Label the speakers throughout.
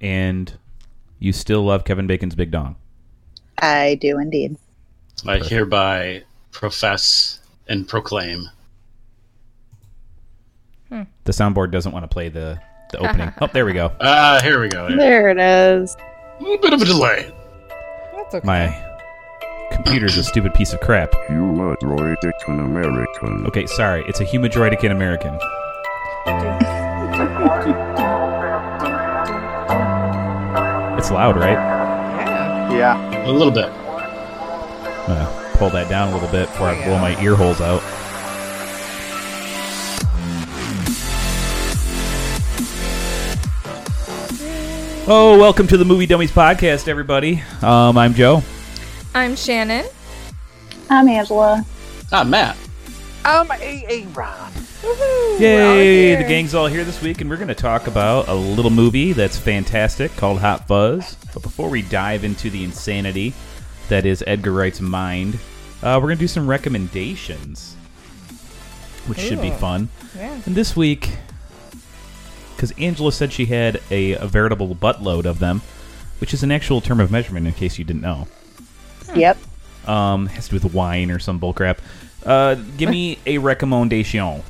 Speaker 1: and you still love Kevin Bacon's Big Dong.
Speaker 2: I do indeed.
Speaker 3: I hereby profess and proclaim.
Speaker 1: The soundboard doesn't want to play the, the opening. oh, there we go.
Speaker 3: Ah, here we go. A
Speaker 2: There it is.
Speaker 3: little bit of a delay.
Speaker 4: That's okay.
Speaker 1: My computer's a stupid piece of crap.
Speaker 5: You are droidican American.
Speaker 1: Okay, sorry. It's a humidroidic in American. It's loud, right?
Speaker 4: Yeah.
Speaker 6: Yeah.
Speaker 3: A little bit.
Speaker 1: I'm gonna pull that down a little bit before I blow my ear holes out. Oh, welcome to the Movie Dummies podcast, everybody. Um, I'm Joe.
Speaker 4: I'm Shannon.
Speaker 2: I'm Angela.
Speaker 3: Ah, Matt.
Speaker 6: I'm Aaron.
Speaker 4: Woohoo! we're all
Speaker 1: Yay!
Speaker 4: here.
Speaker 1: The gang's all here this week, and we're going to talk about a little movie that's fantastic called Hot Fuzz. But before we dive into the insanity that is Edgar Wright's mind, uh, we're going to do some recommendations, which should be
Speaker 4: Ooh.
Speaker 1: fun.
Speaker 4: Yeah.
Speaker 1: And this week, because Angela said she had a, a veritable buttload of them, which is an actual term of measurement in case you didn't know.
Speaker 2: Yep.
Speaker 1: Um, has to do with wine or some bullcrap. Uh, give me a recommendation.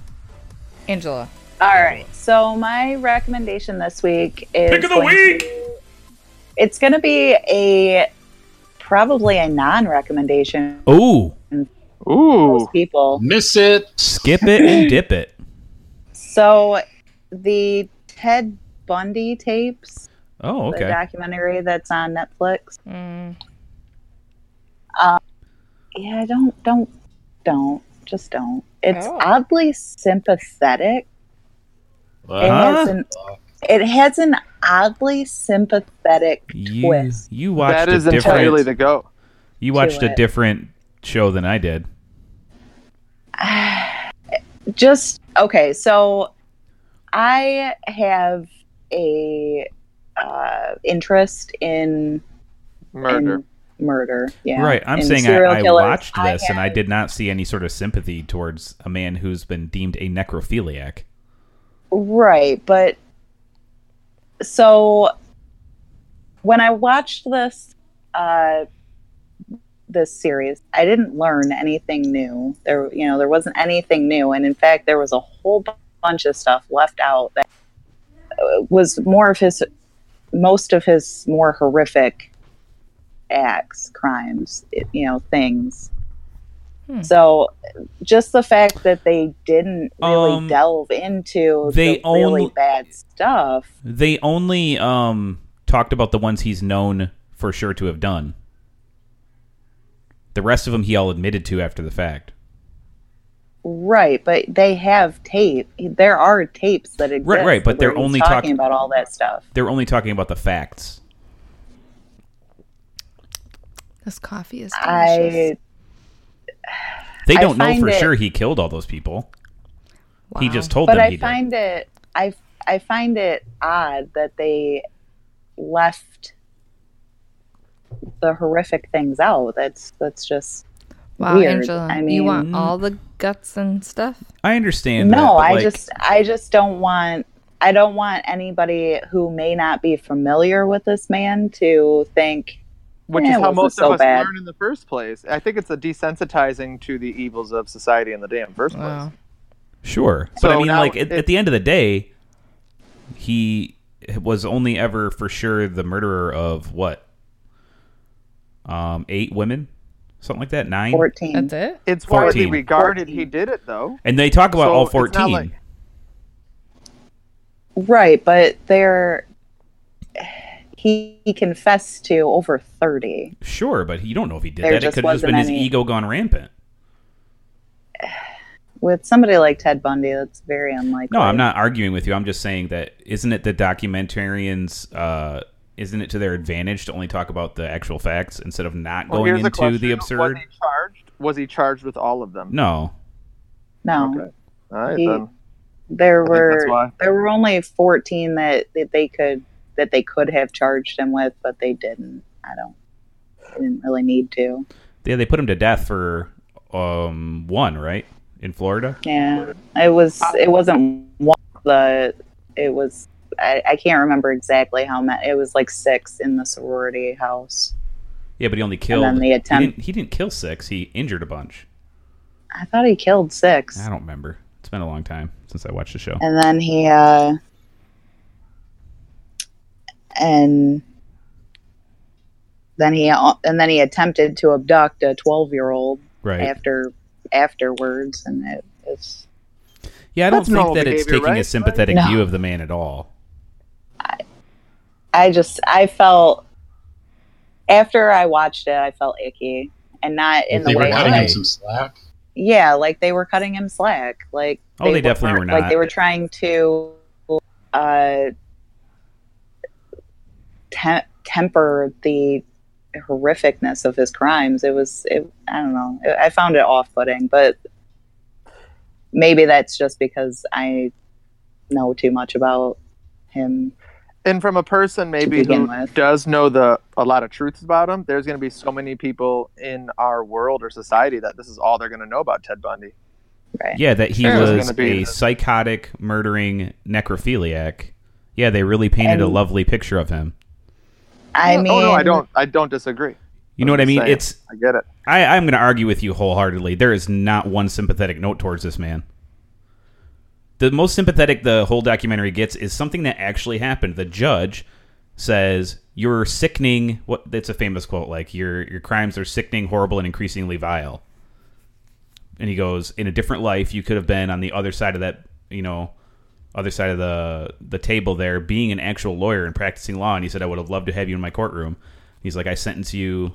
Speaker 4: Angela.
Speaker 2: All right. So my recommendation this week is
Speaker 1: Pick of the
Speaker 2: going
Speaker 1: week!
Speaker 2: to- it's going to be a probably a non-recommendation
Speaker 1: Oh,
Speaker 2: for
Speaker 6: Ooh.
Speaker 2: most people.
Speaker 3: Miss it.
Speaker 1: skip it and dip it.
Speaker 2: So the Ted Bundy tapes,
Speaker 1: Oh,
Speaker 2: the
Speaker 1: okay.
Speaker 2: documentary that's on Netflix. Um,
Speaker 4: Mm.
Speaker 2: Yeah, don't don't don't just don't. It's
Speaker 4: Oh.
Speaker 2: oddly sympathetic. It
Speaker 1: Huh?
Speaker 2: has an it has an oddly sympathetic
Speaker 1: You,
Speaker 2: twist.
Speaker 1: you watched
Speaker 6: That
Speaker 1: a
Speaker 6: is
Speaker 1: different.
Speaker 6: entirely the goat.
Speaker 1: you watched a
Speaker 2: it.
Speaker 1: different show than I did.
Speaker 2: Just okay, so I have a uh, interest in
Speaker 6: Murder.
Speaker 2: in murder. Yeah,
Speaker 1: Right. I'm
Speaker 2: in
Speaker 1: saying
Speaker 2: serial
Speaker 1: I, I
Speaker 2: killers.
Speaker 1: watched
Speaker 2: I
Speaker 1: this and I did not see any sort of sympathy towards a man who's been deemed a necrophiliac.
Speaker 2: Right, but so when I watched this uh this series, I didn't learn anything new. There you know, there wasn't anything new and in fact there was a whole bu- bunch of stuff left out that uh, was more of his most of his more horrific acts, crimes, it- you know, things.
Speaker 4: Hmm.
Speaker 2: So just the fact that they didn't really
Speaker 1: Um,
Speaker 2: delve into
Speaker 1: they
Speaker 2: the really
Speaker 1: only-
Speaker 2: bad stuff.
Speaker 1: They only um, talked about the ones he's known for sure to have done. The rest of them he all admitted to after the fact.
Speaker 2: Right, but they have tape. There are tapes that exist.
Speaker 1: Right, right, but
Speaker 2: where
Speaker 1: they're
Speaker 2: he's
Speaker 1: only
Speaker 2: talking
Speaker 1: talk-
Speaker 2: about all that stuff.
Speaker 1: They're only talking about the facts.
Speaker 4: This coffee is
Speaker 2: I
Speaker 4: delicious.
Speaker 1: They
Speaker 2: I
Speaker 1: don't know
Speaker 2: find
Speaker 1: for
Speaker 2: it-
Speaker 1: sure he killed all those people. He
Speaker 4: Wow.
Speaker 1: just told
Speaker 2: but
Speaker 1: them
Speaker 2: I
Speaker 1: he did.
Speaker 2: find it I I find it odd that they left the horrific things out. That's that's just
Speaker 4: Wow,
Speaker 2: weird.
Speaker 4: Angela.
Speaker 2: I
Speaker 4: you want
Speaker 1: mean-
Speaker 4: all the guts and stuff?
Speaker 1: I understand. that,
Speaker 2: no.
Speaker 1: Mm. but,
Speaker 2: I
Speaker 1: like,
Speaker 2: just I just don't want I don't want anybody who may not be familiar with this man to think
Speaker 6: Which
Speaker 2: Yeah, it
Speaker 6: is how
Speaker 2: wasn't
Speaker 6: most
Speaker 2: so
Speaker 6: of us
Speaker 2: bad.
Speaker 6: learn in the first place. I think it's a desensitizing to the evils of society in the damn first place.
Speaker 4: Wow.
Speaker 1: Sure. but I
Speaker 6: So
Speaker 1: mean,
Speaker 6: now
Speaker 1: like, at,
Speaker 6: it-
Speaker 1: at the end of the day, he was only ever for sure the murderer of what? Um, eight women? Something like that? Nine?
Speaker 2: fourteen.
Speaker 4: That's it?
Speaker 6: It's widely
Speaker 1: 14.
Speaker 6: regarded
Speaker 2: 14.
Speaker 6: he did it though.
Speaker 1: And they talk about
Speaker 6: So
Speaker 1: all
Speaker 6: it's not
Speaker 1: 14.
Speaker 6: like-
Speaker 2: Right, but they're he, he confessed to over thirty.
Speaker 1: Sure, but you don't know if he did
Speaker 2: There
Speaker 1: that. It
Speaker 2: just
Speaker 1: could have just been
Speaker 2: wasn't
Speaker 1: his
Speaker 2: any-
Speaker 1: ego gone rampant.
Speaker 2: With somebody like Ted Bundy, that's very unlikely.
Speaker 1: No, I'm not arguing with you. I'm just saying that isn't it the documentarians, uh, isn't it to their advantage to only talk about the actual facts instead of not
Speaker 6: Well,
Speaker 1: going
Speaker 6: here's a
Speaker 1: into
Speaker 6: question.
Speaker 1: the
Speaker 6: Was
Speaker 1: absurd?
Speaker 6: he charged? Was he charged with all of them?
Speaker 1: No.
Speaker 2: No,
Speaker 6: Okay. All right
Speaker 2: He-
Speaker 6: then.
Speaker 2: there
Speaker 6: think that's
Speaker 2: were
Speaker 6: why.
Speaker 2: there were only fourteen that, that they could that they could have charged him with, but they didn't. I don't. They didn't really need to.
Speaker 1: Yeah, they put him to death for um one, right? In Florida?
Speaker 2: Yeah, it was. It wasn't one of the. It was I, I can't remember exactly how many. It was like six in the sorority house.
Speaker 1: Yeah, but he only killed.
Speaker 2: then the attempt-
Speaker 1: he, didn't, he didn't kill six. He injured a bunch.
Speaker 2: I thought he killed six.
Speaker 1: I don't remember. It's been a long time since I watched the show.
Speaker 2: and then he uh and then he uh, and then he attempted to abduct a 12 year old
Speaker 1: Right.
Speaker 2: after afterwards and it, it's
Speaker 1: Yeah, I don't
Speaker 6: That's
Speaker 1: think
Speaker 6: normal
Speaker 1: that it's
Speaker 6: behavior,
Speaker 1: taking a
Speaker 6: right?
Speaker 1: sympathetic
Speaker 2: No.
Speaker 1: view of the man at all.
Speaker 2: i just i felt after i watched it i felt icky and not in
Speaker 3: they
Speaker 2: the
Speaker 3: were
Speaker 2: way
Speaker 3: cutting
Speaker 2: I,
Speaker 3: him some slack.
Speaker 2: yeah like they were cutting him slack like
Speaker 1: Oh, they definitely were
Speaker 2: like
Speaker 1: not.
Speaker 2: they were trying to uh te- temper the horrificness of his crimes it was it, i don't know I- i found it off-putting but maybe that's just because i know too much about him
Speaker 6: and from a person maybe
Speaker 2: begin
Speaker 6: who
Speaker 2: with.
Speaker 6: does know the a lot of truths about him there's going to be so many people in our world or society that this is all they're going to know about ted bundy
Speaker 2: right
Speaker 1: Yeah, that he
Speaker 6: Sure. It's
Speaker 1: was
Speaker 6: gonna be
Speaker 1: a
Speaker 6: the-
Speaker 1: psychotic, murdering necrophiliac. Yeah, they really painted a
Speaker 2: And-
Speaker 1: lovely picture of him.
Speaker 2: i mean
Speaker 6: oh no i don't i don't disagree
Speaker 1: You know what I
Speaker 6: I'm
Speaker 1: mean?
Speaker 6: saying.
Speaker 1: It's
Speaker 6: i get it
Speaker 1: I, I'm going to argue with you wholeheartedly. There is not one sympathetic note towards this man. The most sympathetic the whole documentary gets is something that actually happened. The judge says, "You're sickening." What? It's a famous quote. Like your your crimes are sickening, horrible, and increasingly vile. And he goes, "In a different life, you could have been on the other side of that, you know, other side of the the table there, being an actual lawyer and practicing law." And he said, "I would have loved to have you in my courtroom." He's like, "I sentence you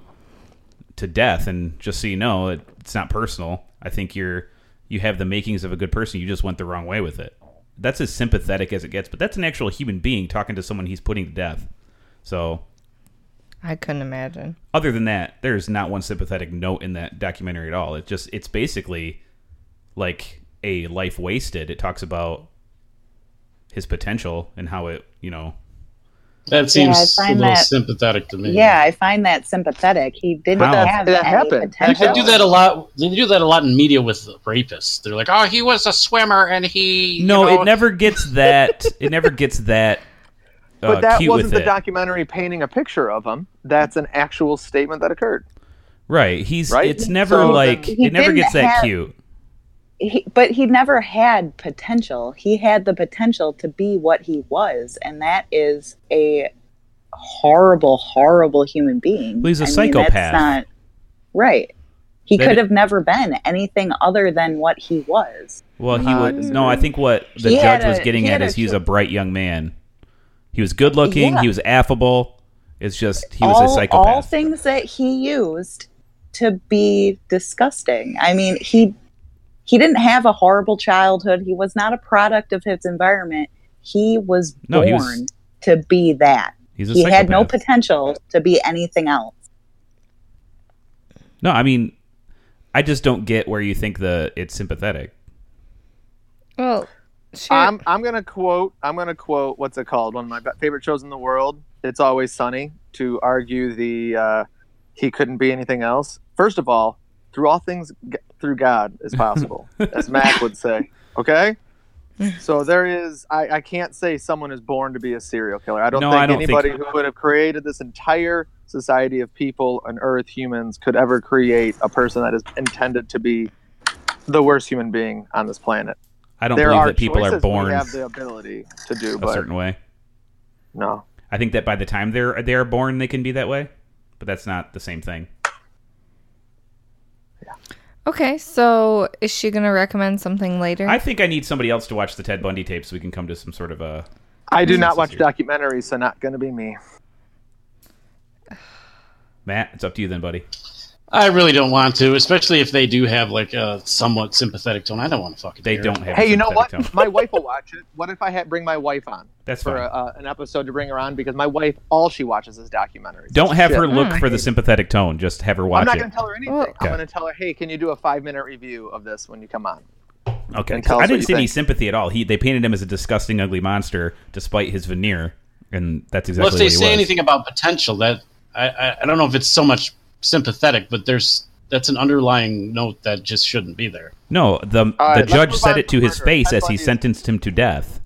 Speaker 1: to death. And just so you know, it, it's not personal. I think you're you have the makings of a good person. You just went the wrong way with it. That's as sympathetic as it gets, but that's an actual human being talking to someone he's putting to death. So,
Speaker 4: I couldn't imagine.
Speaker 1: other than that, there's not one sympathetic note in that documentary at all. It just it's basically like a life wasted. It talks about his potential and how it, you know,
Speaker 3: That
Speaker 2: Yeah, I
Speaker 3: seems a
Speaker 2: find
Speaker 3: little
Speaker 2: that-
Speaker 3: sympathetic to me.
Speaker 2: yeah i find that sympathetic he didn't
Speaker 1: How?
Speaker 2: have
Speaker 6: That
Speaker 2: any
Speaker 6: happened.
Speaker 2: potential.
Speaker 3: They do that a lot. They do that a lot in media with rapists. They're like, "Oh, he was a swimmer, and he." you
Speaker 1: no,
Speaker 3: know,
Speaker 1: it never gets that. it never gets that. Uh,
Speaker 6: but that
Speaker 1: cute
Speaker 6: wasn't
Speaker 1: with
Speaker 6: the
Speaker 1: it.
Speaker 6: documentary painting a picture of him that's an actual statement that occurred
Speaker 1: Right. He's
Speaker 6: Right?
Speaker 1: it's never
Speaker 6: So
Speaker 1: like
Speaker 2: then- He
Speaker 1: it never
Speaker 2: didn't
Speaker 1: gets that
Speaker 2: have-
Speaker 1: cute.
Speaker 2: he, but he never had potential. He had the potential to be what he was, and that is a horrible, horrible human being.
Speaker 1: Well, he's a
Speaker 2: a
Speaker 1: psychopath.
Speaker 2: right. He
Speaker 1: That
Speaker 2: could
Speaker 1: it-
Speaker 2: have never been anything other than what he was.
Speaker 1: Well, he
Speaker 6: Uh,
Speaker 1: was no, I think what the
Speaker 2: Mm-hmm. He had
Speaker 1: judge was
Speaker 2: a-
Speaker 1: getting
Speaker 2: he
Speaker 1: at
Speaker 2: had
Speaker 1: is
Speaker 2: a
Speaker 1: he's
Speaker 2: tr-
Speaker 1: a bright young man. He was good looking,
Speaker 2: Yeah.
Speaker 1: he was affable. It's just he was
Speaker 2: all,
Speaker 1: a
Speaker 2: all
Speaker 1: psychopath.
Speaker 2: things that he used to be disgusting. I mean, he he didn't have a horrible childhood. He was not a product of his environment. He was
Speaker 1: No,
Speaker 2: born
Speaker 1: he was-
Speaker 2: to be that.
Speaker 1: He's a
Speaker 2: he
Speaker 1: psychopath.
Speaker 2: had no potential to be anything else.
Speaker 1: no, I mean I just don't get where you think the it's sympathetic.
Speaker 4: Well, shoot.
Speaker 1: Um,
Speaker 6: I'm I'm gonna quote I'm gonna quote what's it called one of my be- favorite shows in the world. It's always sunny to argue the uh, he couldn't be anything else. First of all, through all things g- through God is possible, as Mac would say. Okay, so there is I, I can't say someone is born to be a serial killer. I don't
Speaker 1: No,
Speaker 6: think
Speaker 1: I don't think-
Speaker 6: anybody who would have created this entire society of people on Earth, humans, could ever create a person that is intended to be the worst human being on this planet
Speaker 1: I don't
Speaker 6: there
Speaker 1: believe
Speaker 6: are
Speaker 1: that people are
Speaker 6: choices
Speaker 1: born
Speaker 6: We have
Speaker 1: a
Speaker 6: the ability to do, but
Speaker 1: certain way.
Speaker 6: no.
Speaker 1: I think that by the time they're they are born they can be that way. But that's not the same thing.
Speaker 4: okay, so is she gonna recommend something later?
Speaker 1: I think I need somebody else to watch the Ted Bundy tapes so we can come to some sort of a
Speaker 6: I do not
Speaker 1: Consensus
Speaker 6: watch
Speaker 1: here.
Speaker 6: documentaries, so not going to be me.
Speaker 1: Matt, it's up to you then, buddy.
Speaker 3: I really don't want to, especially if they do have like a somewhat sympathetic tone. I don't want to fucking.
Speaker 1: They
Speaker 3: hear it.
Speaker 1: don't have a
Speaker 6: Hey, you know
Speaker 1: sympathetic
Speaker 6: what?
Speaker 1: tone.
Speaker 6: my wife will watch it. What if I had bring my wife on
Speaker 1: That's
Speaker 6: for
Speaker 1: fine.
Speaker 6: a, uh, an episode to bring her on because my wife all she watches is documentaries.
Speaker 1: Don't have
Speaker 6: Shit.
Speaker 1: her
Speaker 3: Mm.
Speaker 1: look for the sympathetic tone. Just have her
Speaker 6: I'm
Speaker 1: watch
Speaker 6: not
Speaker 1: it.
Speaker 6: going to tell her anything.
Speaker 4: Well-
Speaker 1: Okay.
Speaker 6: I'm going to tell her, hey, can you do a five minute review of this when you come on?
Speaker 1: okay.
Speaker 6: and tell
Speaker 1: I
Speaker 6: us what
Speaker 1: didn't
Speaker 6: you
Speaker 1: see any
Speaker 6: think.
Speaker 1: sympathy at all. He they painted him as a disgusting, ugly monster, despite his veneer, and that's exactly
Speaker 3: Well, if
Speaker 1: what
Speaker 3: they
Speaker 1: he
Speaker 3: say
Speaker 1: was.
Speaker 3: anything about potential, that I, I I don't know if it's so much sympathetic, but there's that's an underlying note that just shouldn't be there.
Speaker 1: No, the the
Speaker 6: right, let's
Speaker 1: judge
Speaker 6: move
Speaker 1: said
Speaker 6: on
Speaker 1: it
Speaker 6: to
Speaker 1: to his
Speaker 6: murder.
Speaker 1: face
Speaker 6: Ted
Speaker 1: as he
Speaker 6: Bundy's-
Speaker 1: sentenced him to death.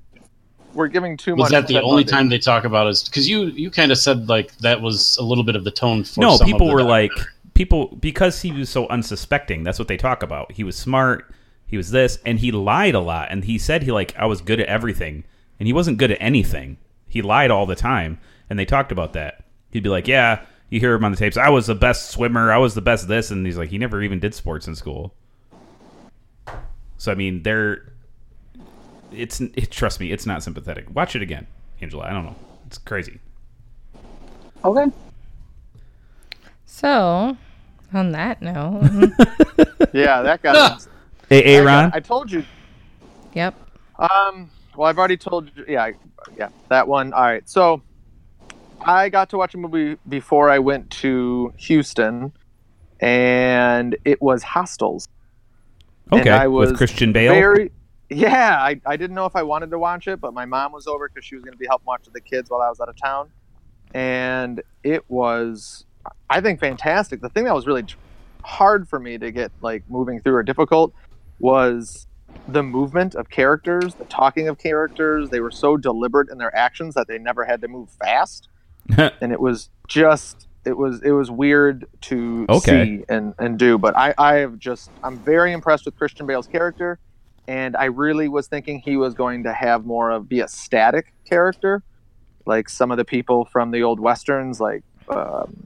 Speaker 6: we're giving too
Speaker 3: was
Speaker 6: much.
Speaker 3: that
Speaker 6: to
Speaker 3: the
Speaker 6: Ted
Speaker 3: only
Speaker 6: Bundy.
Speaker 3: time they talk about is because you you kind of said like that was a little bit of the tone for
Speaker 1: no
Speaker 3: some of
Speaker 1: people
Speaker 3: the
Speaker 1: were
Speaker 3: doc-
Speaker 1: like people because he was so unsuspecting that's what they talk about he was smart he was this and he lied a lot and he said he like i was good at everything and he wasn't good at anything he lied all the time and they talked about that he'd be like yeah you hear him on the tapes i was the best swimmer i was the best this and he's like he never even did sports in school so i mean they're it's it, trust me it's not sympathetic watch it again angela i don't know it's crazy
Speaker 2: Okay.
Speaker 4: So, on that note,
Speaker 6: Yeah, that got. us.
Speaker 1: hey
Speaker 6: I got-
Speaker 1: aaron
Speaker 6: I told you
Speaker 4: yep.
Speaker 6: Um. Well, I've already told you. Yeah, I- yeah, that one. All right. So, I got to watch a movie before I went to Houston, and it was Hostels. and
Speaker 1: okay
Speaker 6: I
Speaker 1: with
Speaker 6: was
Speaker 1: christian bale
Speaker 6: Very. Yeah, I, I didn't know if I wanted to watch it, but my mom was over because she was going to be helping watch the kids while I was out of town, and it was, I think, fantastic. The thing that was really hard for me to get like moving through or difficult was the movement of characters, the talking of characters. They were so deliberate in their actions that they never had to move fast, and it was just it was it was weird to
Speaker 1: Okay.
Speaker 6: see and and do. But I I have just I'm very impressed with Christian Bale's character, and I really was thinking he was going to have more of be a static character, like some of the people from the old westerns, like. Um,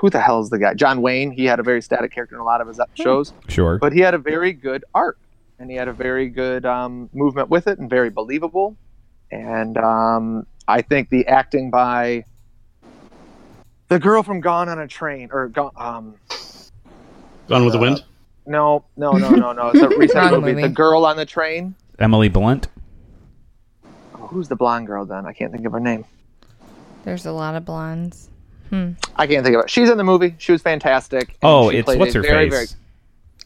Speaker 6: who the hell is the guy? John Wayne. He had a very static character in a lot of his
Speaker 1: Hmm.
Speaker 6: shows
Speaker 1: sure
Speaker 6: but he had a very good arc and he had a very good um, movement with it and very believable and um, i think the acting by the girl from gone on a train or Gone- um,
Speaker 3: Gone with the Wind.
Speaker 6: no no no no no it's a recent
Speaker 4: Wrong
Speaker 6: movie.
Speaker 4: movie.
Speaker 6: the girl on the train
Speaker 1: Emily Blunt.
Speaker 6: oh, who's the blonde girl then i can't think of her name
Speaker 4: There's a lot of blondes.
Speaker 6: i can't think of it she's in the movie she was fantastic and
Speaker 1: Oh,
Speaker 6: she
Speaker 1: it's
Speaker 6: played a
Speaker 1: what's her
Speaker 6: very,
Speaker 1: face?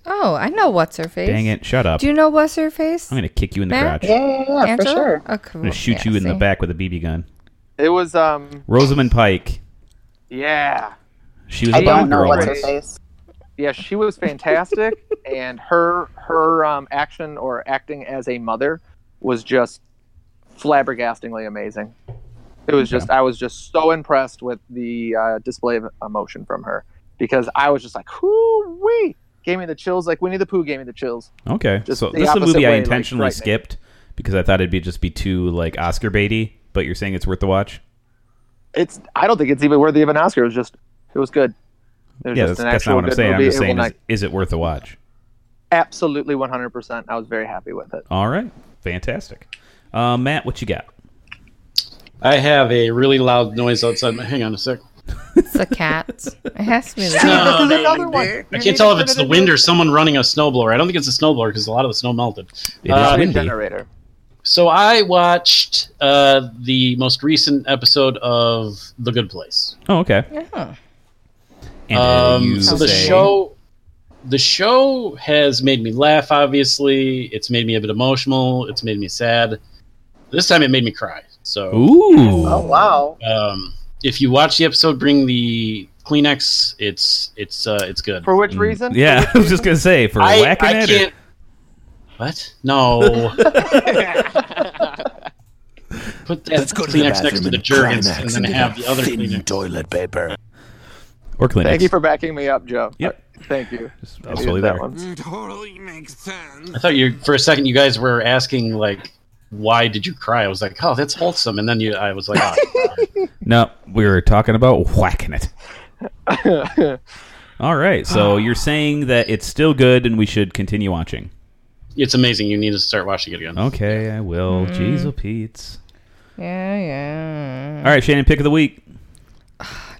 Speaker 4: Oh, I know what's her face.
Speaker 1: Dang it! Shut up!
Speaker 4: Do you know what's her face?
Speaker 1: I'm gonna kick you in the
Speaker 4: Matt?
Speaker 1: crotch.
Speaker 2: Yeah, yeah, yeah, for
Speaker 4: Angela?
Speaker 2: sure.
Speaker 4: Oh, cool.
Speaker 1: I'm gonna shoot you in the back with a BB gun.
Speaker 6: very, it was um
Speaker 1: Rosamund Pike.
Speaker 6: yeah
Speaker 1: She was a
Speaker 2: I
Speaker 1: Bond
Speaker 2: don't know
Speaker 1: girl.
Speaker 2: what's her
Speaker 1: once.
Speaker 2: face.
Speaker 6: yeah she was fantastic and her her um, action or acting as a mother was just flabbergastingly amazing it was just i was just so impressed with the uh, display of emotion from her because i was just like whoo wee gave me the chills like winnie the pooh gave me the chills
Speaker 1: Okay,
Speaker 6: Just
Speaker 1: so
Speaker 6: the
Speaker 1: this is a movie
Speaker 6: opposite
Speaker 1: I
Speaker 6: way, like,
Speaker 1: intentionally
Speaker 6: frightening.
Speaker 1: skipped because I thought it'd be just be too like Oscar baity. But you're saying it's worth the watch?
Speaker 6: it's i don't think it's even worthy of an oscar it was just it was good it was
Speaker 1: yeah,
Speaker 6: just
Speaker 1: that's, that's
Speaker 6: an
Speaker 1: not
Speaker 6: actual
Speaker 1: what I'm
Speaker 6: good
Speaker 1: saying.
Speaker 6: movie.
Speaker 1: I'm just
Speaker 6: It
Speaker 1: saying,
Speaker 6: will
Speaker 1: is,
Speaker 6: not-
Speaker 1: is it worth the watch?
Speaker 6: absolutely 100% i was very happy with it
Speaker 1: All right, fantastic. Uh, Matt, what you got?
Speaker 3: I have a really loud noise outside. My, hang on a sec.
Speaker 4: It's a cat. It has to be the
Speaker 3: No.
Speaker 4: cat.
Speaker 6: this is another one
Speaker 3: I can't tell if it's the wind or someone running a snowblower. I don't think it's a snowblower because a lot of the snow melted.
Speaker 1: It is
Speaker 3: Uh,
Speaker 1: windy.
Speaker 6: generator
Speaker 3: So I watched uh, the most recent episode of The Good Place.
Speaker 1: Oh, okay.
Speaker 4: Yeah.
Speaker 1: And uh, you
Speaker 3: Um, so the
Speaker 1: say-
Speaker 3: show, the show has made me laugh. Obviously, it's made me a bit emotional. It's made me sad. This time, it made me cry. So,
Speaker 1: Ooh.
Speaker 2: Oh wow.
Speaker 3: um, if you watch the episode, bring the Kleenex. It's it's uh, it's good.
Speaker 6: for which reason
Speaker 1: Mm. Yeah, I was just gonna say for
Speaker 3: I,
Speaker 1: whacking
Speaker 3: I
Speaker 1: it. or-
Speaker 3: can't. What? No. Put that
Speaker 7: Let's go to the
Speaker 3: Kleenex next
Speaker 7: bathroom
Speaker 3: to the
Speaker 7: and
Speaker 3: Jergens
Speaker 7: Kleenex
Speaker 3: and then
Speaker 7: into
Speaker 3: have
Speaker 7: that
Speaker 3: the other
Speaker 7: thin
Speaker 3: Kleenex.
Speaker 7: toilet paper.
Speaker 1: Or Kleenex.
Speaker 6: Thank you for backing me up, Joe.
Speaker 1: Yep.
Speaker 6: Thank you.
Speaker 1: Just
Speaker 6: I needed
Speaker 1: absolutely
Speaker 6: that
Speaker 1: there.
Speaker 6: one.
Speaker 7: Totally makes sense.
Speaker 3: I thought you for a second you guys were asking like why did you cry? I was like, oh, that's wholesome, and then you, I was like, oh,
Speaker 1: No, we were talking about whacking it. All right, so you're saying that it's still good and we should continue watching.
Speaker 3: it's amazing. You need to start watching it again.
Speaker 1: Okay, I will.
Speaker 4: Mm-hmm.
Speaker 1: Jeez, oh, Pete's.
Speaker 4: Yeah, yeah.
Speaker 1: All right, Shannon, pick of the week.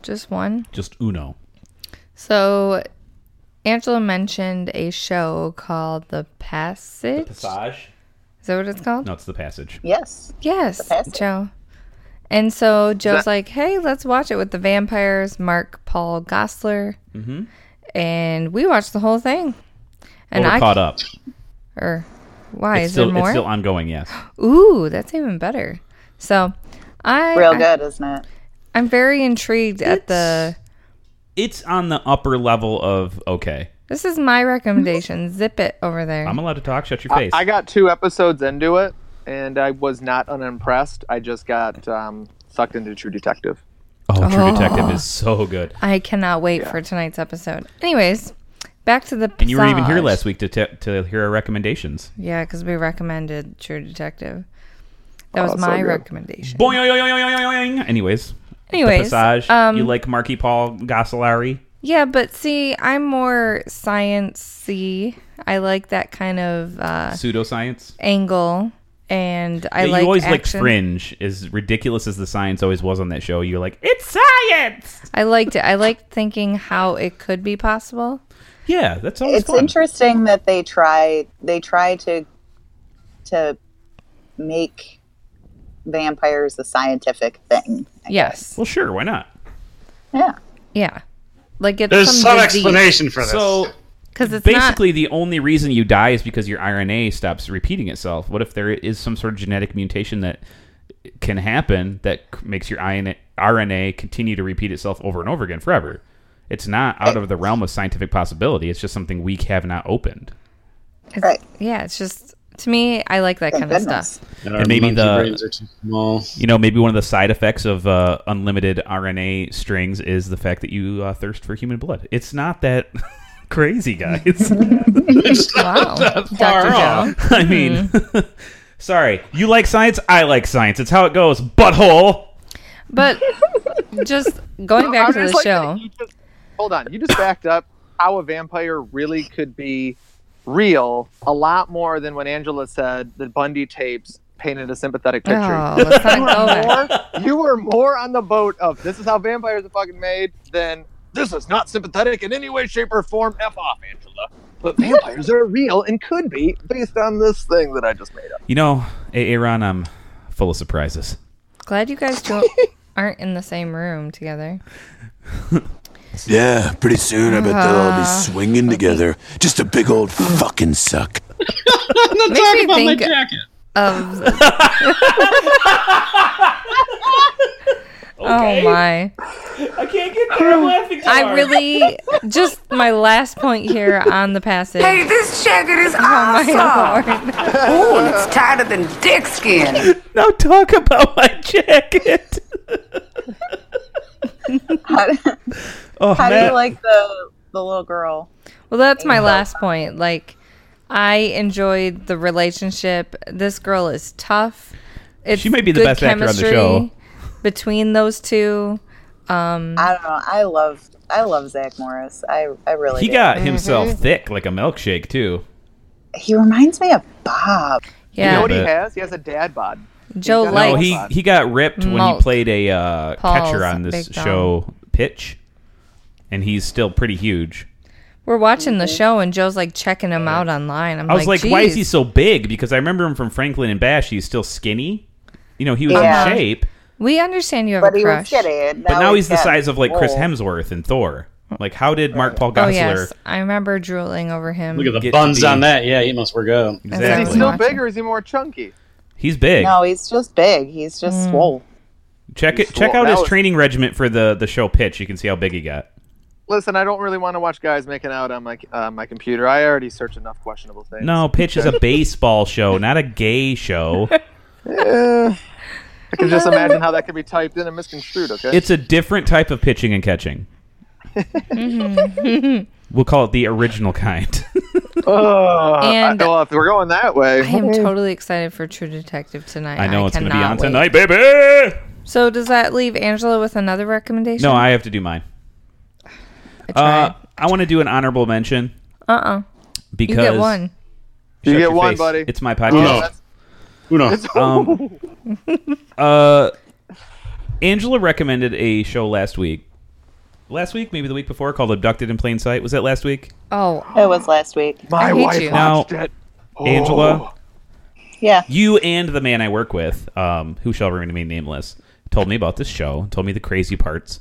Speaker 4: Just one.
Speaker 1: Just Uno.
Speaker 4: So, Angela mentioned a show called The Passage. Is that what it's called?
Speaker 1: No, it's the passage.
Speaker 2: Yes.
Speaker 4: Yes,
Speaker 2: Passage.
Speaker 4: Joe. And so Joe's like, "Hey, let's watch it with the vampires." Mark Paul Gossler,
Speaker 1: Mhm.
Speaker 4: and we watched the whole thing.
Speaker 1: And
Speaker 4: And I
Speaker 1: caught up.
Speaker 4: or why
Speaker 1: It's
Speaker 4: is
Speaker 1: still,
Speaker 4: there more?
Speaker 1: it's still ongoing. Yes.
Speaker 4: Ooh, that's even better. So, I
Speaker 2: Real
Speaker 4: I,
Speaker 2: good, isn't it?
Speaker 4: am very intrigued at the.
Speaker 1: It's on the upper level of okay.
Speaker 4: This is my recommendation. Zip it over there.
Speaker 1: I'm allowed to talk. Shut your
Speaker 6: I,
Speaker 1: face.
Speaker 6: I got two episodes into it, and I was not unimpressed. I just got um, sucked into True Detective.
Speaker 1: Oh, True
Speaker 4: Oh.
Speaker 1: Detective is so good.
Speaker 4: I cannot wait for tonight's episode. Anyways, back to the.
Speaker 1: And you weren't even here last week to te- to hear our recommendations.
Speaker 4: Yeah, because we recommended True Detective. That
Speaker 6: Oh,
Speaker 4: was
Speaker 6: so
Speaker 4: my
Speaker 6: good.
Speaker 4: recommendation.
Speaker 1: Boing, oing, oing, oing, oing, oing. Anyways,
Speaker 4: Anyways,
Speaker 1: the passage.
Speaker 4: um,
Speaker 1: you like Marky Paul Gosselaari?
Speaker 4: Yeah, but see, I'm more sciencey. I like that kind of uh,
Speaker 1: Pseudoscience.
Speaker 4: angle, and I
Speaker 1: Yeah,
Speaker 4: like
Speaker 1: you always like
Speaker 4: action.
Speaker 1: Fringe. As ridiculous as the science always was on that show, you're like, it's science.
Speaker 4: I liked it. I liked thinking how it could be possible.
Speaker 1: Yeah, that's always
Speaker 2: it's
Speaker 1: fun.
Speaker 2: interesting that they try they try to to make vampires a scientific thing.
Speaker 4: Yes.
Speaker 1: Well, sure, why not?
Speaker 2: Yeah.
Speaker 4: Yeah. Like it's
Speaker 3: There's some,
Speaker 4: some, disease.
Speaker 3: explanation for this.
Speaker 1: So
Speaker 4: because it's
Speaker 1: basically, the only reason you die is because your RNA stops repeating itself. What if there is some sort of genetic mutation that can happen that c- makes your INA RNA continue to repeat itself over and over again forever? It's not out of the realm of scientific possibility. It's just something we have not opened.
Speaker 2: Right.
Speaker 4: not. Yeah, it's just to me, I like that
Speaker 2: Thank
Speaker 4: kind of
Speaker 2: goodness.
Speaker 4: stuff.
Speaker 3: and our
Speaker 1: and maybe
Speaker 3: monkey
Speaker 1: the-
Speaker 3: brains are too small.
Speaker 1: You know, maybe one of the side effects of uh, unlimited RNA strings is the fact that you uh, thirst for human blood. It's not that crazy, guys.
Speaker 3: It's not
Speaker 4: Wow,
Speaker 3: that far
Speaker 4: Dr.
Speaker 3: off.
Speaker 4: Joe.
Speaker 2: Hmm.
Speaker 1: I mean, sorry. You like science? I like science. It's how it goes, butthole.
Speaker 4: But just going back
Speaker 6: I'm
Speaker 4: to the
Speaker 6: just like,
Speaker 4: show,
Speaker 6: you just- hold on. You just backed up how a vampire really could be real a lot more than when Angela said the Bundy tapes painted a sympathetic picture.
Speaker 4: oh, let's
Speaker 6: You
Speaker 4: not go
Speaker 6: were,
Speaker 4: there.
Speaker 6: more, you were more on the boat of this is how vampires are fucking made than this is not sympathetic in any way, shape, or form. F off, Angela. But vampires are real and could be based on this thing that I just made up.
Speaker 1: You know, A- Aaron, I'm full of surprises.
Speaker 4: Glad you guys don't aren't in the same room together.
Speaker 7: Yeah, pretty soon I bet they'll all
Speaker 4: Uh,
Speaker 7: be swinging together. Just a big old fucking suck.
Speaker 3: I'm not
Speaker 4: Makes me
Speaker 3: talking about my
Speaker 4: think-
Speaker 3: jacket.
Speaker 4: Of Oh my.
Speaker 1: I can't get there. I'm laughing.
Speaker 4: I really just my last point here on the passage. Hey, this jacket is awesome. Oh my lord.
Speaker 1: Now talk about my jacket.
Speaker 2: How, do-
Speaker 1: Oh,
Speaker 2: how do
Speaker 1: Matt,
Speaker 2: you like the the little girl?
Speaker 4: Well, that's my last point. Like, I enjoyed the relationship. This girl is tough. It's
Speaker 1: She may be the
Speaker 4: good
Speaker 1: best actor on the
Speaker 4: chemistry
Speaker 1: show.
Speaker 4: Between those two,
Speaker 1: Mm.
Speaker 4: um,
Speaker 2: I don't know. I love I love Zach Morris. I I really
Speaker 1: he
Speaker 2: do.
Speaker 1: got himself
Speaker 2: Mm-hmm.
Speaker 1: thick like a milkshake too.
Speaker 2: He reminds me of Bob.
Speaker 6: You know
Speaker 4: yeah,
Speaker 6: what he
Speaker 1: but-
Speaker 6: has? He has a dad bod.
Speaker 4: Joe
Speaker 6: No,
Speaker 1: No,
Speaker 4: likes.
Speaker 1: Oh, he he got ripped when he
Speaker 4: Malt.
Speaker 1: played a uh,
Speaker 4: Paul's
Speaker 1: catcher on this
Speaker 4: big dog.
Speaker 1: show, Pitch, and he's still pretty huge.
Speaker 4: We're watching the show, and Joe's like checking him out online. I'm
Speaker 1: I was like,
Speaker 4: like
Speaker 1: why is he
Speaker 4: "Geez."
Speaker 1: so big? Because I remember him from Franklin and Bash. He's still skinny. You know, he was
Speaker 2: Yeah.
Speaker 1: in shape,
Speaker 4: We understand you have
Speaker 2: But
Speaker 4: a
Speaker 2: he was
Speaker 4: crush.
Speaker 2: kidding.
Speaker 1: but now he's the
Speaker 2: got
Speaker 1: size of like Chris
Speaker 2: old.
Speaker 1: Hemsworth in Thor. Like, how did Mark Paul Gosselaar?
Speaker 4: oh yes, I remember drooling over him.
Speaker 3: Look at the
Speaker 1: Get
Speaker 3: buns
Speaker 1: to be-
Speaker 3: on that. Yeah, he must work out.
Speaker 6: Is
Speaker 4: As I
Speaker 6: he
Speaker 4: was
Speaker 1: Exactly.
Speaker 6: still
Speaker 4: watching.
Speaker 6: big or is he more chunky?
Speaker 1: He's big.
Speaker 2: No, he's just big. He's just
Speaker 1: Hmm.
Speaker 2: swole.
Speaker 1: check it.
Speaker 6: he's
Speaker 1: Check
Speaker 6: swole.
Speaker 1: out
Speaker 6: That
Speaker 1: his
Speaker 6: was-
Speaker 1: training regiment for the the show Pitch. You can see how big he got.
Speaker 6: Listen, I don't really want to watch guys making out on my uh, my computer. I already searched enough questionable things.
Speaker 1: No, Pitch is a baseball show, not a gay show.
Speaker 6: Eh, I can just imagine how that could be typed in and misconstrued. Okay.
Speaker 1: It's a different type of pitching and catching.
Speaker 4: Mm-hmm.
Speaker 1: we'll call it the original kind.
Speaker 2: Uh,
Speaker 6: Oh, I-
Speaker 4: And-
Speaker 6: well, if we're going that way,
Speaker 4: I am totally excited for True Detective tonight.
Speaker 1: I know it's going to be
Speaker 4: cannot
Speaker 1: on
Speaker 4: wait.
Speaker 1: tonight, baby.
Speaker 4: So does that leave Angela with another recommendation?
Speaker 1: No, I have to do mine. Uh, I want to do an honorable mention
Speaker 4: uh uh You
Speaker 1: because
Speaker 4: get one.
Speaker 1: Shut
Speaker 6: You get
Speaker 1: your
Speaker 6: one,
Speaker 1: face.
Speaker 6: buddy.
Speaker 1: It's my
Speaker 3: Uno.
Speaker 1: podcast.
Speaker 3: Uno.
Speaker 1: Um, uh, Angela recommended a show last week. Last week, maybe the week before, called "Abducted in Plain Sight." Was that last week?
Speaker 4: Oh,
Speaker 2: It was last week.
Speaker 6: my
Speaker 4: I hate
Speaker 6: wife
Speaker 4: you.
Speaker 6: watched it. Oh.
Speaker 1: Angela,
Speaker 2: Yeah.
Speaker 1: you and the man I work with, um, who shall remain nameless, told me about this show. Told me the crazy parts,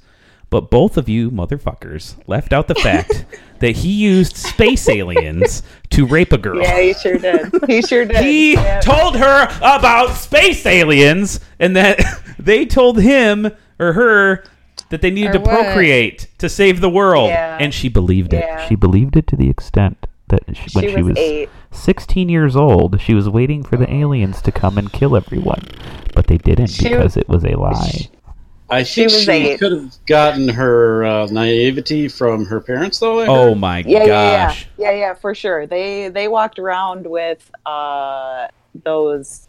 Speaker 1: but both of you motherfuckers left out the fact that he used space aliens to rape a girl.
Speaker 2: Yeah, he sure did. He sure did.
Speaker 1: he
Speaker 2: Yeah.
Speaker 1: told her about space aliens and that they told him or her that they needed to
Speaker 4: Or what?
Speaker 1: procreate to save the world
Speaker 2: Yeah.
Speaker 1: and she believed it
Speaker 2: Yeah.
Speaker 1: she believed it to the extent that she, when
Speaker 2: she was eight.
Speaker 8: 16 years old, she was waiting for the aliens to come and kill everyone, but they didn't
Speaker 3: She-
Speaker 8: because it was a lie.
Speaker 3: I
Speaker 2: She
Speaker 3: think
Speaker 2: was
Speaker 3: she
Speaker 2: eight.
Speaker 3: could have gotten her uh, naivety from her parents, though. I heard.
Speaker 1: Oh my
Speaker 2: yeah, yeah,
Speaker 1: gosh.
Speaker 2: yeah, yeah, yeah, for sure. They they walked around with uh, those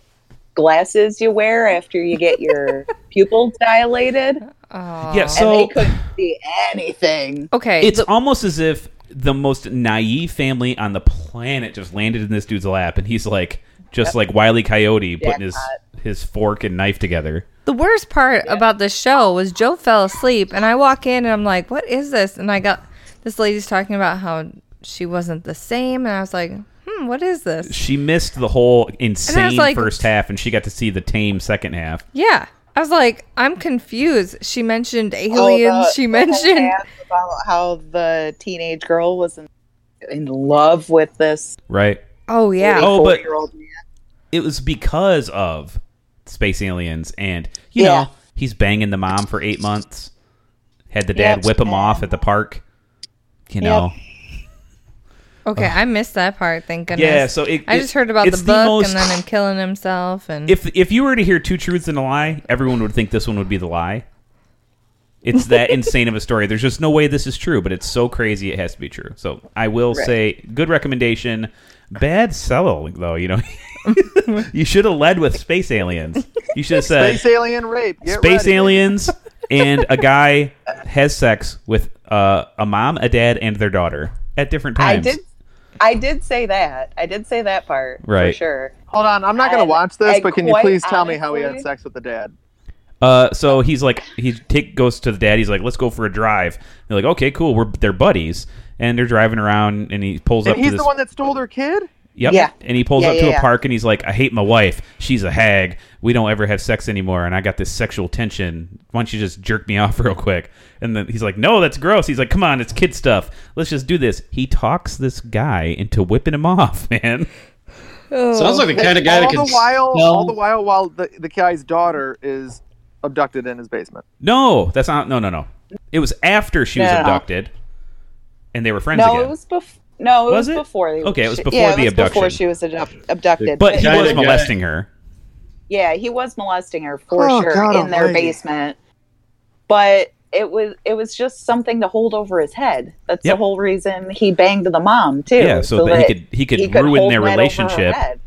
Speaker 2: glasses you wear after you get your pupils dilated,
Speaker 4: Oh.
Speaker 1: Yeah, so-
Speaker 2: and they couldn't see anything.
Speaker 4: okay.
Speaker 1: It's almost as if the most naive family on the planet just landed in this dude's lap, and he's like, just like Wiley Coyote putting his his fork and knife together.
Speaker 4: The worst part about the show was Joe fell asleep, and I walk in and I'm like, "What is this?" And I got this lady's talking about how she wasn't the same, and I was like, "Hmm, what is this?"
Speaker 1: She missed the whole insane
Speaker 4: like-
Speaker 1: first half, and she got to see the tame second half.
Speaker 4: Yeah, I was like, "I'm confused." She mentioned aliens.
Speaker 2: Oh, the-
Speaker 4: she
Speaker 2: the whole
Speaker 4: mentioned
Speaker 2: half about how the teenage girl was in, in love with this
Speaker 1: Right?
Speaker 4: oh yeah,
Speaker 1: Oh, but-
Speaker 2: year old man.
Speaker 1: It was because of space aliens, and you
Speaker 2: Yeah.
Speaker 1: know he's banging the mom for eight months. Had the
Speaker 2: Yep.
Speaker 1: dad whip him off at the park. You know,
Speaker 4: okay, I missed that part. Thank goodness.
Speaker 1: yeah. So it,
Speaker 4: I
Speaker 1: it-
Speaker 4: just heard about the
Speaker 1: it's
Speaker 4: book
Speaker 1: most-
Speaker 4: and then him killing himself, and
Speaker 1: if if you were to hear two truths and a lie, everyone would think this one would be the lie. It's that insane of a story. There's just no way this is true, but it's so crazy it has to be true. So I will say, good recommendation. Bad sell though, you know. you should have led with space aliens. You should have said
Speaker 6: Space alien rape. Get
Speaker 1: Oh, space
Speaker 6: ready.
Speaker 1: aliens and a guy has sex with uh, a mom, a dad, and their daughter at different
Speaker 2: I
Speaker 1: times.
Speaker 2: did, I did say that. I did say that part
Speaker 1: Right.
Speaker 2: for sure.
Speaker 6: Hold on, I'm not gonna
Speaker 2: And-
Speaker 6: watch this,
Speaker 2: and
Speaker 6: but can you
Speaker 2: quite
Speaker 6: please tell me how he had
Speaker 2: honestly-
Speaker 6: sex with the dad?
Speaker 1: Uh, so he's like, he take goes to the dad. He's like, let's go for a drive. They're like, okay, cool. We're they're buddies, and they're driving around, and he pulls
Speaker 6: And
Speaker 1: up to
Speaker 6: he's
Speaker 1: this.
Speaker 6: the one that stole their kid.
Speaker 1: yep.
Speaker 2: Yeah.
Speaker 1: And he pulls
Speaker 2: Yeah,
Speaker 1: up
Speaker 2: yeah,
Speaker 1: to a
Speaker 2: yeah.
Speaker 1: park, and he's like, I hate my wife. She's a hag. We don't ever have sex anymore, and I got this sexual tension. Why don't you just jerk me off real quick? And then he's like, no, that's gross. He's like, come on, it's kid stuff. Let's just do this. He talks this guy into whipping him off, man.
Speaker 3: Sounds like the kind of guy that can
Speaker 6: all the while,
Speaker 3: smell-
Speaker 6: all the while, while the, the guy's daughter is abducted in his basement.
Speaker 1: No, that's not. No, no, no. It was after she was
Speaker 2: No.
Speaker 1: abducted, and they were friends
Speaker 2: No,
Speaker 1: again.
Speaker 2: it was before. No, it
Speaker 1: Was
Speaker 2: was,
Speaker 1: it?
Speaker 2: before. the-
Speaker 1: Okay, it was
Speaker 2: she-
Speaker 1: before
Speaker 2: yeah,
Speaker 1: the
Speaker 2: it was Before
Speaker 1: abduction.
Speaker 2: she was ad- abducted,
Speaker 1: But he
Speaker 3: Guy
Speaker 1: was
Speaker 3: to guy.
Speaker 1: molesting her.
Speaker 2: yeah, he was molesting her for
Speaker 6: Oh,
Speaker 2: sure
Speaker 6: God
Speaker 2: in their
Speaker 6: almighty.
Speaker 2: basement. But it was it was just something to hold over his head. That's
Speaker 1: Yep.
Speaker 2: the whole reason he banged the mom too.
Speaker 1: Yeah, so that he could- he could ruin
Speaker 2: hold
Speaker 1: their
Speaker 2: that over her
Speaker 1: relationship.
Speaker 2: head.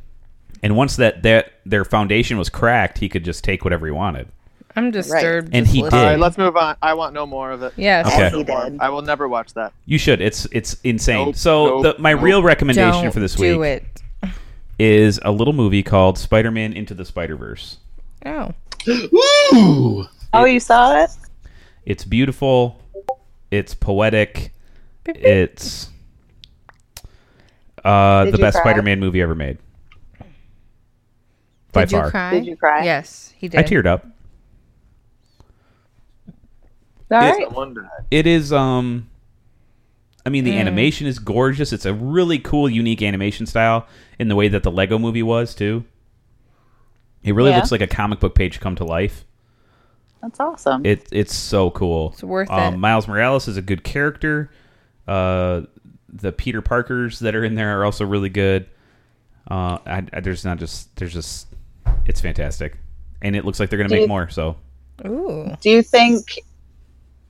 Speaker 1: And once that that their foundation was cracked, he could just take whatever he wanted.
Speaker 4: I'm disturbed.
Speaker 1: And
Speaker 4: just
Speaker 1: he
Speaker 4: listening.
Speaker 1: Yeah.
Speaker 6: All
Speaker 1: did.
Speaker 6: right, let's move on. I want no more of it.
Speaker 4: Yes.
Speaker 1: Okay.
Speaker 2: Yes, he did.
Speaker 6: I will never watch that.
Speaker 1: You should. It's it's insane.
Speaker 6: Nope,
Speaker 1: so
Speaker 6: nope,
Speaker 1: the, my
Speaker 6: nope.
Speaker 1: real recommendation
Speaker 4: Don't
Speaker 1: for this
Speaker 4: do
Speaker 1: week
Speaker 4: it.
Speaker 1: is a little movie called Spider-Man Into the Spider-Verse.
Speaker 4: Oh.
Speaker 3: Ooh,
Speaker 2: Oh, you saw it?
Speaker 1: It's beautiful. It's poetic. It's uh,
Speaker 2: Did
Speaker 1: the
Speaker 2: you
Speaker 1: best
Speaker 2: cry?
Speaker 1: Spider-Man movie ever made. By
Speaker 4: Did you
Speaker 1: far,
Speaker 4: cry?
Speaker 2: Did you cry?
Speaker 4: Yes, he did.
Speaker 1: I teared up.
Speaker 2: All right.
Speaker 6: wonder.
Speaker 1: it is um i mean the animation is gorgeous it's a really cool unique animation style in the way that the lego movie was too it really
Speaker 2: Yeah.
Speaker 1: looks like a comic book page come to life
Speaker 2: That's awesome.
Speaker 1: it, it's so cool it's
Speaker 4: worth it.
Speaker 1: miles morales is a good character uh the peter parkers that are in there are also really good uh I, I- there's not just there's just it's fantastic and it looks like they're gonna
Speaker 2: Do
Speaker 1: make
Speaker 2: you-
Speaker 1: more so
Speaker 4: Ooh.
Speaker 2: Do you think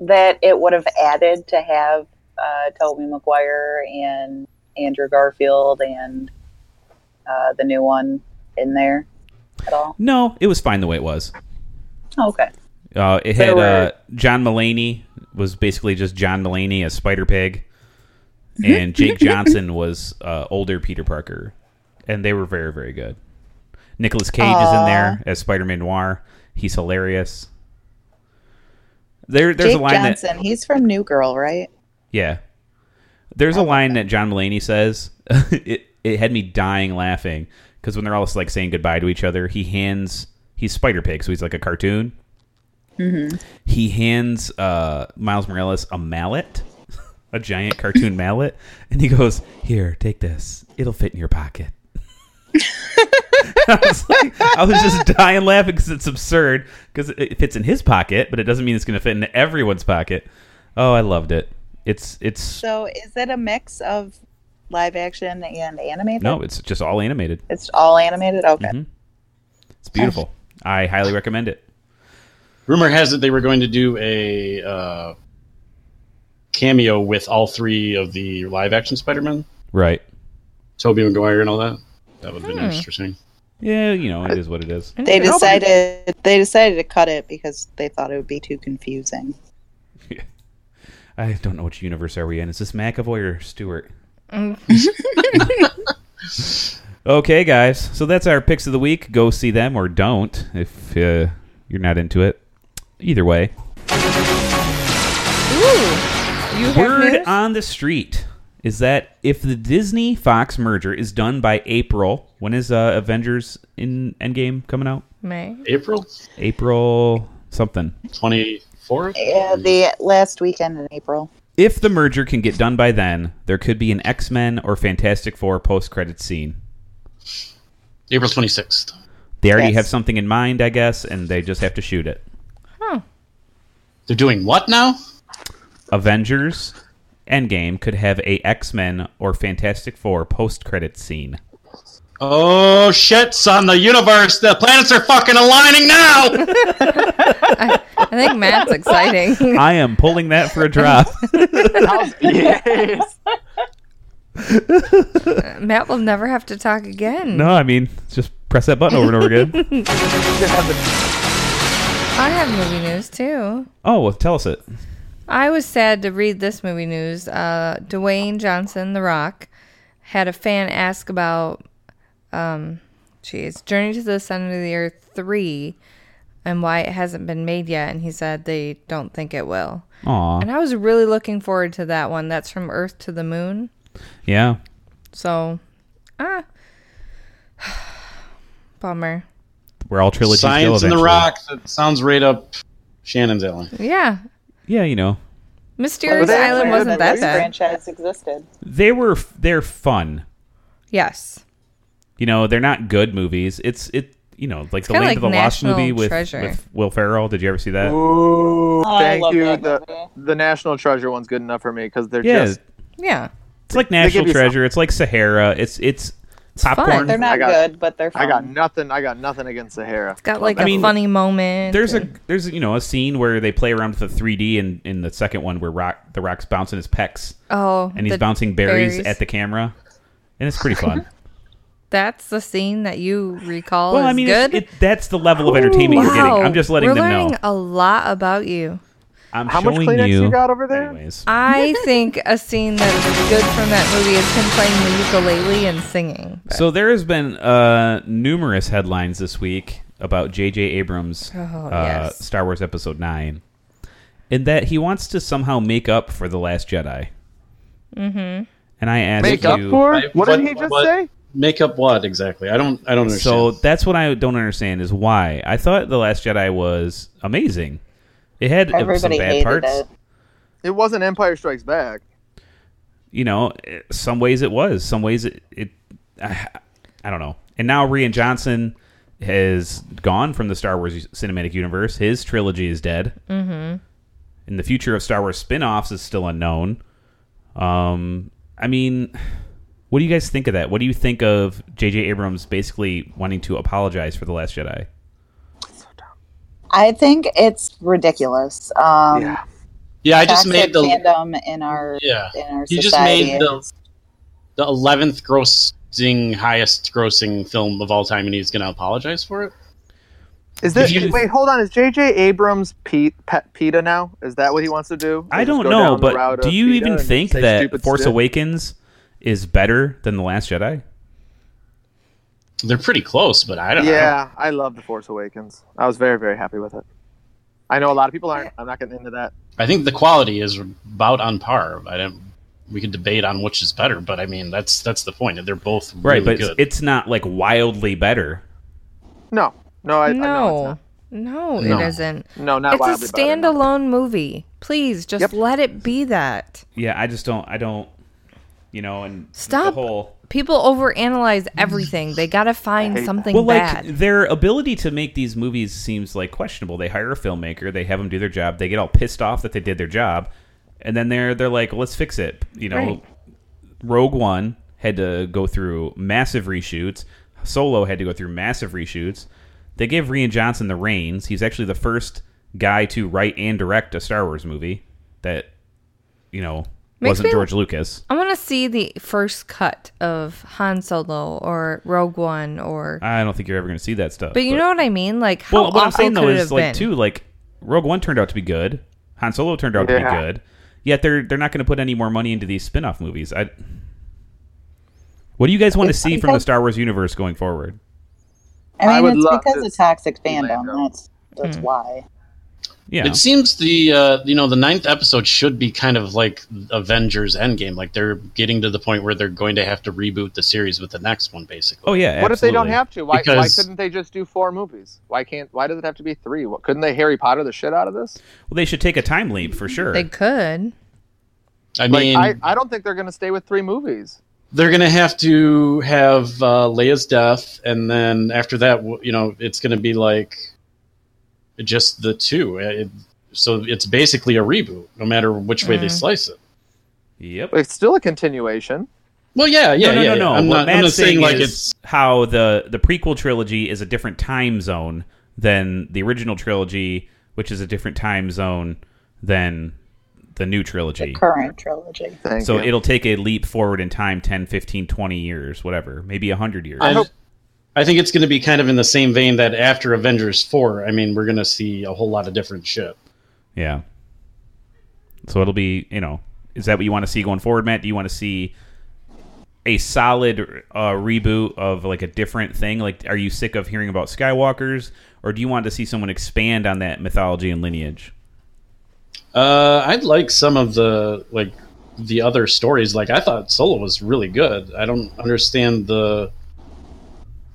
Speaker 2: that it would have added to have uh, Toby Maguire and Andrew Garfield and uh, the new one in there at all?
Speaker 1: no it was fine the way it was
Speaker 2: Okay.
Speaker 1: Uh, it
Speaker 2: There
Speaker 1: had uh,
Speaker 2: were-
Speaker 1: John Mulaney was basically just John Mulaney as Spider Pig, and Jake Johnson was uh, older Peter Parker, and they were very very good. Nicolas Cage is in there as Spider Man Noir. He's hilarious. There, there's
Speaker 2: Jake
Speaker 1: a line that
Speaker 2: Johnson, he's from New Girl, right?
Speaker 1: yeah. There's a line that John Mulaney says. it it had me dying laughing because when they're all like saying goodbye to each other, he hands he's Spider Pig, so he's like a cartoon. He hands uh, Miles Morales a mallet, a giant cartoon mallet, and he goes, "Here, take this. It'll fit in your pocket." I was, like, I was just dying laughing because it's absurd because it fits in his pocket, but it doesn't mean it's going to fit in everyone's pocket. Oh, I loved it. It's it's
Speaker 2: So is it a mix of live action and animated?
Speaker 1: No, it's just all animated.
Speaker 2: It's all animated? Okay.
Speaker 1: Mhm. It's beautiful. I highly recommend it.
Speaker 3: Rumor has it they were going to do a uh, cameo with all three of the live action Spider Man,
Speaker 1: Right.
Speaker 3: Toby Maguire and all that. That would have been
Speaker 1: Hmm.
Speaker 3: interesting.
Speaker 1: Yeah, you know, it is what it is.
Speaker 2: They decided they decided to cut it because they thought it would be too confusing.
Speaker 1: I don't know which universe are we in. Is this McAvoy or Stewart?
Speaker 4: Mm.
Speaker 1: okay, guys. So that's our picks of the week. Go see them or don't if uh, you're not into it. Either way,
Speaker 4: Ooh, you have
Speaker 1: word
Speaker 4: news?
Speaker 1: on the street is that if the Disney Fox merger is done by April, when is uh, Avengers in Endgame coming out?
Speaker 4: May.
Speaker 3: April
Speaker 1: April something.
Speaker 3: 24th?
Speaker 2: Yeah, the last weekend in April.
Speaker 1: If the merger can get done by then, there could be an X Men or Fantastic Four post credit scene.
Speaker 3: April 26th.
Speaker 1: They already
Speaker 2: Yes.
Speaker 1: have something in mind, I guess, and they just have to shoot it.
Speaker 3: They're doing what now?
Speaker 1: Avengers Endgame could have a X Men or Fantastic Four post credit scene.
Speaker 3: Oh shit, son, the universe, the planets are fucking aligning now!
Speaker 4: I think Matt's exciting.
Speaker 1: I am pulling that for a drop.
Speaker 6: yes.
Speaker 4: Matt will never have to talk again.
Speaker 1: no, I mean just press that button over and over again.
Speaker 4: I have movie news too.
Speaker 1: Oh well, tell us it.
Speaker 4: I was sad to read this movie news. Uh, Dwayne Johnson, The Rock, had a fan ask about, um, geez, Journey to the Center of the Earth 3 and why it hasn't been made yet. And he said they don't think it will.
Speaker 1: Aw,
Speaker 4: And I was really looking forward to that one. That's from Earth to the Moon.
Speaker 1: yeah.
Speaker 4: So, ah, bummer.
Speaker 1: We're all trilogies. go
Speaker 3: Science and the
Speaker 1: eventually.
Speaker 3: Rock, that sounds right up Shannon's alley.
Speaker 4: Yeah.
Speaker 1: Yeah, you know
Speaker 4: Mysterious
Speaker 6: they
Speaker 4: Island
Speaker 6: only
Speaker 4: wasn't that
Speaker 2: this
Speaker 4: bad.
Speaker 2: franchise existed.
Speaker 1: they were f- they're fun.
Speaker 4: Yes.
Speaker 1: You know they're not good movies. It's it. You know, like the
Speaker 4: kinda
Speaker 1: Land
Speaker 4: like
Speaker 1: of the Lost
Speaker 4: National
Speaker 1: movie with,
Speaker 4: Treasure.
Speaker 1: with Will Ferrell. Did you ever see that?
Speaker 2: Oh,
Speaker 6: Ooh,
Speaker 2: I
Speaker 6: thank
Speaker 2: love
Speaker 6: you.
Speaker 2: that
Speaker 6: The, the National Treasure one's good enough for me because they're
Speaker 1: yeah,
Speaker 6: just
Speaker 4: Yeah.
Speaker 1: it's like
Speaker 6: give
Speaker 1: National
Speaker 6: you some-
Speaker 1: Treasure. It's like Sahara. It's it's popcorn.
Speaker 4: fun.
Speaker 2: They're not
Speaker 6: I got-
Speaker 2: good, but they're fun.
Speaker 6: I got nothing. I got nothing against Sahara.
Speaker 4: Got like
Speaker 1: I
Speaker 4: a
Speaker 1: mean,
Speaker 4: funny moment.
Speaker 1: There's a
Speaker 4: and-
Speaker 1: there's you know a scene where they play around with the 3D in in the second one where rock the rock's bouncing his pecs
Speaker 4: oh,
Speaker 1: and he's
Speaker 4: the
Speaker 1: bouncing berries, at the camera, and it's pretty fun.
Speaker 4: That's the scene that you recall.
Speaker 1: well,
Speaker 4: is
Speaker 1: I mean, it's-
Speaker 4: good.
Speaker 1: it, that's the level of entertainment you're getting. I'm just letting
Speaker 4: We're
Speaker 1: them
Speaker 4: learning
Speaker 1: know.
Speaker 4: a lot about you.
Speaker 1: I'm
Speaker 6: How much
Speaker 1: showing
Speaker 6: Kleenex
Speaker 1: you.
Speaker 6: you got over there?
Speaker 1: Anyways,
Speaker 4: I think a scene that's good from that movie is him playing the ukulele and singing. But-
Speaker 1: so there has been uh, numerous headlines this week about J.J. Abrams'
Speaker 4: Oh,
Speaker 1: uh,
Speaker 4: yes.
Speaker 1: Star Wars Episode Nine, and that he wants to somehow make up for the Last Jedi. Mm-hmm.
Speaker 4: Mm-hmm.
Speaker 1: And I ask
Speaker 6: Make
Speaker 1: you,
Speaker 6: up for? it? What,
Speaker 3: What-
Speaker 6: did he just
Speaker 3: what-
Speaker 6: say?
Speaker 3: Make up what exactly? I don't I don't
Speaker 1: So
Speaker 3: understand.
Speaker 1: that's what I don't understand is why I thought the Last Jedi was amazing. It had uh, some
Speaker 2: Everybody
Speaker 1: bad
Speaker 2: hated
Speaker 1: parts,
Speaker 2: it.
Speaker 6: It wasn't Empire Strikes Back.
Speaker 1: you know. eh, Some ways it was, some ways it. it I, I don't know. And now Rian Johnson has gone from the Star Wars cinematic universe. His trilogy is dead. Mm-hmm. And the future of Star Wars spin-offs is still unknown. Um, I mean, what do you guys think of that? What do you think of J.J. Abrams basically wanting to apologize for the Last Jedi?
Speaker 2: I think it's ridiculous. Um,
Speaker 6: Yeah.
Speaker 3: yeah, I just made
Speaker 2: toxic
Speaker 3: the
Speaker 2: fandom in our
Speaker 3: yeah.
Speaker 2: in our
Speaker 3: He just
Speaker 2: society.
Speaker 3: made the the eleventh grossing, highest grossing film of all time, and he's gonna apologize for it.
Speaker 6: Is this
Speaker 3: If you-
Speaker 6: wait? Hold on. Is J.J. Abrams Pete, Pet PETA now? Is that what he wants to do?
Speaker 1: I
Speaker 6: Just
Speaker 1: don't
Speaker 6: go
Speaker 1: know,
Speaker 6: down the route
Speaker 1: but do
Speaker 6: of
Speaker 1: you
Speaker 6: PETA
Speaker 1: even
Speaker 6: and
Speaker 1: think
Speaker 6: say
Speaker 1: that
Speaker 6: stupid
Speaker 1: Force
Speaker 6: shit?
Speaker 1: Awakens is better than The Last Jedi?
Speaker 3: They're pretty close, but I don't. know.
Speaker 6: Yeah, I love the Force Awakens. I was very very happy with it. I know a lot of people aren't. I'm not getting into that.
Speaker 3: I think the quality is about on par. I don't. We could debate on which is better, but I mean that's that's the point. They're both
Speaker 1: Right, but
Speaker 3: really good.
Speaker 1: it's not like wildly better.
Speaker 6: No, no, I, I know
Speaker 4: no,
Speaker 6: it's
Speaker 4: no,
Speaker 3: No.
Speaker 4: it isn't.
Speaker 1: Mm.
Speaker 6: not. no, not
Speaker 4: it's
Speaker 6: wildly
Speaker 4: a
Speaker 6: better, no.
Speaker 4: standalone movie. Please just
Speaker 6: Yep.
Speaker 4: let it be that.
Speaker 1: Yeah, I just don't. I don't. You know, and the
Speaker 4: Stop.
Speaker 1: whole
Speaker 4: People overanalyze everything. They gotta find something
Speaker 1: well,
Speaker 4: bad.
Speaker 1: like their ability to make these movies seems like questionable. They hire a filmmaker, they have them do their job, they get all pissed off that they did their job, and then they're they're like, let's fix it. You know,
Speaker 4: Right.
Speaker 1: Rogue One had to go through massive reshoots. Solo had to go through massive reshoots. They gave Rian Johnson the reins. He's actually the first guy to write and direct a Star Wars movie that, you know,
Speaker 4: Makes
Speaker 1: wasn't
Speaker 4: me-
Speaker 1: George Lucas.
Speaker 4: I want to see the first cut of Han Solo or Rogue One or.
Speaker 1: I don't think you're ever going to see that stuff.
Speaker 4: but you know what I mean? Like how
Speaker 1: well, what I'm
Speaker 4: awful
Speaker 1: saying
Speaker 4: could
Speaker 1: though
Speaker 4: it
Speaker 1: is
Speaker 4: have
Speaker 1: like
Speaker 4: been?
Speaker 1: too, like Rogue One turned out to be good. Han Solo turned out to be
Speaker 6: Yeah.
Speaker 1: good. Yet they're they're not going to put any more money into these spin-off movies. I. What do you guys want to
Speaker 2: It's
Speaker 1: see from the
Speaker 2: because-
Speaker 1: Star Wars universe going forward?
Speaker 2: I
Speaker 6: I
Speaker 2: mean,
Speaker 6: would
Speaker 2: it's
Speaker 6: love
Speaker 2: because
Speaker 6: to
Speaker 2: of toxic
Speaker 6: see
Speaker 2: fandom.
Speaker 6: Lando.
Speaker 2: That's that's
Speaker 3: Hmm.
Speaker 2: why.
Speaker 1: Yeah,
Speaker 3: It seems the uh, you know the ninth episode should be kind of like Avengers Endgame. Like they're getting to the point where they're going to have to reboot the series with the next one, basically.
Speaker 1: Oh yeah.
Speaker 6: What if they don't
Speaker 1: absolutely.
Speaker 6: have to? Why, why
Speaker 3: Because-
Speaker 6: couldn't they just do four movies? Why can't? Why does it have to be three? What, couldn't they Harry Potter the shit out of this?
Speaker 1: Well, they should take a time leap for sure.
Speaker 4: They could.
Speaker 1: Oh,
Speaker 3: I
Speaker 6: Like,
Speaker 3: mean,
Speaker 6: I, I don't think they're going to stay with three movies.
Speaker 3: they're going to have to have uh, Leia's death, and then after that, w- you know, it's going to be like just the two. Uh, it- so it's basically a reboot, no matter which way they slice it.
Speaker 1: Yep.
Speaker 6: It's still a continuation.
Speaker 3: Well, yeah, yeah,
Speaker 1: no, no,
Speaker 3: yeah.
Speaker 1: no, no.
Speaker 3: yeah. I'm
Speaker 1: what
Speaker 3: not,
Speaker 1: Matt's
Speaker 3: I'm not saying,
Speaker 1: saying,
Speaker 3: like
Speaker 1: is
Speaker 3: it's
Speaker 1: how the the prequel trilogy is a different time zone than the original trilogy, which is a different time zone than the new
Speaker 2: The
Speaker 1: trilogy.
Speaker 2: current trilogy.
Speaker 6: Thank
Speaker 1: So
Speaker 6: you.
Speaker 1: it'll take a leap forward in time 10, 15, 20 years, whatever, maybe 100 years.
Speaker 6: I
Speaker 3: And
Speaker 6: hope-
Speaker 3: I think it's going to be kind of in the same vein that after Avengers 4, I mean, we're going to see a whole lot of different shit.
Speaker 1: Yeah. So it'll be, you know, is that what you want to see going forward, Matt? Do you want to see a solid uh, reboot of like a different thing? Like, are you sick of hearing about Skywalkers, or do you want to see someone expand on that mythology and lineage?
Speaker 3: Uh, I'd like some of the like the other stories. Like I thought Solo was really good. I don't understand the.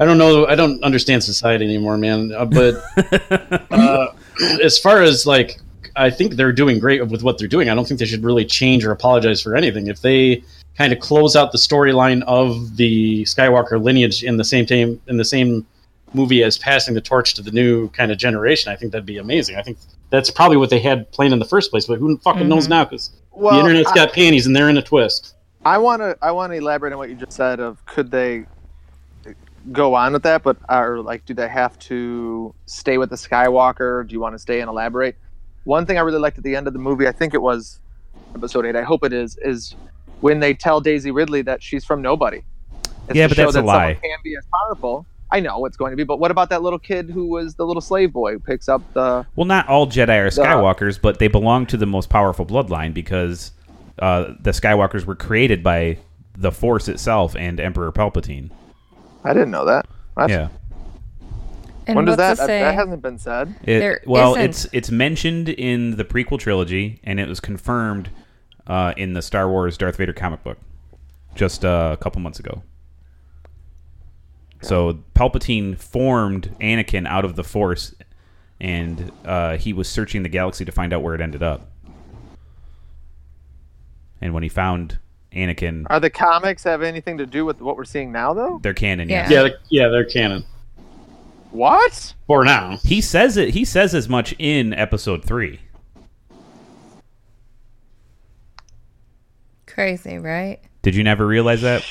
Speaker 3: I don't know. I don't understand society anymore, man. Uh, but uh, as far as like, I think they're doing great with what they're doing. I don't think they should really change or apologize for anything. If they kind of close out the storyline of the Skywalker lineage in the same time in the same movie as passing the torch to the new kind of generation, I think that'd be amazing. I think that's probably what they had planned in the first place. But who fucking
Speaker 4: Mm-hmm.
Speaker 3: knows now? Because
Speaker 6: well,
Speaker 3: the internet's
Speaker 6: I-
Speaker 3: got panties and they're in a twist.
Speaker 6: I want to I want to elaborate on what you just said of could they go on with that but uh, or like do they have to stay with the Skywalker do you want to stay and elaborate one thing I really liked at the end of the movie I think it was episode 8 I hope it is is when they tell Daisy Ridley that she's from nobody It's
Speaker 1: Yeah,
Speaker 6: to
Speaker 1: but
Speaker 6: show
Speaker 1: that's a
Speaker 6: that someone
Speaker 1: lie.
Speaker 6: can be as powerful I know it's going to be but what about that little kid who was the little slave boy who picks up the
Speaker 1: Well, not all Jedi are
Speaker 6: Yeah.
Speaker 1: Skywalkers, but they belong to the most powerful bloodline because uh, the Skywalkers were created by the Force itself and Emperor Palpatine.
Speaker 6: I didn't know that That's-
Speaker 1: Yeah.
Speaker 4: And
Speaker 6: when does
Speaker 4: what's
Speaker 6: that
Speaker 4: to say?
Speaker 6: that hasn't been said
Speaker 1: It,
Speaker 4: There
Speaker 1: well,
Speaker 4: isn't.
Speaker 1: it's it's mentioned in the prequel trilogy, and it was confirmed uh, in the Star Wars Darth Vader comic book just uh, a couple months ago. So Palpatine formed Anakin out of the Force, and uh, he was searching the galaxy to find out where it ended up. And when he found Anakin,
Speaker 6: are the comics have anything to do with what we're seeing now though
Speaker 1: they're canon.
Speaker 4: Yeah.
Speaker 1: Yes.
Speaker 3: Yeah, they're- yeah, they're canon
Speaker 6: what
Speaker 3: for now.
Speaker 1: He says it. He says as much in Episode Three.
Speaker 4: Crazy, right?
Speaker 1: Did you never realize that?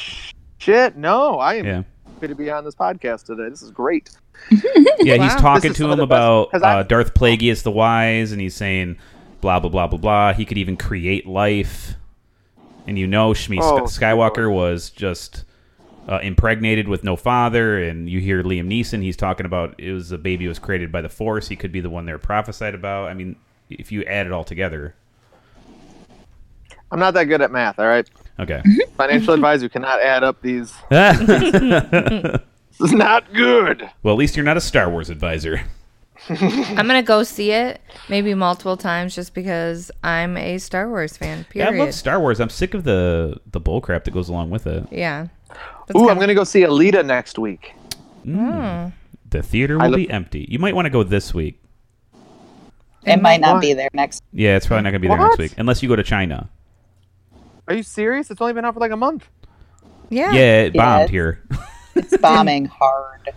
Speaker 6: Shit, no, I am
Speaker 1: Yeah.
Speaker 6: happy to be on this podcast today. This is great.
Speaker 1: Yeah, he's
Speaker 4: Wow.
Speaker 1: talking
Speaker 6: This is
Speaker 1: to him
Speaker 6: some of the best-
Speaker 1: about
Speaker 6: 'cause I-
Speaker 1: uh, Darth Plagueis the Wise, and he's saying blah blah blah blah blah. He could even create life, and you know, Shmi
Speaker 6: Oh,
Speaker 1: Skywalker was just uh, impregnated with no father. And you hear Liam Neeson; he's talking about it was a baby was created by the Force. He could be the one they're prophesied about. I mean, if you add it all together,
Speaker 6: I'm not that good at math, all right?
Speaker 1: okay.
Speaker 6: Financial advisor cannot add up these.
Speaker 1: well,
Speaker 6: This is not good.
Speaker 1: at least you're not a Star Wars advisor.
Speaker 4: I'm gonna go see it maybe multiple times just because I'm a Star Wars fan.
Speaker 1: Yeah,
Speaker 4: Period.
Speaker 1: I love Star Wars. I'm sick of the the bullcrap that goes along with it.
Speaker 4: Yeah. That's
Speaker 6: Ooh,
Speaker 4: kinda-
Speaker 6: I'm going to go see Alita next week.
Speaker 1: The theater
Speaker 6: I
Speaker 1: will
Speaker 6: look-
Speaker 1: be empty. You might want to go this week.
Speaker 2: It might not
Speaker 6: Why?
Speaker 2: be there next.
Speaker 1: Yeah, it's probably not going to be there
Speaker 6: What?
Speaker 1: next week unless you go to China.
Speaker 6: Are you serious? It's only been out for like a month.
Speaker 4: Yeah.
Speaker 1: Yeah, it bombed
Speaker 2: Ah, Yes. Oh.
Speaker 1: here.
Speaker 2: It's bombing hard.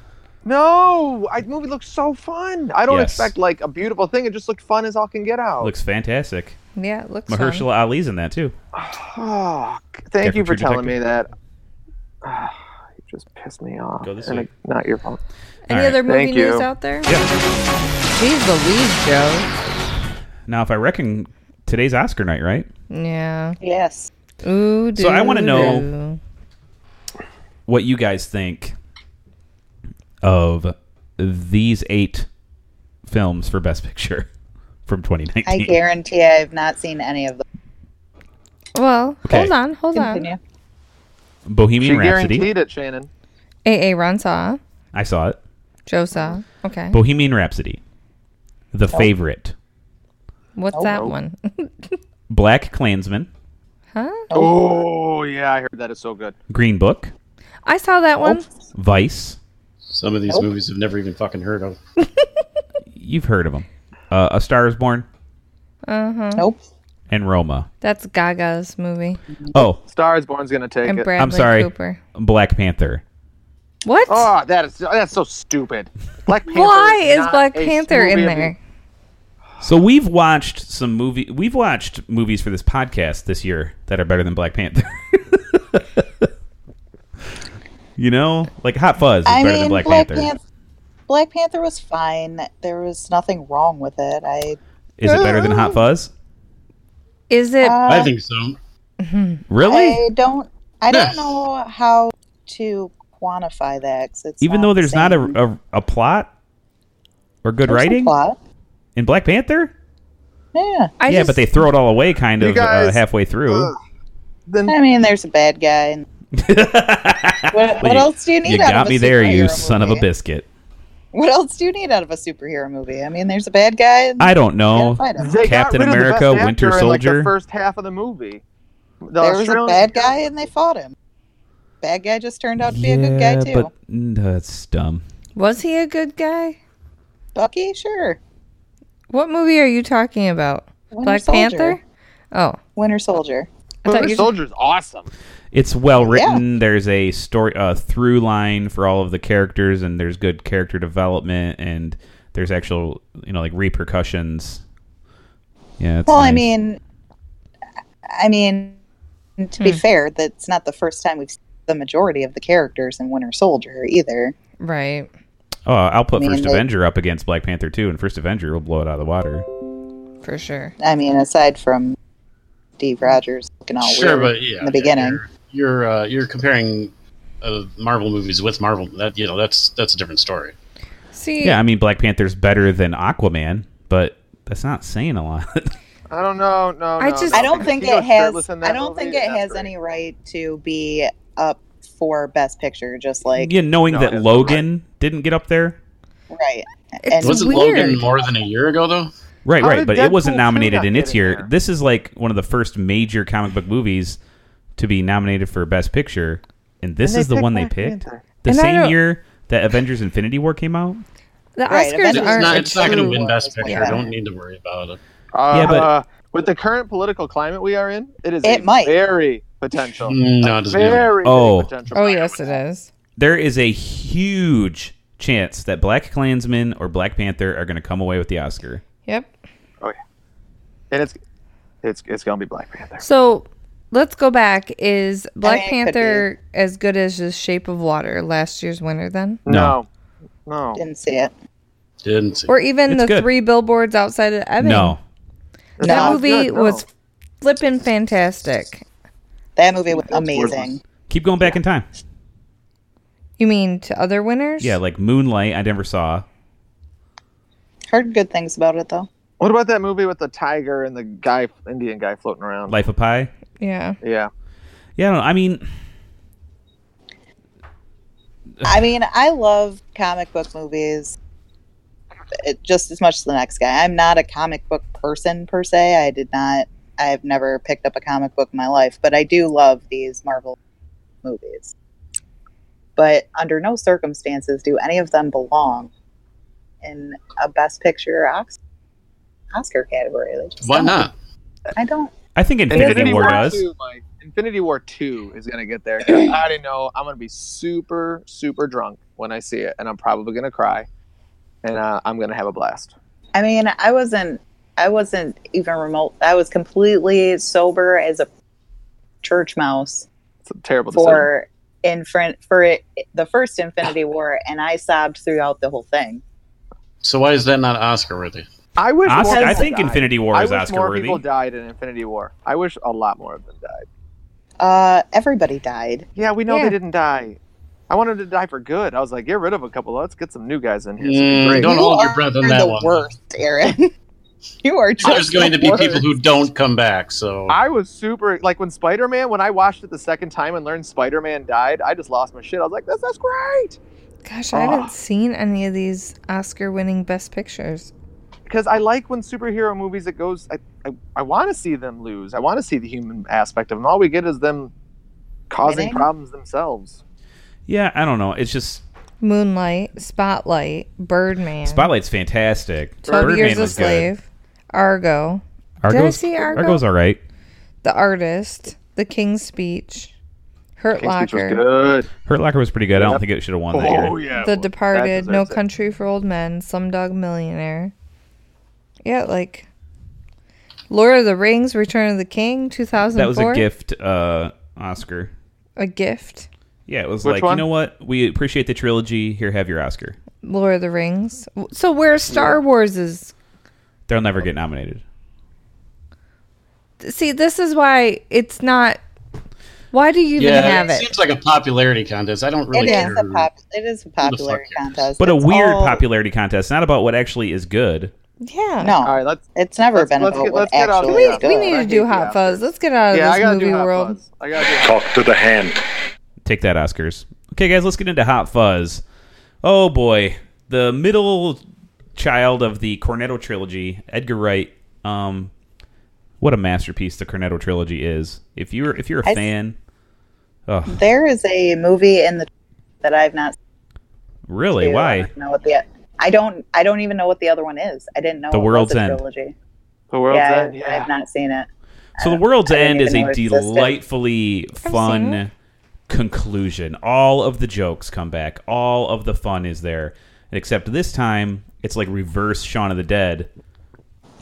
Speaker 6: No, I, the movie looks so fun. I don't
Speaker 1: Yes.
Speaker 6: expect like a beautiful thing. It just looked fun as all can get out.
Speaker 1: Looks fantastic.
Speaker 4: Yeah, it looks fun.
Speaker 1: Mahershala Ali's in that too.
Speaker 6: Oh, thank you
Speaker 1: Decker
Speaker 6: for
Speaker 1: True
Speaker 6: telling
Speaker 1: Detective.
Speaker 6: me that. Ah, you just pissed me off.
Speaker 1: Go this
Speaker 6: and
Speaker 1: way.
Speaker 6: it- not your fault.
Speaker 4: Any
Speaker 1: All right.
Speaker 4: other movie
Speaker 6: Thank
Speaker 4: news
Speaker 6: you.
Speaker 4: out there? Jeez Louise, Joe.
Speaker 1: Now, if I reckon today's Oscar night, right?
Speaker 4: Yeah.
Speaker 2: Yes.
Speaker 3: Hmm.
Speaker 4: Ooh,
Speaker 1: So I wanna know-
Speaker 4: doo-doo.
Speaker 1: What you guys think of these eight films for Best Picture from 2019?
Speaker 2: I guarantee I have not seen any of them.
Speaker 4: Well,
Speaker 1: Okay.
Speaker 4: hold on, hold on.
Speaker 2: Continue.
Speaker 1: Bohemian
Speaker 6: She
Speaker 1: Rhapsody.
Speaker 6: guaranteed it, Shannon.
Speaker 4: A.A. Ron saw.
Speaker 1: I saw it.
Speaker 4: Joe saw. Okay.
Speaker 1: Bohemian Rhapsody. The
Speaker 2: Oh.
Speaker 1: Favorite.
Speaker 4: What's that one?
Speaker 1: Black Klansman.
Speaker 4: huh?
Speaker 6: Oh yeah, I heard that is so good.
Speaker 1: Green Book.
Speaker 4: I saw that one.
Speaker 1: Vice.
Speaker 3: Some of these movies I've never even fucking heard of.
Speaker 1: You've heard of them. Uh, A Star is Born
Speaker 4: Uh huh.
Speaker 2: Nope.
Speaker 1: and Roma.
Speaker 4: That's Gaga's movie.
Speaker 1: Oh,
Speaker 6: Star is Born's gonna take
Speaker 4: And
Speaker 6: it.
Speaker 4: Bradley
Speaker 1: I'm sorry.
Speaker 4: Cooper.
Speaker 1: Black Panther.
Speaker 4: What?
Speaker 6: oh, that is that's so stupid. Black Panther.
Speaker 4: Why is
Speaker 6: not
Speaker 4: Black
Speaker 6: a
Speaker 4: Panther in
Speaker 6: movie of the-
Speaker 4: there?
Speaker 1: So we've watched some movie. We've watched movies for this podcast this year that are better than Black Panther. you know, like Hot Fuzz is
Speaker 2: I
Speaker 1: better
Speaker 2: mean,
Speaker 1: than Black, Panther.
Speaker 2: Black Panther was fine. There was nothing wrong with it. I
Speaker 1: is it better than Hot Fuzz?
Speaker 4: Is it?
Speaker 2: Uh,
Speaker 3: I think so.
Speaker 1: Really?
Speaker 2: I don't. I
Speaker 3: Yeah.
Speaker 2: don't know how to quantify that. 'cause it's
Speaker 1: Even
Speaker 2: not
Speaker 1: though
Speaker 2: the
Speaker 1: there's not
Speaker 2: same.
Speaker 1: a, a, a plot or good
Speaker 2: There's a
Speaker 1: writing
Speaker 2: plot.
Speaker 1: in Black Panther?
Speaker 2: Yeah.
Speaker 4: I
Speaker 1: yeah,
Speaker 4: just,
Speaker 1: but they throw it all away kind
Speaker 6: You
Speaker 1: of uh,
Speaker 6: guys-
Speaker 1: halfway through.
Speaker 6: Ugh. Then
Speaker 2: I mean, there's a bad guy. And what, what
Speaker 1: you-
Speaker 2: else do you need?
Speaker 1: you
Speaker 2: out
Speaker 1: got
Speaker 2: of a
Speaker 1: me there, you
Speaker 2: superhero
Speaker 1: son of a
Speaker 2: movie?
Speaker 1: biscuit.
Speaker 2: What else do you need out of a superhero movie? I mean, there's a bad guy. And
Speaker 1: I don't know.
Speaker 2: you gotta fight him.
Speaker 6: they got
Speaker 1: Captain
Speaker 6: rid of the
Speaker 1: America,
Speaker 6: best actor
Speaker 1: Winter
Speaker 6: in, like, the
Speaker 1: Soldier.
Speaker 6: first half of the movie. The
Speaker 2: there was a
Speaker 6: Australian-
Speaker 2: bad guy, and they fought him. Bad guy just turned out to be a good guy too.
Speaker 1: but mm, that's dumb.
Speaker 4: was he a good guy?
Speaker 2: Bucky, sure.
Speaker 4: What movie are you talking about?
Speaker 2: Winter
Speaker 4: Black
Speaker 2: Soldier.
Speaker 4: Panther? Oh,
Speaker 2: Winter Soldier.
Speaker 4: I thought
Speaker 6: Winter
Speaker 4: you-
Speaker 6: Soldier's awesome.
Speaker 1: It's well written. There's a story, a through line for all of the characters, and there's good character development, and there's actual, you know, like repercussions. Yeah. It's
Speaker 2: Well, I
Speaker 1: nice.
Speaker 2: mean, I mean, to
Speaker 6: Hmm.
Speaker 2: be fair, that's not the first time we've seen the majority of the characters in Winter Soldier either.
Speaker 4: right.
Speaker 1: oh, I'll put
Speaker 2: I mean,
Speaker 1: First
Speaker 2: they-
Speaker 1: Avenger up against Black Panther too, and First Avenger will blow it out of the water.
Speaker 4: For sure.
Speaker 2: I mean, aside from Steve Rogers looking all
Speaker 3: sure,
Speaker 2: weird
Speaker 3: but yeah,
Speaker 2: in the beginning.
Speaker 3: You're you're, uh, you're comparing uh, Marvel movies with Marvel. That you know that's that's a different story.
Speaker 4: See,
Speaker 1: Yeah, I mean, Black Panther's better than Aquaman, but that's not saying a lot.
Speaker 6: I don't know. No,
Speaker 4: I
Speaker 6: no,
Speaker 4: just-
Speaker 6: no.
Speaker 2: I don't think
Speaker 6: He goes
Speaker 2: it has.
Speaker 6: shirtless in that
Speaker 2: I don't think
Speaker 6: movie,
Speaker 2: it
Speaker 6: that's
Speaker 2: has
Speaker 6: great.
Speaker 2: any right to be up for Best Picture. Just like
Speaker 1: yeah, knowing
Speaker 6: No,
Speaker 1: that
Speaker 6: that's
Speaker 1: Logan didn't get up there.
Speaker 2: right.
Speaker 4: it's
Speaker 2: Was
Speaker 3: Wasn't
Speaker 4: weird.
Speaker 3: Logan more than a year ago though?
Speaker 1: Right,
Speaker 6: How
Speaker 1: right,
Speaker 6: did
Speaker 1: but it wasn't
Speaker 6: Deadpool two
Speaker 1: nominated
Speaker 6: not
Speaker 1: in
Speaker 6: get
Speaker 1: its
Speaker 6: in
Speaker 1: year.
Speaker 6: there?
Speaker 1: This is like one of the first major comic book movies to be nominated for Best Picture, and this
Speaker 6: And they
Speaker 1: is the
Speaker 6: picked
Speaker 1: one they
Speaker 6: Black
Speaker 1: picked.
Speaker 6: Panther.
Speaker 1: The
Speaker 4: And I
Speaker 1: same
Speaker 4: don't-
Speaker 1: year that Avengers: Infinity War came out.
Speaker 4: the
Speaker 2: Right,
Speaker 4: Oscars
Speaker 2: Avengers
Speaker 3: It's
Speaker 2: are
Speaker 4: aren't.
Speaker 3: not.
Speaker 2: a
Speaker 3: It's not going to
Speaker 2: true
Speaker 3: win Best
Speaker 2: one.
Speaker 3: Picture.
Speaker 2: Yeah.
Speaker 3: Don't need to worry about it.
Speaker 6: Uh,
Speaker 1: Yeah, but-
Speaker 6: with the current political climate we are in, it is
Speaker 2: It
Speaker 6: a
Speaker 2: might.
Speaker 6: very potential.
Speaker 3: Mm, No, it doesn't. matter.
Speaker 6: Very
Speaker 1: Oh.
Speaker 6: big potential.
Speaker 4: oh yes, it is.
Speaker 1: There is a huge chance that Black Klansman or Black Panther are going to come away with the Oscar.
Speaker 4: Yep.
Speaker 6: and it's it's it's gonna be Black Panther.
Speaker 4: So let's go back. Is Black
Speaker 2: mean, it could
Speaker 4: Panther as good as The Shape of Water last year's winner then,
Speaker 1: No.
Speaker 6: No, no.
Speaker 2: Didn't see it.
Speaker 3: Didn't see.
Speaker 4: or even
Speaker 1: It's
Speaker 4: the
Speaker 1: good.
Speaker 4: three billboards outside of Ebbing?
Speaker 1: No,
Speaker 6: It's
Speaker 2: That
Speaker 6: not
Speaker 4: that movie
Speaker 6: good, no.
Speaker 4: was flipping fantastic.
Speaker 2: That movie was
Speaker 6: It's
Speaker 2: amazing.
Speaker 6: worthless.
Speaker 1: keep going back in time.
Speaker 4: You mean to other winners?
Speaker 1: Yeah, like Moonlight, I never saw.
Speaker 2: Heard good things about it though.
Speaker 6: What about that movie with the tiger and the guy, Indian guy, floating around?
Speaker 1: Life of Pi.
Speaker 4: Yeah.
Speaker 6: yeah,
Speaker 1: Yeah, I, don't know. I mean,
Speaker 2: I mean, I love comic book movies uh, just as much as the next guy. I'm not a comic book person per se. I did not. I've never picked up a comic book in my life, but I do love these Marvel movies. But under no circumstances do any of them belong in a Best Picture or Ox- Oscar category. They just
Speaker 3: Why
Speaker 2: don't.
Speaker 3: not?
Speaker 2: I don't.
Speaker 1: I think Infinity, War, does.
Speaker 6: Two, Mike. Infinity War Two is gonna get there. I already know. I'm gonna be super super drunk when I see it, and I'm probably gonna cry, and uh, I'm gonna have a blast.
Speaker 2: I mean, I wasn't I wasn't even remote. I was completely sober as a church mouse
Speaker 6: It's a terrible decision.
Speaker 2: for infin- for it, the first Infinity War, and I sobbed throughout the whole thing.
Speaker 3: So why is that not Oscar worthy?
Speaker 6: I wish.
Speaker 1: Oscar,
Speaker 6: more
Speaker 1: I
Speaker 6: people
Speaker 1: think
Speaker 6: died.
Speaker 1: Infinity War
Speaker 6: I
Speaker 1: is
Speaker 6: wish
Speaker 1: Oscar
Speaker 6: more
Speaker 1: worthy.
Speaker 6: people died in Infinity War. I wish a lot more of them died.
Speaker 2: Uh, everybody died.
Speaker 6: Yeah, we know
Speaker 4: Yeah.
Speaker 6: they didn't die. I wanted to die for good. I was like, get rid of a couple. Let's get some new guys in here. It's gonna be
Speaker 3: Mm,
Speaker 6: great.
Speaker 3: don't
Speaker 2: You
Speaker 3: hold your
Speaker 2: are
Speaker 3: breath on
Speaker 2: You're
Speaker 3: that
Speaker 2: the
Speaker 3: one.
Speaker 2: worst, Aaron. you are just
Speaker 3: There's going
Speaker 2: the
Speaker 3: to be
Speaker 2: worst.
Speaker 3: people who don't come back. So
Speaker 6: I was super like when Spider Man. When I watched it the second time and learned Spider Man died, I just lost my shit. I was like, "This is great,"
Speaker 4: Gosh, I haven't seen any of these Oscar-winning Best Pictures.
Speaker 6: because I like when superhero movies. It goes. I I, I want to see them lose. I want to see the human aspect of them. All we get is them causing
Speaker 2: Winning?
Speaker 6: problems themselves.
Speaker 1: Yeah, I don't know. It's just
Speaker 4: Moonlight, Spotlight, Birdman,
Speaker 1: Spotlight's fantastic.
Speaker 4: Twelve
Speaker 1: Birdman
Speaker 4: Years a
Speaker 1: was good.
Speaker 4: Slave, Argo, I
Speaker 1: Argo's,
Speaker 4: see Argo?
Speaker 1: Argo's all right.
Speaker 4: The Artist, The King's Speech, Hurt
Speaker 6: King's Speech was
Speaker 4: Locker,
Speaker 6: good.
Speaker 1: Hurt Locker was pretty good. I don't think it should have won that year.
Speaker 6: Oh yeah.
Speaker 4: The
Speaker 6: That
Speaker 4: Departed, No
Speaker 6: deserves it.
Speaker 4: Country for Old Men, Slumdog Millionaire. Yeah, like Lord of the Rings, Return of the King, 2004.
Speaker 1: That was a gift uh, Oscar.
Speaker 4: A gift.
Speaker 1: Yeah, it was
Speaker 6: Which
Speaker 1: like, you
Speaker 6: one?
Speaker 1: know what? We appreciate the trilogy. Here, have your Oscar.
Speaker 4: Lord of the Rings. So where's Star Wars is
Speaker 1: They'll never get nominated.
Speaker 4: See, this is why it's not Why do you even
Speaker 3: yeah,
Speaker 4: have it?
Speaker 3: seems like a popularity contest. I don't
Speaker 2: It
Speaker 3: really
Speaker 2: is
Speaker 3: care.
Speaker 2: a pop. It is a popular
Speaker 3: cares?
Speaker 2: contest,
Speaker 1: But a
Speaker 2: It's
Speaker 1: weird
Speaker 2: all-
Speaker 1: popularity contest, not about what actually is good.
Speaker 4: yeah.
Speaker 2: No,
Speaker 6: All right, let's.
Speaker 2: it's never
Speaker 6: Let's-
Speaker 2: been
Speaker 6: let's
Speaker 2: about
Speaker 6: get-
Speaker 2: what
Speaker 6: let's get out of
Speaker 2: actually
Speaker 4: We,
Speaker 2: is
Speaker 6: Yeah,
Speaker 4: we
Speaker 2: good.
Speaker 4: need
Speaker 6: I
Speaker 4: to do
Speaker 6: hate
Speaker 4: Hot
Speaker 6: the
Speaker 4: Fuzz.
Speaker 6: Oscars.
Speaker 4: Let's get out of
Speaker 6: Yeah, I
Speaker 4: this
Speaker 6: gotta
Speaker 4: movie
Speaker 6: do hot
Speaker 4: world.
Speaker 6: Fuzz. I gotta do hot
Speaker 9: Talk to the hand.
Speaker 1: Take that, Oscars. Okay, guys, let's get into Hot Fuzz. Oh boy, the middle child of the Cornetto trilogy, Edgar Wright. Um, what a masterpiece the Cornetto trilogy is. If you're if you're a
Speaker 2: I-
Speaker 1: fan, oh
Speaker 2: There is a movie in the that I've not.
Speaker 1: really?
Speaker 2: seen. I
Speaker 1: Why?
Speaker 2: don't know what the. I don't. I don't even know what the other one is. I didn't know
Speaker 1: The
Speaker 2: it was
Speaker 1: World's
Speaker 2: a
Speaker 1: End.
Speaker 2: Trilogy.
Speaker 6: The world's
Speaker 2: yeah,
Speaker 6: end. Yeah.
Speaker 2: I've not seen it.
Speaker 1: So the world's
Speaker 2: I didn't
Speaker 1: end is
Speaker 2: even know
Speaker 1: a
Speaker 2: it existed.
Speaker 1: delightfully
Speaker 4: seen it.
Speaker 1: fun conclusion. All of the jokes come back. All of the fun is there. Except this time it's like reverse Shaun of the Dead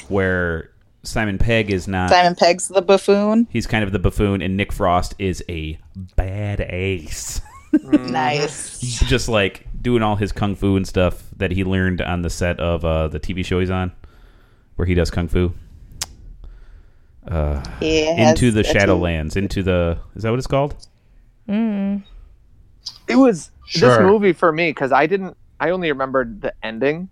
Speaker 1: where Simon Pegg is not
Speaker 2: Simon Pegg's the buffoon.
Speaker 1: he's kind of the buffoon and Nick Frost is a bad ace.
Speaker 6: Mm-hmm.
Speaker 2: Nice.
Speaker 1: Just like doing all his kung fu and stuff that he learned on the set of uh, the TV show he's on where he does kung fu.
Speaker 2: He has
Speaker 1: Into the
Speaker 2: a team.
Speaker 1: Shadowlands, into the is that what it's called?
Speaker 6: it was this
Speaker 3: Sure.
Speaker 6: movie for me because I didn't. I only remembered the ending,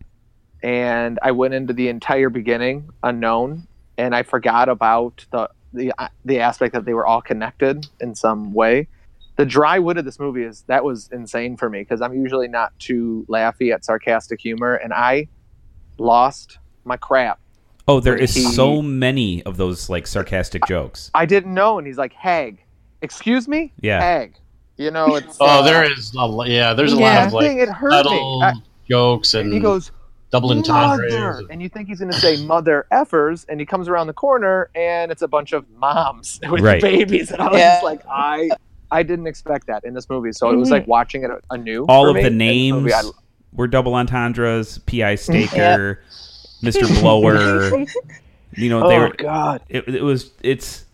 Speaker 6: and I went into the entire beginning unknown, and I forgot about the the uh, the aspect that they were all connected in some way. The dry wit of this movie is that was insane for me because I'm usually not too laughy at sarcastic humor, and I lost my crap.
Speaker 1: Oh, there is
Speaker 6: He-
Speaker 1: so many of those like sarcastic jokes.
Speaker 6: I didn't know, and he's like, "Hag, excuse me,
Speaker 1: Yeah.
Speaker 6: Hag." You know, it's
Speaker 3: Oh, there
Speaker 6: uh,
Speaker 3: is. A, lo- yeah, there's a
Speaker 4: Yeah.
Speaker 3: lot of like
Speaker 6: thing, it hurt
Speaker 3: subtle
Speaker 6: me. I-
Speaker 3: jokes and
Speaker 6: he goes,
Speaker 3: double
Speaker 6: mother,
Speaker 3: entendres.
Speaker 6: and you think he's going to say mother effers, and he comes around the corner, and it's a bunch of moms with
Speaker 1: Right.
Speaker 6: babies, and I was
Speaker 2: Yeah.
Speaker 6: just like, I, I didn't expect that in this movie, so it was
Speaker 2: Mm-hmm.
Speaker 6: like watching it anew.
Speaker 1: All
Speaker 6: for
Speaker 1: of
Speaker 6: me.
Speaker 1: the
Speaker 6: And this
Speaker 1: names
Speaker 6: movie, I-
Speaker 1: were double entendres. Pi Staker, Mister Blower. You know, they
Speaker 6: oh
Speaker 1: were.
Speaker 6: God,
Speaker 1: It, it was. It's.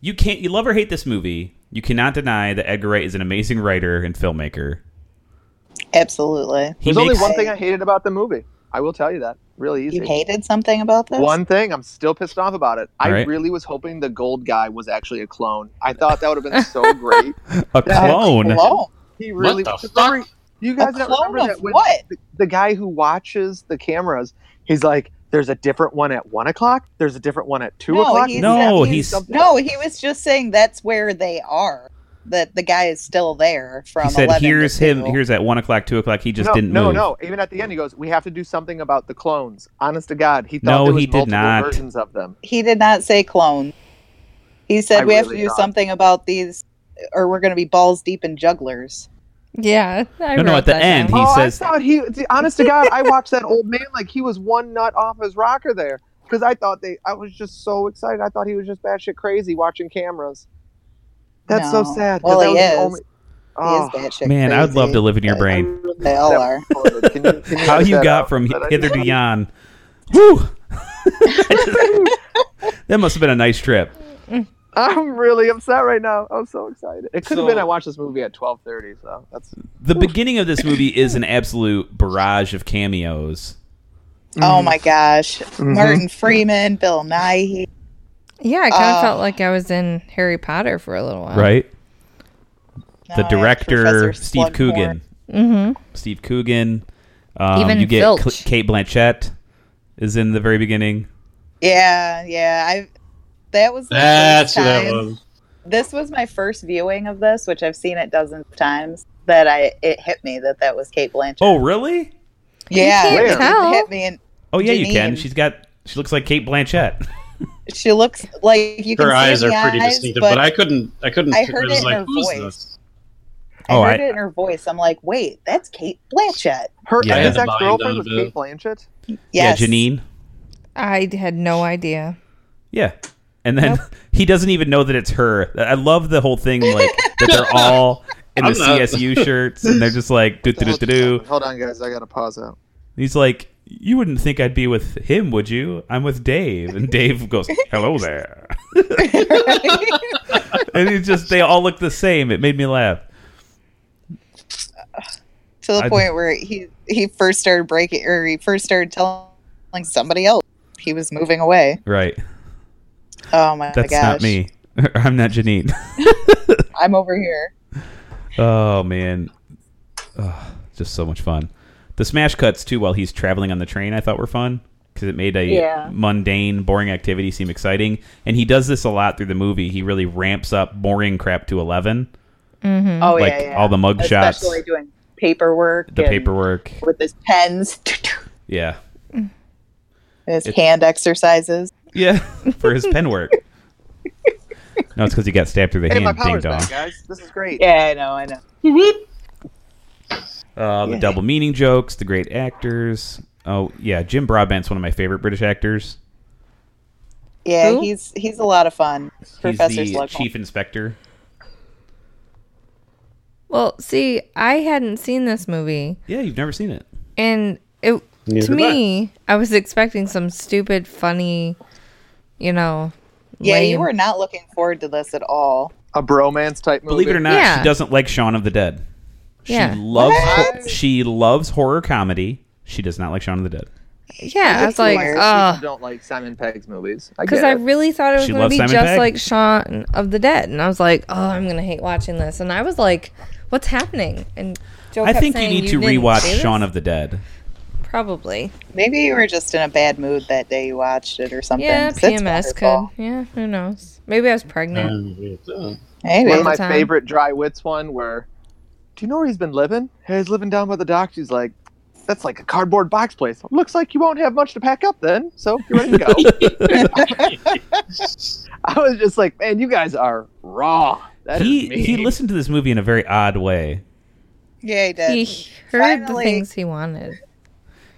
Speaker 1: You can't. You love or hate this movie. You cannot deny that Edgar Wright is an amazing writer and filmmaker.
Speaker 2: Absolutely.
Speaker 1: He
Speaker 6: there's
Speaker 1: makes.
Speaker 6: only one thing I hated about the movie. I will tell you that really easy.
Speaker 2: You hated something about this?
Speaker 6: One thing, I'm still pissed off about it. I
Speaker 1: Alright.
Speaker 6: really was hoping the gold guy was actually a clone. I thought that would have been so great.
Speaker 1: a
Speaker 6: Yeah.
Speaker 1: clone.
Speaker 2: Alone.
Speaker 6: He really
Speaker 3: What the
Speaker 6: Sorry,
Speaker 3: fuck?
Speaker 6: You
Speaker 2: A
Speaker 6: guys not
Speaker 2: clone
Speaker 6: remember
Speaker 2: of
Speaker 6: that when
Speaker 2: what?
Speaker 6: the, the guy who watches the cameras, he's like, "There's a different one at one o'clock. There's a different one at two
Speaker 2: No,
Speaker 6: o'clock."
Speaker 2: he's-
Speaker 1: No,
Speaker 6: He's
Speaker 1: he's.
Speaker 6: something-
Speaker 2: No, he was just saying that's where they are. That the guy is still there from
Speaker 1: He said,
Speaker 2: 11 to
Speaker 1: "Here's him.
Speaker 2: 2."
Speaker 1: Here's at one o'clock, two o'clock. He just
Speaker 6: no,
Speaker 1: didn't
Speaker 6: no,
Speaker 1: move."
Speaker 6: no. Even at the end, he goes, "We have to do something about the clones." Honest to God, he thought
Speaker 1: No,
Speaker 6: there was
Speaker 1: he did
Speaker 6: multiple
Speaker 1: not.
Speaker 6: versions of them.
Speaker 2: He did not say clone. He said
Speaker 6: I
Speaker 2: we have to
Speaker 6: really
Speaker 2: do
Speaker 6: thought-
Speaker 2: something about these or we're going to be balls deep in jugglers.
Speaker 4: Yeah. I
Speaker 1: No, no,
Speaker 4: wrote
Speaker 1: at the
Speaker 4: that
Speaker 1: end,
Speaker 4: down.
Speaker 1: He
Speaker 6: oh,
Speaker 1: says-
Speaker 6: I thought he. see, Honest to God, I watched that old man like he was one nut off his rocker there because I thought they. I was just so excited. I thought he was just batshit crazy watching cameras. That's
Speaker 2: No.
Speaker 6: so sad. 'cause
Speaker 2: Well,
Speaker 6: that
Speaker 2: he
Speaker 6: was the
Speaker 2: is.
Speaker 6: only- Oh,
Speaker 10: He is batshit
Speaker 1: Man, I'd
Speaker 10: crazy.
Speaker 1: love to live in your
Speaker 10: They-
Speaker 1: brain.
Speaker 10: They all are.
Speaker 6: Can you- can you
Speaker 1: How
Speaker 6: edit
Speaker 1: you
Speaker 6: that
Speaker 1: got
Speaker 6: out?
Speaker 1: from
Speaker 6: That I
Speaker 1: hither
Speaker 6: just-
Speaker 1: to yon? Whew! that must have been a nice trip.
Speaker 6: I'm really upset right now. I'm so excited. It could
Speaker 1: So-
Speaker 6: have been I watched this movie at 12:30, so that's
Speaker 1: The beginning of this movie is an absolute barrage of cameos.
Speaker 6: Mm-hmm.
Speaker 10: Oh my gosh. Martin Freeman, Bill Nye.
Speaker 4: Yeah, I kind of
Speaker 10: Uh,
Speaker 4: felt like I was in Harry Potter for a little while.
Speaker 1: Right?
Speaker 10: No,
Speaker 1: the
Speaker 10: I-
Speaker 1: director
Speaker 10: Uh, Professor
Speaker 1: Steve
Speaker 10: Slughorn.
Speaker 1: Coogan.
Speaker 4: Mm-hmm.
Speaker 1: Steve Coogan. Um,
Speaker 4: Even
Speaker 1: you get
Speaker 4: Filch.
Speaker 1: Kate Blanchett is in the very beginning.
Speaker 10: Yeah, yeah. I that was my
Speaker 3: That's
Speaker 10: first
Speaker 3: who that
Speaker 10: time-
Speaker 3: was.
Speaker 10: This was my first viewing of this, which I've seen it dozens of times. That I it hit me that that was Kate Blanchett.
Speaker 1: Oh, really?
Speaker 10: yeah,
Speaker 4: You can't
Speaker 10: it
Speaker 4: tell.
Speaker 10: hit me, and
Speaker 1: Oh yeah, you can.
Speaker 10: Janine.
Speaker 1: She's got. She looks like Kate Blanchett.
Speaker 10: she looks like you can.
Speaker 3: Her
Speaker 10: see
Speaker 3: eyes
Speaker 10: in
Speaker 3: are
Speaker 10: the
Speaker 3: pretty
Speaker 10: eyes,
Speaker 3: distinctive, but, I couldn't. I couldn't.
Speaker 10: I heard
Speaker 3: was
Speaker 10: it in
Speaker 3: like,
Speaker 10: her
Speaker 3: who's
Speaker 10: voice.
Speaker 3: this?
Speaker 10: I
Speaker 1: Oh,
Speaker 10: heard
Speaker 1: I-
Speaker 10: it in her voice. I'm like, wait, that's Kate Blanchett.
Speaker 6: her
Speaker 1: Yeah, I had
Speaker 6: his
Speaker 3: the mind
Speaker 6: ex girlfriend was
Speaker 3: of
Speaker 1: uh,
Speaker 3: it.
Speaker 6: Kate Blanchett.
Speaker 10: Yes.
Speaker 1: Yeah, Janine.
Speaker 4: I d- had no idea.
Speaker 1: Yeah. And then he doesn't even know that it's her. I love the whole thing like that they're all in the
Speaker 3: I'm not-
Speaker 1: CSU shirts and they're just like do do do do do.
Speaker 6: Hold on, guys. I gotta pause out.
Speaker 1: He's like, "You wouldn't think I'd be with him, would you? I'm with Dave." And Dave goes, "Hello there." and it's just they all look the same. It made me laugh.
Speaker 10: to the
Speaker 1: I-
Speaker 10: point where he he first started breaking or he first started telling somebody else he was moving away.
Speaker 1: Right.
Speaker 10: Oh my
Speaker 1: That's
Speaker 10: gosh.
Speaker 1: not me. I'm not Janine.
Speaker 10: I'm over here.
Speaker 1: Oh man, Ugh, just so much fun. The smash cuts too while he's traveling on the train. I thought were fun because it made a
Speaker 10: Yeah.
Speaker 1: mundane, boring activity seem exciting. And he does this a lot through the movie. He really ramps up boring crap to eleven,
Speaker 10: Oh
Speaker 1: like
Speaker 10: yeah, yeah.
Speaker 1: all the mug shots,
Speaker 10: Especially doing paperwork.
Speaker 1: the
Speaker 10: and
Speaker 1: paperwork.
Speaker 10: with his pens,
Speaker 1: Yeah,
Speaker 10: his
Speaker 1: It's-
Speaker 10: hand exercises.
Speaker 1: yeah, for his pen work. no, it's because he got stabbed through the
Speaker 6: Hey, my
Speaker 1: hand. Ding
Speaker 6: power's
Speaker 1: dong.
Speaker 6: back, guys. This is great.
Speaker 10: Yeah, I know, I know.
Speaker 1: Uh, The double meaning jokes, the great actors. Oh yeah, Jim Broadbent's one of my favorite British actors.
Speaker 10: Yeah,
Speaker 4: Who?
Speaker 10: he's he's a lot of fun. Professor
Speaker 1: he's the
Speaker 10: Slughorn.
Speaker 1: chief inspector.
Speaker 4: Well, see, I hadn't seen this movie,
Speaker 1: Yeah, you've never seen it.
Speaker 4: and it
Speaker 3: Neither
Speaker 4: to
Speaker 3: have I.
Speaker 4: me, I was expecting some stupid, funny, you know.
Speaker 10: yeah, you
Speaker 4: lame-
Speaker 10: were not looking forward to this at all.
Speaker 6: A bromance type movie.
Speaker 1: Believe it or not,
Speaker 4: Yeah.
Speaker 1: she doesn't like Shaun of the Dead. She
Speaker 4: Yeah.
Speaker 1: loves
Speaker 10: What?
Speaker 1: ho- she loves horror comedy. She does not like Shaun of the Dead.
Speaker 4: Yeah, I was like,
Speaker 10: People
Speaker 4: oh,
Speaker 6: don't like Simon Pegg's movies. I
Speaker 4: because
Speaker 6: get
Speaker 4: I
Speaker 6: it.
Speaker 4: really thought it was
Speaker 1: She
Speaker 4: going to
Speaker 1: loves
Speaker 4: be
Speaker 1: Simon
Speaker 4: just
Speaker 1: Pegg.
Speaker 4: like Shaun of the Dead, and I was like, oh, I'm going to hate watching this, and I was like, what's happening? And Joe
Speaker 1: I
Speaker 4: kept
Speaker 1: think you
Speaker 4: saying,
Speaker 1: need to
Speaker 4: didn't
Speaker 1: rewatch
Speaker 4: see this?"
Speaker 1: Shaun of the Dead.
Speaker 4: probably.
Speaker 10: Maybe you were just in a bad mood that day you watched it or something.
Speaker 4: Yeah,
Speaker 10: 'cause it's
Speaker 4: PMS
Speaker 10: wonderful.
Speaker 4: could. Yeah, who knows? Maybe I was pregnant.
Speaker 3: Um,
Speaker 10: Maybe.
Speaker 6: One of
Speaker 4: all
Speaker 6: my
Speaker 4: the time.
Speaker 6: favorite dry wits one where, do you know where he's been living? Hey, he's living down by the docks. He's like, that's like a cardboard box place. Looks like you won't have much to pack up then, so you're ready to go. I was just like, man, you guys are raw. That is
Speaker 1: He
Speaker 6: me.
Speaker 1: he listened to this movie in a very odd way.
Speaker 10: yeah, he
Speaker 3: Uh,
Speaker 10: did.
Speaker 4: He heard the
Speaker 10: Finally.
Speaker 4: things he wanted.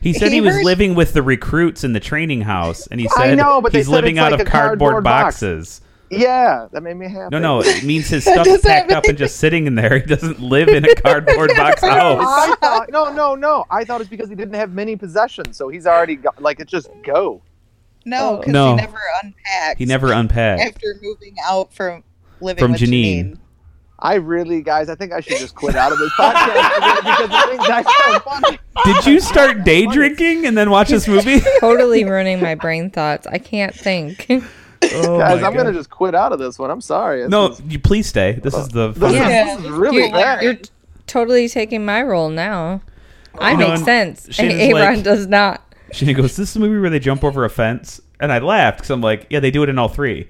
Speaker 1: He said he,
Speaker 10: He
Speaker 1: was
Speaker 10: heard-
Speaker 1: living with the recruits in the training house, and he
Speaker 6: I
Speaker 1: said
Speaker 6: know, but they
Speaker 1: he's
Speaker 6: said
Speaker 1: living
Speaker 6: it's
Speaker 1: out
Speaker 6: like
Speaker 1: of
Speaker 6: a
Speaker 1: cardboard
Speaker 6: cardboard box.
Speaker 1: boxes.
Speaker 6: yeah, that made me happy. Oh.
Speaker 1: No, no, it means his stuff is
Speaker 10: doesn't
Speaker 1: packed up and just sitting in there. He doesn't live in a cardboard box house.
Speaker 6: I thought, no, no, no. I thought it's because he didn't have many possessions, so he's already got, like it's just go.
Speaker 10: No, because
Speaker 1: oh. No.
Speaker 10: he never unpacked.
Speaker 1: He never unpacked.
Speaker 10: after moving out from living
Speaker 1: From
Speaker 10: with
Speaker 1: Janine.
Speaker 10: Janine.
Speaker 6: I really, guys, I think I should just quit out of this podcast because the things I so funny.
Speaker 1: Did you start day drinking and then watch this movie?
Speaker 4: Totally ruining my brain thoughts. I can't think.
Speaker 1: Oh
Speaker 6: Guys,
Speaker 1: my
Speaker 6: I'm
Speaker 1: God.
Speaker 6: gonna just quit out of this one. I'm sorry. This
Speaker 1: No,
Speaker 6: is-
Speaker 1: you please stay. This is the
Speaker 6: this,
Speaker 1: fun-
Speaker 4: Yeah.
Speaker 6: is, this is really
Speaker 4: you're,
Speaker 6: bad.
Speaker 4: you're totally taking my role now. I
Speaker 1: You know,
Speaker 4: make
Speaker 1: and
Speaker 4: sense. And
Speaker 1: Shannon's
Speaker 4: Aaron
Speaker 1: like-
Speaker 4: does not.
Speaker 1: She goes, "This is the movie where they jump over a fence," and I laughed because I'm like, "Yeah, they do it in all three.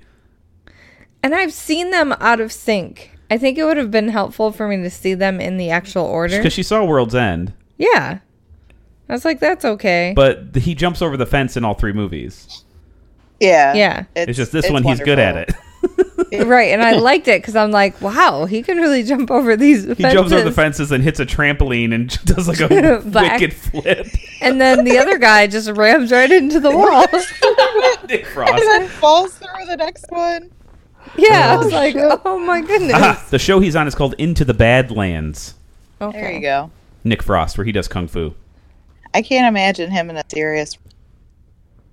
Speaker 4: And I've seen them out of sync. I think it would have been helpful for me to see them in the actual order.
Speaker 1: Because she saw World's End,
Speaker 4: yeah. I was like, that's okay.
Speaker 1: but th- he jumps over the fence in all three movies.
Speaker 10: Yeah.
Speaker 4: yeah.
Speaker 1: It's just this one, he's good at it.
Speaker 4: Right. And I liked it because I'm like, wow, he can really jump over these
Speaker 1: he jumps over the fences and hits a trampoline and does like a
Speaker 4: Back.
Speaker 1: wicked flip.
Speaker 4: And then the other guy just rams right into the wall.
Speaker 1: Nick Frost.
Speaker 10: Falls through the next one.
Speaker 4: Yeah, I was like, oh my goodness.
Speaker 1: Aha, the show he's on is called Into the Badlands.
Speaker 4: Okay.
Speaker 2: There you go.
Speaker 1: Nick Frost, where he does kung fu.
Speaker 2: I can't imagine him in a serious.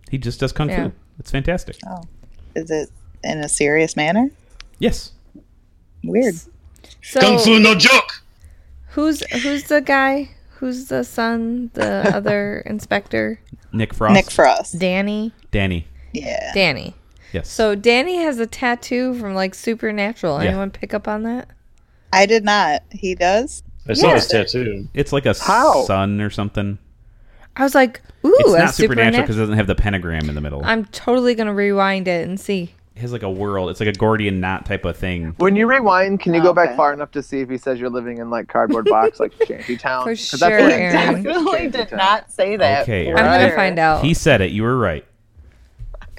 Speaker 1: He just does kung
Speaker 4: Yeah.
Speaker 1: fu. It's fantastic.
Speaker 2: Oh, is it in a serious manner?
Speaker 1: Yes.
Speaker 2: Weird.
Speaker 3: Kung
Speaker 4: So
Speaker 3: Fu no joke.
Speaker 4: who's who's the guy? Who's the son? The other inspector?
Speaker 1: Nick Frost.
Speaker 2: Nick Frost.
Speaker 4: Danny.
Speaker 1: Danny.
Speaker 2: Yeah.
Speaker 4: Danny.
Speaker 1: Yes.
Speaker 4: So Danny has a tattoo from like Supernatural.
Speaker 1: Yeah.
Speaker 4: Anyone pick up on that?
Speaker 2: I did not. He does.
Speaker 3: I saw his tattoo.
Speaker 1: it's like a
Speaker 6: How?
Speaker 1: sun or something.
Speaker 4: I was like, ooh,
Speaker 1: it's not
Speaker 4: that's
Speaker 1: supernatural
Speaker 4: supernatural.
Speaker 1: because it doesn't have the pentagram in the middle.
Speaker 4: I'm totally gonna rewind it and see.
Speaker 1: it has like a whirl. It's like a Gordian knot type of thing.
Speaker 6: When you rewind, can you
Speaker 4: Oh,
Speaker 6: go back
Speaker 2: Okay.
Speaker 6: far enough to see if he says you're living in like cardboard box, like Shantytown?
Speaker 4: For
Speaker 6: 'Cause that's
Speaker 4: sure,
Speaker 6: what he
Speaker 4: Aaron.
Speaker 6: says, Shantytown.
Speaker 2: say
Speaker 1: Okay,
Speaker 2: for
Speaker 1: Aaron.
Speaker 4: I'm
Speaker 6: Right.
Speaker 4: gonna find out.
Speaker 1: He said it. You were right.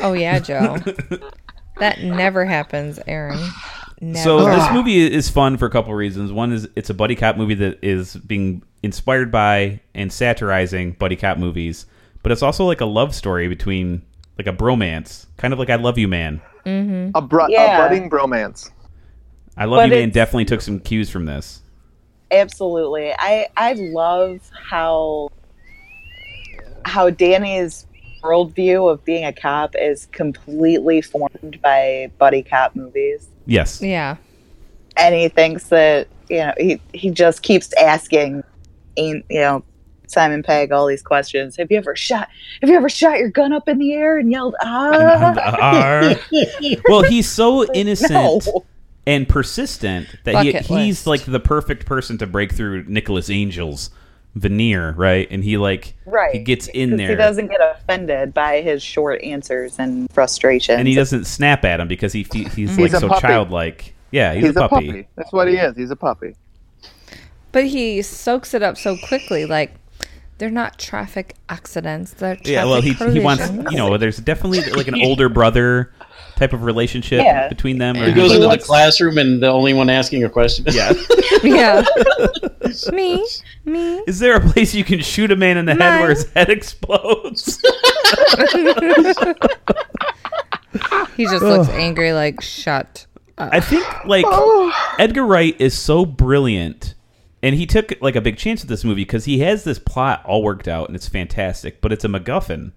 Speaker 4: Oh yeah, Joe. that never happens, Aaron. Never.
Speaker 1: So this movie is fun for a couple reasons. One is it's a buddy cop movie that is being inspired by and satirizing buddy cop movies, but it's also like a love story between like a bromance, kind of like I Love You Man.
Speaker 6: A, bru-
Speaker 2: Yeah.
Speaker 6: a budding bromance.
Speaker 1: I Love
Speaker 2: But
Speaker 1: You Man
Speaker 2: it's-
Speaker 1: definitely took some cues from this.
Speaker 2: Absolutely. I I love how how Danny's worldview of being a cop is completely formed by buddy cop movies.
Speaker 1: Yes.
Speaker 4: yeah.
Speaker 2: And he thinks that, you know, he, he just keeps asking ain't you know, Simon Pegg all these questions. Have you ever shot have you ever shot your gun up in the air and yelled
Speaker 1: And
Speaker 2: ah
Speaker 1: the R. uh, well, he's so innocent
Speaker 2: No.
Speaker 1: and persistent that he,
Speaker 4: Bucket
Speaker 1: he's
Speaker 4: list.
Speaker 1: like the perfect person to break through Nicholas Angel's veneer, right? And he like
Speaker 2: Right.
Speaker 1: he gets in
Speaker 2: 'Cause
Speaker 1: there.
Speaker 2: He doesn't get offended by his short answers and frustrations.
Speaker 1: and he doesn't snap at him because he fe- he's like
Speaker 6: a
Speaker 1: so
Speaker 6: puppy.
Speaker 1: childlike. Yeah, he's, a, puppy.
Speaker 6: That's what he is. He's a puppy.
Speaker 4: But he soaks it up so quickly, like they're not traffic accidents. They're traffic
Speaker 1: Yeah, well, he he wants
Speaker 4: collisions.
Speaker 1: you know. There's definitely like an older brother type of relationship
Speaker 2: Yeah.
Speaker 1: between them. Or
Speaker 3: He goes into the classroom and the only one asking a question.
Speaker 1: yeah.
Speaker 4: yeah. me, me.
Speaker 1: Is there a place you can shoot a man in the head where his head explodes?
Speaker 4: He just looks angry, like shut.
Speaker 1: I think like Edgar Wright is so brilliant, and he took like a big chance with this movie because he has this plot all worked out and it's fantastic, but it's a MacGuffin.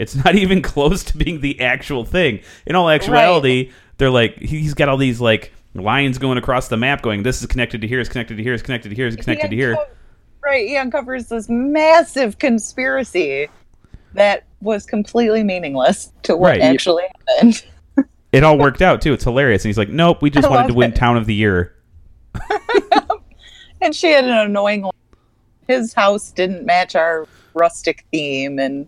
Speaker 1: It's not even close to being the actual thing. In all actuality, they're like he- he's got all these like lines going across the map, going this is connected to here, is connected to here, is connected to here, is connected to here.
Speaker 2: unco- Right, he uncovers this massive conspiracy that was completely meaningless to what
Speaker 1: Right.
Speaker 2: actually happened.
Speaker 1: It all worked out too. It's hilarious, and he's like, nope, we just
Speaker 2: I
Speaker 1: wanted
Speaker 2: love
Speaker 1: to win
Speaker 2: it.
Speaker 1: Town of the Year.
Speaker 2: And she had an annoying one. His house didn't match our rustic theme and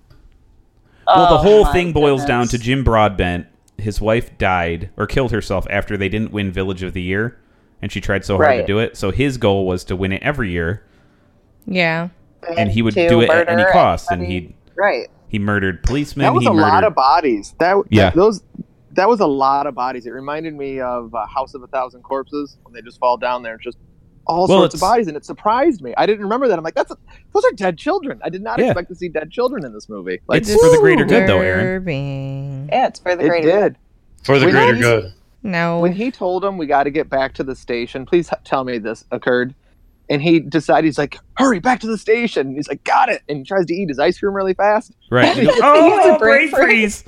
Speaker 1: Well, the
Speaker 2: Oh,
Speaker 1: whole
Speaker 2: my
Speaker 1: thing boils down
Speaker 2: goodness.
Speaker 1: to Jim Broadbent. His wife died or killed herself after they didn't win Village of the Year, and she tried so hard to
Speaker 2: Right.
Speaker 1: do it. So his goal was to win it every year,
Speaker 4: Yeah.
Speaker 1: and he would
Speaker 2: to
Speaker 1: do it at
Speaker 2: murder
Speaker 1: any cost. And
Speaker 2: everybody.
Speaker 1: he
Speaker 2: Right.
Speaker 1: he murdered policemen.
Speaker 6: That was
Speaker 1: he
Speaker 6: a
Speaker 1: murdered,
Speaker 6: lot of bodies. That
Speaker 1: Yeah.
Speaker 6: yeah. Those. That was a lot of bodies. It reminded me of uh, House of a Thousand Corpses when they just fall down there, just all
Speaker 1: Well,
Speaker 6: sorts of
Speaker 1: it's-
Speaker 6: bodies, and it surprised me. I didn't remember that. I'm like, that's a, those are dead children. I did not
Speaker 1: Yeah.
Speaker 6: expect to see dead children in this movie. Like,
Speaker 1: It's for the greater good, though, Aaron.
Speaker 4: Disturbing.
Speaker 2: Yeah, it's for the
Speaker 6: it
Speaker 2: greater.
Speaker 6: did.
Speaker 3: For the
Speaker 6: When
Speaker 3: greater
Speaker 6: he's-
Speaker 3: good.
Speaker 4: No.
Speaker 6: when he told him we got to get back to the station please h- tell me this occurred and he decided he's like hurry back to the station he's like got it and he tries to eat his ice cream really fast
Speaker 1: right? You go,
Speaker 2: He's
Speaker 1: oh,
Speaker 2: a
Speaker 1: brain
Speaker 2: brain
Speaker 1: freeze.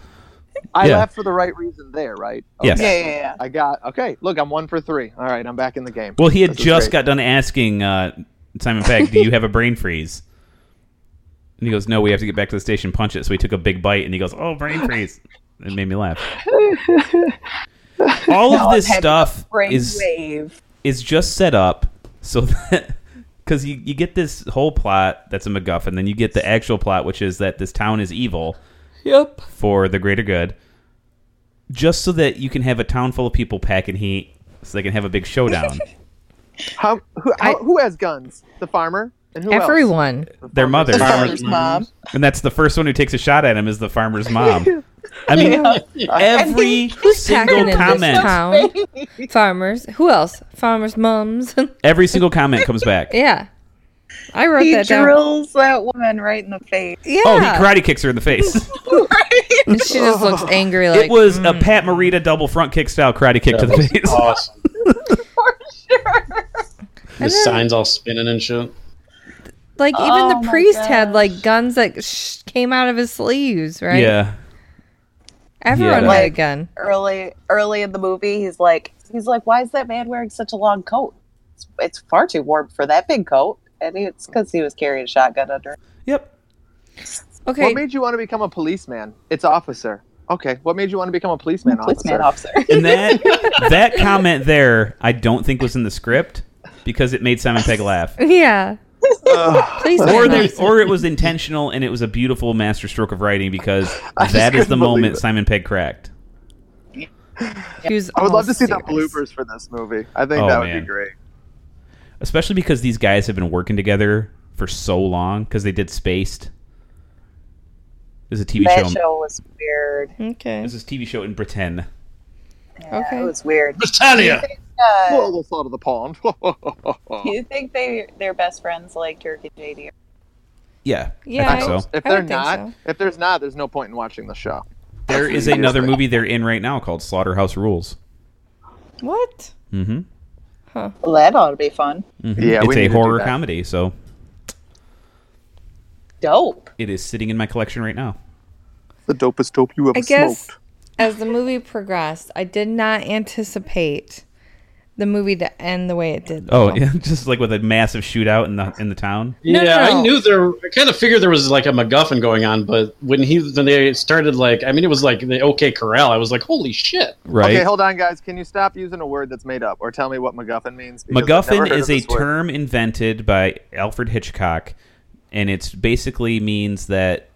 Speaker 6: i
Speaker 1: Yeah.
Speaker 6: left for the right reason there right
Speaker 1: Yes.
Speaker 2: Yeah, yeah, yeah.
Speaker 6: i got okay look i'm one for three all right i'm back in the game
Speaker 1: Well, he had
Speaker 6: This is
Speaker 1: just
Speaker 6: great.
Speaker 1: got done asking uh, Simon Pegg, "Do you have a brain freeze?" And he goes, "No, we have to get back to the station, punch it." So he took a big bite, and he goes, "Oh, brain freeze!" It made me laugh. All
Speaker 2: No,
Speaker 1: of
Speaker 2: I'm
Speaker 1: this
Speaker 2: having a
Speaker 1: stuff is
Speaker 2: Brainwave.
Speaker 1: is just set up so that because you, you get this whole plot that's a MacGuffin, then you get the actual plot, which is that this town is evil. Yep. For the greater good, just so that you can have a town full of people packing heat, so they can have a big showdown.
Speaker 6: how, who,
Speaker 4: I-
Speaker 6: how, who has guns the farmer and who else?
Speaker 4: Everyone.
Speaker 1: Their mother,
Speaker 2: Farmer's mom.
Speaker 1: and that's the first one who takes a shot at him is the farmer's mom. I mean, every
Speaker 4: packing in
Speaker 1: single
Speaker 4: this
Speaker 1: comment,
Speaker 4: town? Farmers. Who else? Farmers' mums.
Speaker 1: every single comment comes back.
Speaker 4: yeah. I wrote
Speaker 2: He
Speaker 4: that down.
Speaker 2: drills that woman right in the face.
Speaker 4: yeah.
Speaker 1: Oh, he karate kicks her in the face.
Speaker 4: And she just looks angry. Like
Speaker 1: it was a
Speaker 4: "Mm." Oh,
Speaker 1: Pat Morita double front kick style karate kick to the
Speaker 3: That was
Speaker 1: face.
Speaker 3: Awesome.
Speaker 4: And
Speaker 3: His
Speaker 4: then-
Speaker 3: signs all spinning and shit.
Speaker 4: Like even
Speaker 2: Oh
Speaker 4: the
Speaker 2: my
Speaker 4: priest had like guns that sh- came out of his sleeves, right?
Speaker 1: Yeah.
Speaker 4: Everyone
Speaker 1: Yeah.
Speaker 4: had a
Speaker 2: Like-
Speaker 4: gun.
Speaker 2: Early, early in the movie, he's like, he's like, why is that man wearing such a long coat? It's, it's far too warm for that big coat, and it's because he was carrying a shotgun under.
Speaker 1: Yep.
Speaker 4: Okay.
Speaker 6: What made you want to become a policeman? It's officer. Okay. What made you want to become a policeman officer?
Speaker 2: Policeman officer.
Speaker 1: And that that comment there, I don't think was in the script because it made Simon Pegg laugh.
Speaker 4: yeah. Please.
Speaker 1: Or
Speaker 4: man.
Speaker 1: they, or it was intentional and it was a beautiful masterstroke of writing because
Speaker 6: I just
Speaker 1: that is the
Speaker 6: couldn't believe
Speaker 1: moment
Speaker 6: it.
Speaker 1: Simon Pegg cracked.
Speaker 4: He was
Speaker 6: I would love to
Speaker 4: almost
Speaker 6: see the
Speaker 4: serious.
Speaker 6: bloopers for this movie. I think
Speaker 1: Oh,
Speaker 6: that would
Speaker 1: man.
Speaker 6: be great.
Speaker 1: Especially because these guys have been working together for so long because they did Spaced. There's a TV
Speaker 2: that
Speaker 1: show.
Speaker 2: show was weird.
Speaker 4: Okay.
Speaker 1: There's this TV show in Britain.
Speaker 2: Yeah,
Speaker 4: Okay.
Speaker 2: it was weird.
Speaker 3: Battalion.
Speaker 2: Uh,
Speaker 6: Whoa, the salt of the pond.
Speaker 2: do you think they they're best friends like Dirk and JD? are?
Speaker 1: Yeah,
Speaker 4: Yeah,
Speaker 1: I think so.
Speaker 6: if
Speaker 4: I
Speaker 6: they're
Speaker 4: would think
Speaker 6: not,
Speaker 4: so.
Speaker 6: if there's not, there's no point in watching the show.
Speaker 1: There is another movie they're in right now called Slaughterhouse Rules.
Speaker 4: What?
Speaker 1: Mm-hmm.
Speaker 2: Well, that ought to be fun.
Speaker 6: Yeah,
Speaker 1: it's
Speaker 6: we need
Speaker 1: a
Speaker 6: to do
Speaker 1: horror
Speaker 6: that.
Speaker 1: comedy, so
Speaker 2: Dope.
Speaker 1: it is sitting in my collection right now.
Speaker 6: The dopest dope you ever
Speaker 4: I guess
Speaker 6: smoked.
Speaker 4: as the movie progressed, I did not anticipate the movie to end the way it did.
Speaker 1: Oh,
Speaker 6: Um,
Speaker 4: though.
Speaker 1: yeah, just like with a massive shootout in the in the town.
Speaker 4: No,
Speaker 3: yeah,
Speaker 4: no.
Speaker 3: I knew there. I kind of figured there was like a MacGuffin going on, but when he when they started like, I mean, it was like the OK Corral. I was like, holy shit!
Speaker 1: Right.
Speaker 6: Okay, hold on, guys. Can you stop using a word that's made up, or tell me what MacGuffin means? Because I've never
Speaker 1: MacGuffin
Speaker 6: heard
Speaker 1: is
Speaker 6: of
Speaker 1: a
Speaker 6: this word.
Speaker 1: term invented by Alfred Hitchcock, and it's basically means that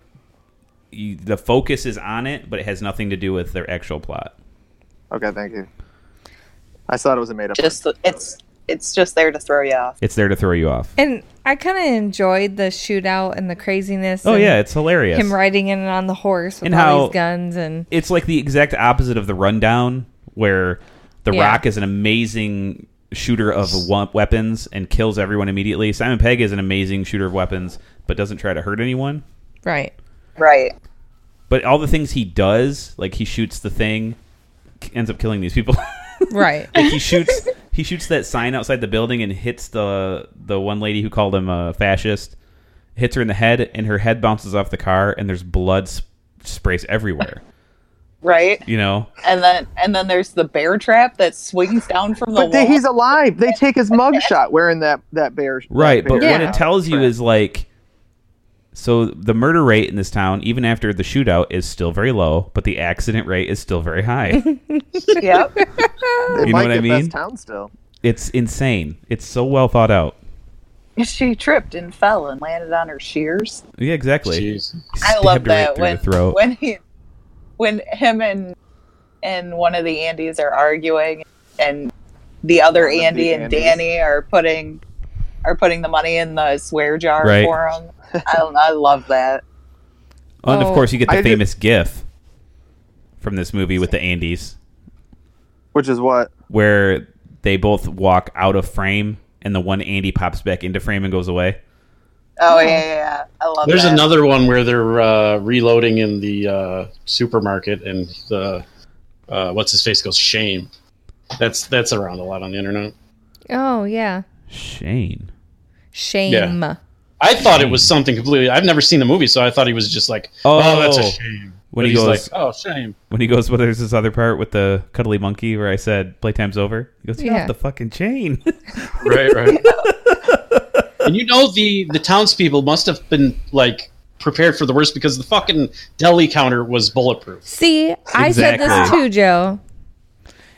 Speaker 1: you, the focus is on it, but it has nothing to do with their actual plot.
Speaker 6: Okay, thank you. I thought it was a made up.
Speaker 2: Just it's it's just there to throw you off.
Speaker 1: It's there to throw you off.
Speaker 4: And I kind of enjoyed the shootout and the craziness.
Speaker 1: Oh
Speaker 4: and
Speaker 1: yeah, it's hilarious.
Speaker 4: him riding in on the horse with
Speaker 1: And
Speaker 4: all
Speaker 1: how-
Speaker 4: these guns and
Speaker 1: it's like the exact opposite of the rundown where the
Speaker 4: Yeah.
Speaker 1: rock is an amazing shooter of wa- weapons and kills everyone immediately simon pegg is an amazing shooter of weapons but doesn't try to hurt anyone
Speaker 4: right.
Speaker 2: Right.
Speaker 1: but all the things he does like he shoots the thing k- ends up killing these people
Speaker 4: Right.
Speaker 1: like he shoots he shoots that sign outside the building and hits the the one lady who called him a fascist hits her in the head and her head bounces off the car and there's blood sp- sprays everywhere
Speaker 2: Right.
Speaker 1: you know
Speaker 2: And then and then there's the bear trap that swings down from the
Speaker 6: But
Speaker 2: wall.
Speaker 6: they, he's alive. They take his mugshot wearing that that bear.
Speaker 1: Right,
Speaker 6: that
Speaker 1: but
Speaker 6: bear
Speaker 1: what
Speaker 4: Yeah.
Speaker 1: it tells you is like so the murder rate in this town even after the shootout is still very low, but the accident rate is still very high.
Speaker 2: yep.
Speaker 6: It
Speaker 1: you know
Speaker 6: might
Speaker 1: what I
Speaker 6: get
Speaker 1: mean?
Speaker 6: Best town still.
Speaker 1: it's insane. It's so well thought out.
Speaker 2: She tripped and fell and landed on her shears.
Speaker 1: Yeah, exactly.
Speaker 3: Jeez.
Speaker 2: I
Speaker 1: Stabbed
Speaker 2: love
Speaker 1: her right
Speaker 2: that
Speaker 1: through
Speaker 2: when
Speaker 1: the throat.
Speaker 2: when he when him and and one of the Andes are arguing and the other
Speaker 6: One of the
Speaker 2: Andy and
Speaker 6: Andes.
Speaker 2: Danny are putting are putting the money in the swear jar
Speaker 1: Right.
Speaker 2: for him. I, I love that.
Speaker 1: Oh, and of
Speaker 4: Oh,
Speaker 1: course you get the
Speaker 6: I did-
Speaker 1: famous gif from this movie with the Andes
Speaker 6: Which is what?
Speaker 1: where they both walk out of frame and the one Andy pops back into frame and goes away.
Speaker 2: Oh yeah, yeah, yeah. I love
Speaker 3: There's
Speaker 2: that.
Speaker 3: another one where they're uh, reloading in the uh, supermarket, and the uh, what's his face goes shame. That's that's around a lot on the internet.
Speaker 4: Oh yeah.
Speaker 1: Shane.
Speaker 4: Shame.
Speaker 3: Yeah. I thought it was something completely. I've never seen the movie, so I thought he was just like, "Oh,
Speaker 1: Oh.
Speaker 3: that's a shame."
Speaker 1: When he
Speaker 3: But he's
Speaker 1: goes-
Speaker 3: like, "Oh, shame."
Speaker 1: when he goes, well, there's this other part with the cuddly monkey where I said playtime's over. He goes, you're
Speaker 4: Yeah.
Speaker 1: off the fucking chain.
Speaker 3: Right, right. and you know the the townspeople must have been like prepared for the worst because the fucking deli counter was bulletproof.
Speaker 4: See, I said this
Speaker 1: Exactly.
Speaker 4: too, Joe.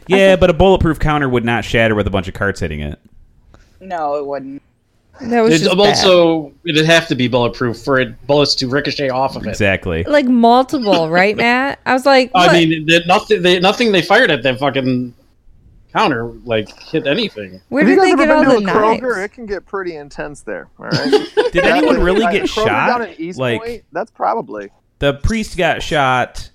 Speaker 1: yeah, but a bulletproof counter would not shatter with a bunch of carts hitting it.
Speaker 2: No, it wouldn't.
Speaker 4: That was
Speaker 3: It
Speaker 4: just bad.
Speaker 3: also it'd have to be bulletproof for it bullets to ricochet off of it.
Speaker 1: Exactly.
Speaker 4: like multiple, right, Matt? I was like,
Speaker 3: I
Speaker 4: what?
Speaker 3: mean, the, nothing they, nothing they fired at that fucking counter like hit anything.
Speaker 4: where
Speaker 6: Have you
Speaker 4: did
Speaker 6: guys
Speaker 4: they
Speaker 6: ever
Speaker 4: get
Speaker 6: been
Speaker 4: all
Speaker 6: to
Speaker 4: the
Speaker 6: a
Speaker 4: knives?
Speaker 6: Kroger? It can get pretty intense there. All right.
Speaker 1: Did anyone really
Speaker 6: Like,
Speaker 1: get
Speaker 6: Kroger
Speaker 1: shot?
Speaker 6: Down in East
Speaker 1: Like
Speaker 6: Point? That's probably.
Speaker 1: the priest got shot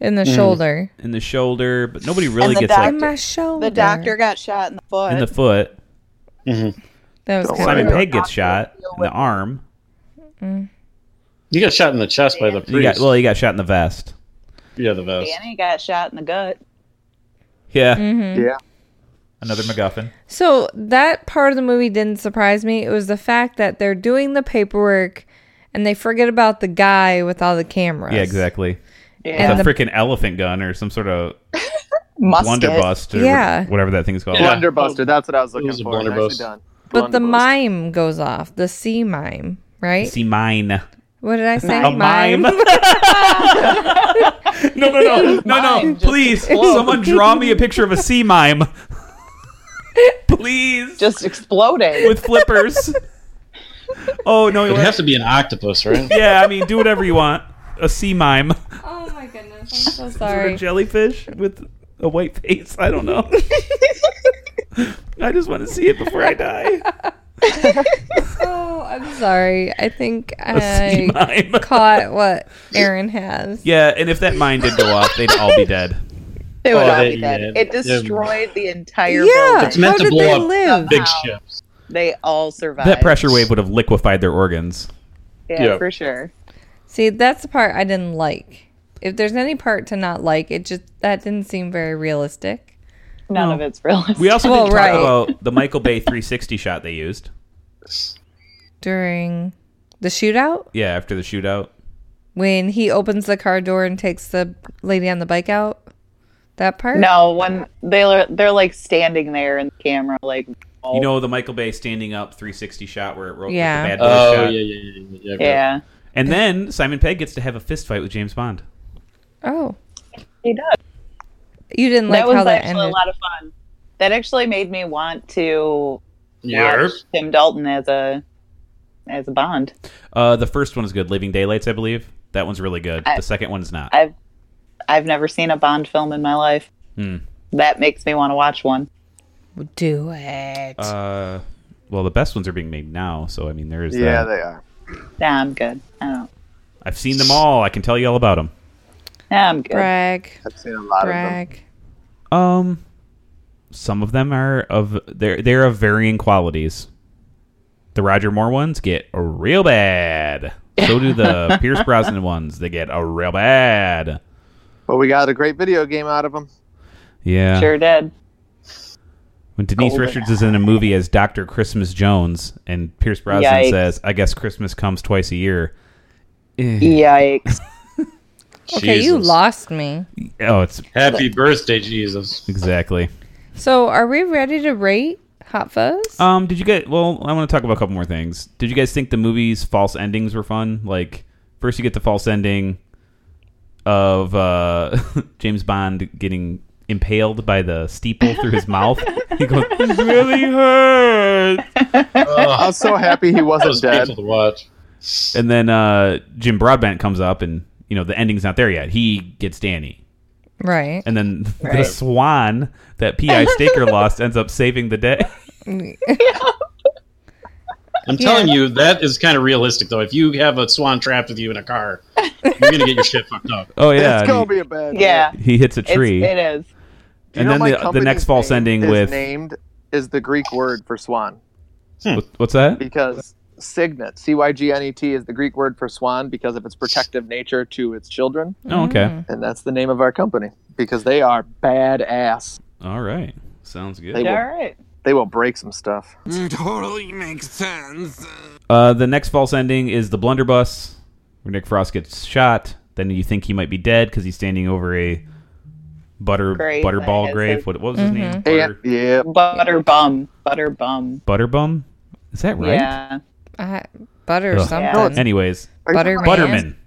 Speaker 4: In
Speaker 3: Mm.
Speaker 4: the shoulder.
Speaker 1: in the shoulder, but nobody really
Speaker 2: the
Speaker 1: gets
Speaker 2: doc-
Speaker 1: like
Speaker 4: In my shoulder.
Speaker 2: The doctor got shot in the foot.
Speaker 1: in the foot.
Speaker 4: That was
Speaker 6: Don't
Speaker 4: kind
Speaker 6: worry
Speaker 1: Simon
Speaker 6: about
Speaker 4: of
Speaker 1: Pegg gets shot in the arm.
Speaker 3: You got shot in the chest by the
Speaker 1: He got,
Speaker 3: priest.
Speaker 1: well, he got shot in the vest.
Speaker 3: yeah, the vest.
Speaker 2: Danny got shot in the gut.
Speaker 1: Yeah,
Speaker 4: Hmm.
Speaker 6: Yeah.
Speaker 1: another MacGuffin.
Speaker 4: So that part of the movie didn't surprise me. It was the fact that they're doing the paperwork and they forget about the guy with all the cameras.
Speaker 1: Yeah, exactly.
Speaker 2: Yeah.
Speaker 4: And
Speaker 1: It's a
Speaker 4: the-
Speaker 1: freaking elephant gun or some sort of
Speaker 2: Musket.
Speaker 1: blunderbust or
Speaker 4: Yeah.
Speaker 1: whatever that thing's called.
Speaker 3: Yeah. Oh,
Speaker 6: Blunderbuster. That's what I was looking
Speaker 3: was a
Speaker 6: for. Nicely
Speaker 3: blunderbuss.
Speaker 6: done.
Speaker 4: But the
Speaker 6: Blunderbuss.
Speaker 4: mime goes off. The sea mime, right?
Speaker 1: See mine.
Speaker 4: What did I say?
Speaker 1: A mime. no, no, no, no, no!
Speaker 2: Mime just
Speaker 1: Please, someone draw me a picture of a sea mime. Please,
Speaker 2: Just exploding.
Speaker 1: with flippers. oh no!
Speaker 3: It'd have to be an octopus, right?
Speaker 1: Yeah, I mean, do whatever you want. A sea mime,
Speaker 4: Oh my goodness. I'm so
Speaker 1: a
Speaker 4: sorry.
Speaker 1: jellyfish with a white face. I don't know. I just want to see it before I die.
Speaker 4: Oh, I'm sorry. I think
Speaker 1: A sea
Speaker 4: I
Speaker 1: mime.
Speaker 4: caught what Aaron has.
Speaker 1: Yeah, and if that mine did go off, they'd all be dead.
Speaker 2: They would
Speaker 3: Oh,
Speaker 2: all
Speaker 3: they-
Speaker 2: be dead.
Speaker 3: yeah.
Speaker 2: It destroyed the entire
Speaker 4: Yeah.
Speaker 2: building.
Speaker 3: It's meant
Speaker 4: How
Speaker 3: to
Speaker 4: did
Speaker 3: blow
Speaker 4: they
Speaker 3: up
Speaker 4: live?
Speaker 3: big
Speaker 2: Wow.
Speaker 3: ships.
Speaker 2: They all survived.
Speaker 1: That pressure wave would have liquefied their organs.
Speaker 2: Yeah,
Speaker 3: Yeah.
Speaker 2: for sure.
Speaker 4: See, that's the part I didn't like. If there's any part to not like, it just that didn't seem very realistic.
Speaker 2: None of it's realistic.
Speaker 1: We also
Speaker 4: Well,
Speaker 1: didn't
Speaker 4: right.
Speaker 1: talk about the Michael Bay 360 shot they used.
Speaker 4: during the shootout
Speaker 1: Yeah, after the shootout.
Speaker 4: when he opens the car door and takes the lady on the bike out. That part?
Speaker 2: no, when they're they're like standing there in the camera, like
Speaker 1: You know the Michael Bay standing up 360 shot where it rolled
Speaker 4: Yeah.
Speaker 1: the bad boy
Speaker 3: Oh yeah,
Speaker 1: shot.
Speaker 3: yeah, yeah, yeah, yeah. okay.
Speaker 2: yeah,
Speaker 1: And then Simon Pegg gets to have a fist fight with James Bond.
Speaker 4: Oh,
Speaker 2: he does.
Speaker 4: you didn't like
Speaker 2: that was
Speaker 4: how that
Speaker 2: actually
Speaker 4: ended.
Speaker 2: a lot of fun. That actually made me want to
Speaker 3: Yerp.
Speaker 2: watch Tim Dalton as a as a Bond.
Speaker 1: Uh, the first one is good, Living Daylights, I believe. That one's really good.
Speaker 2: I-
Speaker 1: the second one's not.
Speaker 2: I- I've never seen a Bond film in my life.
Speaker 1: Hmm.
Speaker 2: That makes me want to watch one.
Speaker 4: Do it.
Speaker 1: uh, well, the best ones are being made now, so I mean, there is
Speaker 6: Yeah,
Speaker 1: that.
Speaker 6: they are.
Speaker 2: Nah, I'm good. I don't.
Speaker 1: I've seen them all. I can tell you all about them.
Speaker 2: Nah, I'm good.
Speaker 4: brag,
Speaker 6: I've seen a lot of them.
Speaker 4: brag.
Speaker 1: Um, some of them are of they're they're of varying qualities. The Roger Moore ones get real bad. So do the Pierce Brosnan ones. They get a real bad.
Speaker 6: But we got a great video game out of them.
Speaker 1: Yeah.
Speaker 2: Sure did.
Speaker 1: When Denise
Speaker 2: Golden
Speaker 1: Richards is in a movie as Dr. Christmas Jones and Pierce Brosnan
Speaker 2: Yikes.
Speaker 1: says, I guess Christmas comes twice a year. Eh.
Speaker 2: Yikes.
Speaker 4: Okay, you
Speaker 3: Jesus.
Speaker 4: lost me.
Speaker 1: Oh, it's
Speaker 3: Happy birthday, Jesus.
Speaker 1: exactly.
Speaker 4: So, are we ready to rate Hot Fuzz?
Speaker 1: Um, did you get? Well, I want to talk about a couple more things. Did you guys think the movie's false endings were fun? Like, first you get the false ending of uh, James Bond getting impaled by the steeple through his mouth. He goes, "This really hurts."
Speaker 6: I was so happy he
Speaker 3: That
Speaker 6: wasn't
Speaker 3: was
Speaker 6: dead.
Speaker 3: painful to watch.
Speaker 1: And then uh, Jim Broadbent comes up, and you know the ending's not there yet. He gets Danny,
Speaker 4: right.
Speaker 1: and then the
Speaker 2: Right.
Speaker 1: swan that Pi Staker lost ends up saving the day.
Speaker 3: I'm telling you, that is kind of realistic though. If you have a swan trapped with you in a car, you're gonna get your shit fucked up.
Speaker 1: Oh yeah,
Speaker 6: it's
Speaker 1: and
Speaker 6: gonna
Speaker 1: he,
Speaker 6: be a bad. day.
Speaker 2: Yeah.
Speaker 1: he hits a
Speaker 2: It's,
Speaker 1: tree,
Speaker 2: it is.
Speaker 6: Do you
Speaker 1: and
Speaker 6: know
Speaker 1: then
Speaker 6: my
Speaker 1: the, the
Speaker 6: company's
Speaker 1: next false
Speaker 6: name
Speaker 1: ending
Speaker 6: is
Speaker 1: with
Speaker 6: named is the Greek word for swan
Speaker 1: what- what's that?
Speaker 6: because signet C Y G N E T is the Greek word for swan because of its protective nature to its children,
Speaker 1: Oh, okay.
Speaker 6: and that's the name of our company because they are badass.
Speaker 1: All right. Sounds
Speaker 6: They
Speaker 1: good.
Speaker 2: All
Speaker 6: will,
Speaker 2: right.
Speaker 6: they will break some stuff.
Speaker 7: Totally makes sense.
Speaker 1: Uh, the next false ending is the blunderbuss, where Nick Frost gets shot. Then you think he might be dead because he's standing over a butter
Speaker 2: Grave that
Speaker 1: butterball
Speaker 2: has
Speaker 1: grave.
Speaker 2: his-
Speaker 1: What, what was his name?
Speaker 6: Yeah,
Speaker 1: Butter,
Speaker 6: yeah.
Speaker 2: Butter bum. Butter bum.
Speaker 1: Butterbum? Is that right?
Speaker 2: Yeah.
Speaker 4: I, butter or
Speaker 1: Ugh.
Speaker 4: something.
Speaker 1: Anyways,
Speaker 4: Butterman.
Speaker 1: Butterman.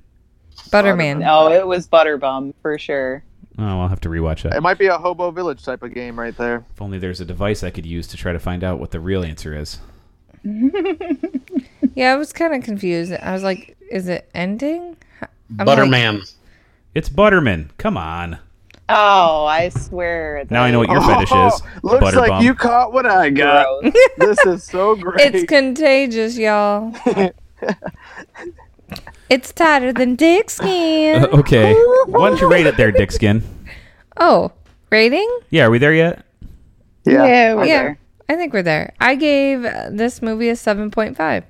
Speaker 4: Butterman.
Speaker 2: No, Oh, it was butter bum for sure.
Speaker 1: Oh, I'll have to rewatch that.
Speaker 6: It might be a hobo village type of game right there.
Speaker 1: If only there's a device I could use to try to find out what the real answer is.
Speaker 4: Yeah, I was kind of confused. I was like, is it ending? I'm like-
Speaker 3: Butterman.
Speaker 1: It's Butterman. Come on.
Speaker 2: Oh, I swear.
Speaker 1: Now I know what your fetish
Speaker 6: Oh,
Speaker 1: is.
Speaker 6: looks
Speaker 1: Butterbum.
Speaker 6: like you caught what I got.
Speaker 2: gross.
Speaker 6: this is so great.
Speaker 4: It's contagious, y'all. it's tighter than dick skin.
Speaker 1: Uh, okay. Why don't you rate it there, Dick Skin?
Speaker 4: Oh, rating?
Speaker 1: Yeah, are we there yet?
Speaker 6: yeah.
Speaker 2: we're
Speaker 4: yeah.
Speaker 2: there.
Speaker 4: I think we're there. I gave uh, this movie a 7.5.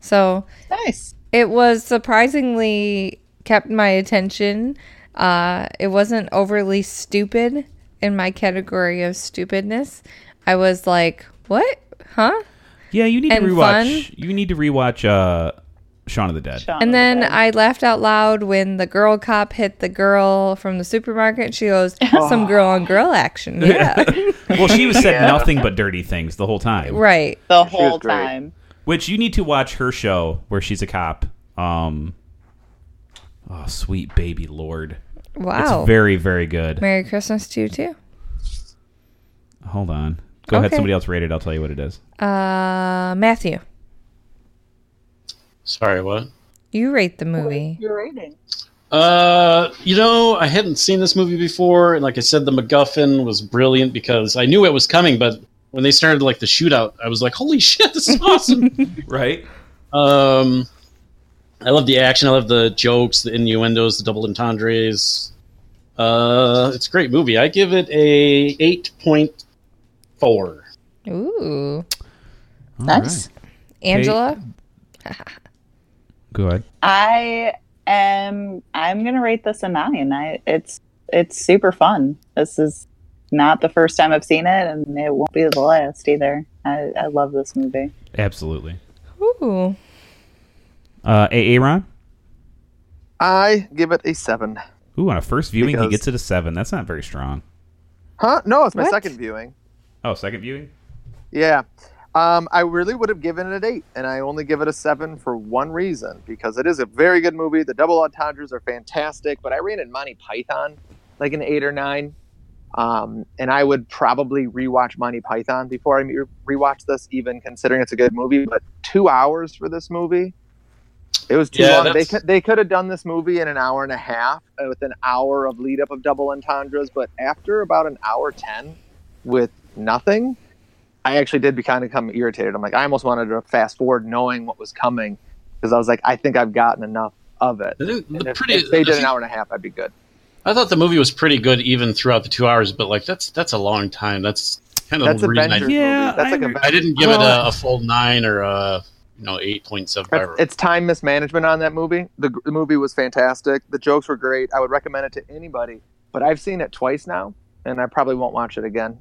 Speaker 4: So
Speaker 2: Nice.
Speaker 4: it was surprisingly kept my attention. Uh, it wasn't overly stupid in my category of stupidness. I was like, what? Huh?
Speaker 1: Yeah, you need
Speaker 4: And
Speaker 1: to rewatch.
Speaker 4: fun.
Speaker 1: You need to rewatch uh, Shaun of the Dead.
Speaker 2: Shaun
Speaker 4: And
Speaker 2: of the
Speaker 4: then
Speaker 2: Dead.
Speaker 4: I laughed out loud when the girl cop hit the girl from the supermarket. She goes, some girl on girl action. Yeah.
Speaker 1: Well, she was said nothing but dirty things the whole time.
Speaker 4: right.
Speaker 2: the whole
Speaker 6: great.
Speaker 2: time.
Speaker 1: Which you need to watch her show where she's a cop. Um, oh, sweet baby lord,
Speaker 4: Wow.
Speaker 1: it's very very good.
Speaker 4: Merry Christmas to you, too.
Speaker 1: Hold on. Go ahead.
Speaker 4: Okay.
Speaker 1: Somebody else rate it. I'll tell you what it is.
Speaker 4: Uh, Matthew,
Speaker 3: Sorry, what?
Speaker 4: you rate the movie.
Speaker 2: Your rating.
Speaker 3: Uh, you know, I hadn't seen this movie before, and like I said, the MacGuffin was brilliant because I knew it was coming, but when they started like the shootout, I was like, "Holy shit, this is awesome!"
Speaker 1: Right.
Speaker 3: um, I love the action, I love the jokes, the innuendos, the double entendres. Uh, it's a great movie. I give it a eight point four.
Speaker 4: Ooh.
Speaker 2: Nice.
Speaker 4: Angela?
Speaker 1: Go ahead.
Speaker 2: I am. I'm gonna rate this a nine. I it's it's super fun. This is not the first time I've seen it, and it won't be the last either. I, I love this movie.
Speaker 1: Absolutely.
Speaker 4: Ooh.
Speaker 1: Uh, Aaron.
Speaker 6: I give it a seven.
Speaker 1: Ooh, on a first viewing, he
Speaker 6: Because-
Speaker 1: gets it a seven. That's not very strong.
Speaker 6: Huh? No, it's my
Speaker 4: What?
Speaker 6: second viewing.
Speaker 1: Oh, second viewing.
Speaker 6: Yeah. Um, I really would have given it an eight, and I only give it a seven for one reason because it is a very good movie. The double entendres are fantastic, but I ran in Monty Python like an eight or nine, um, and I would probably rewatch Monty Python before I re- rewatch this, even considering it's a good movie. But two hours for this movie, it was too
Speaker 3: Yeah,
Speaker 6: long. They
Speaker 3: that's-
Speaker 6: could, they could have done this movie in an hour and a half uh, with an hour of lead up of double entendres, but after about an hour ten with nothing. I actually did be kind of come irritated. I'm like, I almost wanted to fast forward, knowing what was coming, because I was like, I think I've gotten enough of it.
Speaker 3: I think
Speaker 6: And
Speaker 3: the
Speaker 6: if,
Speaker 3: pretty.
Speaker 6: if they did an
Speaker 3: I
Speaker 6: hour and a half, I'd be good.
Speaker 3: thought the movie was pretty good even throughout the two hours, but like that's that's a long time. That's kind of
Speaker 6: That's
Speaker 3: the reason I
Speaker 6: Avengers.
Speaker 1: Yeah,
Speaker 6: movie. That's
Speaker 1: I
Speaker 6: like
Speaker 1: re-
Speaker 3: I
Speaker 6: Avengers.
Speaker 3: didn't give
Speaker 1: Well-
Speaker 3: it a, a full nine or a you know eight point seven
Speaker 6: That's-
Speaker 3: five.
Speaker 6: It's time mismanagement on that movie. The, gr- the movie was fantastic. The jokes were great. I would recommend it to anybody. But I've seen it twice now, and I probably won't watch it again.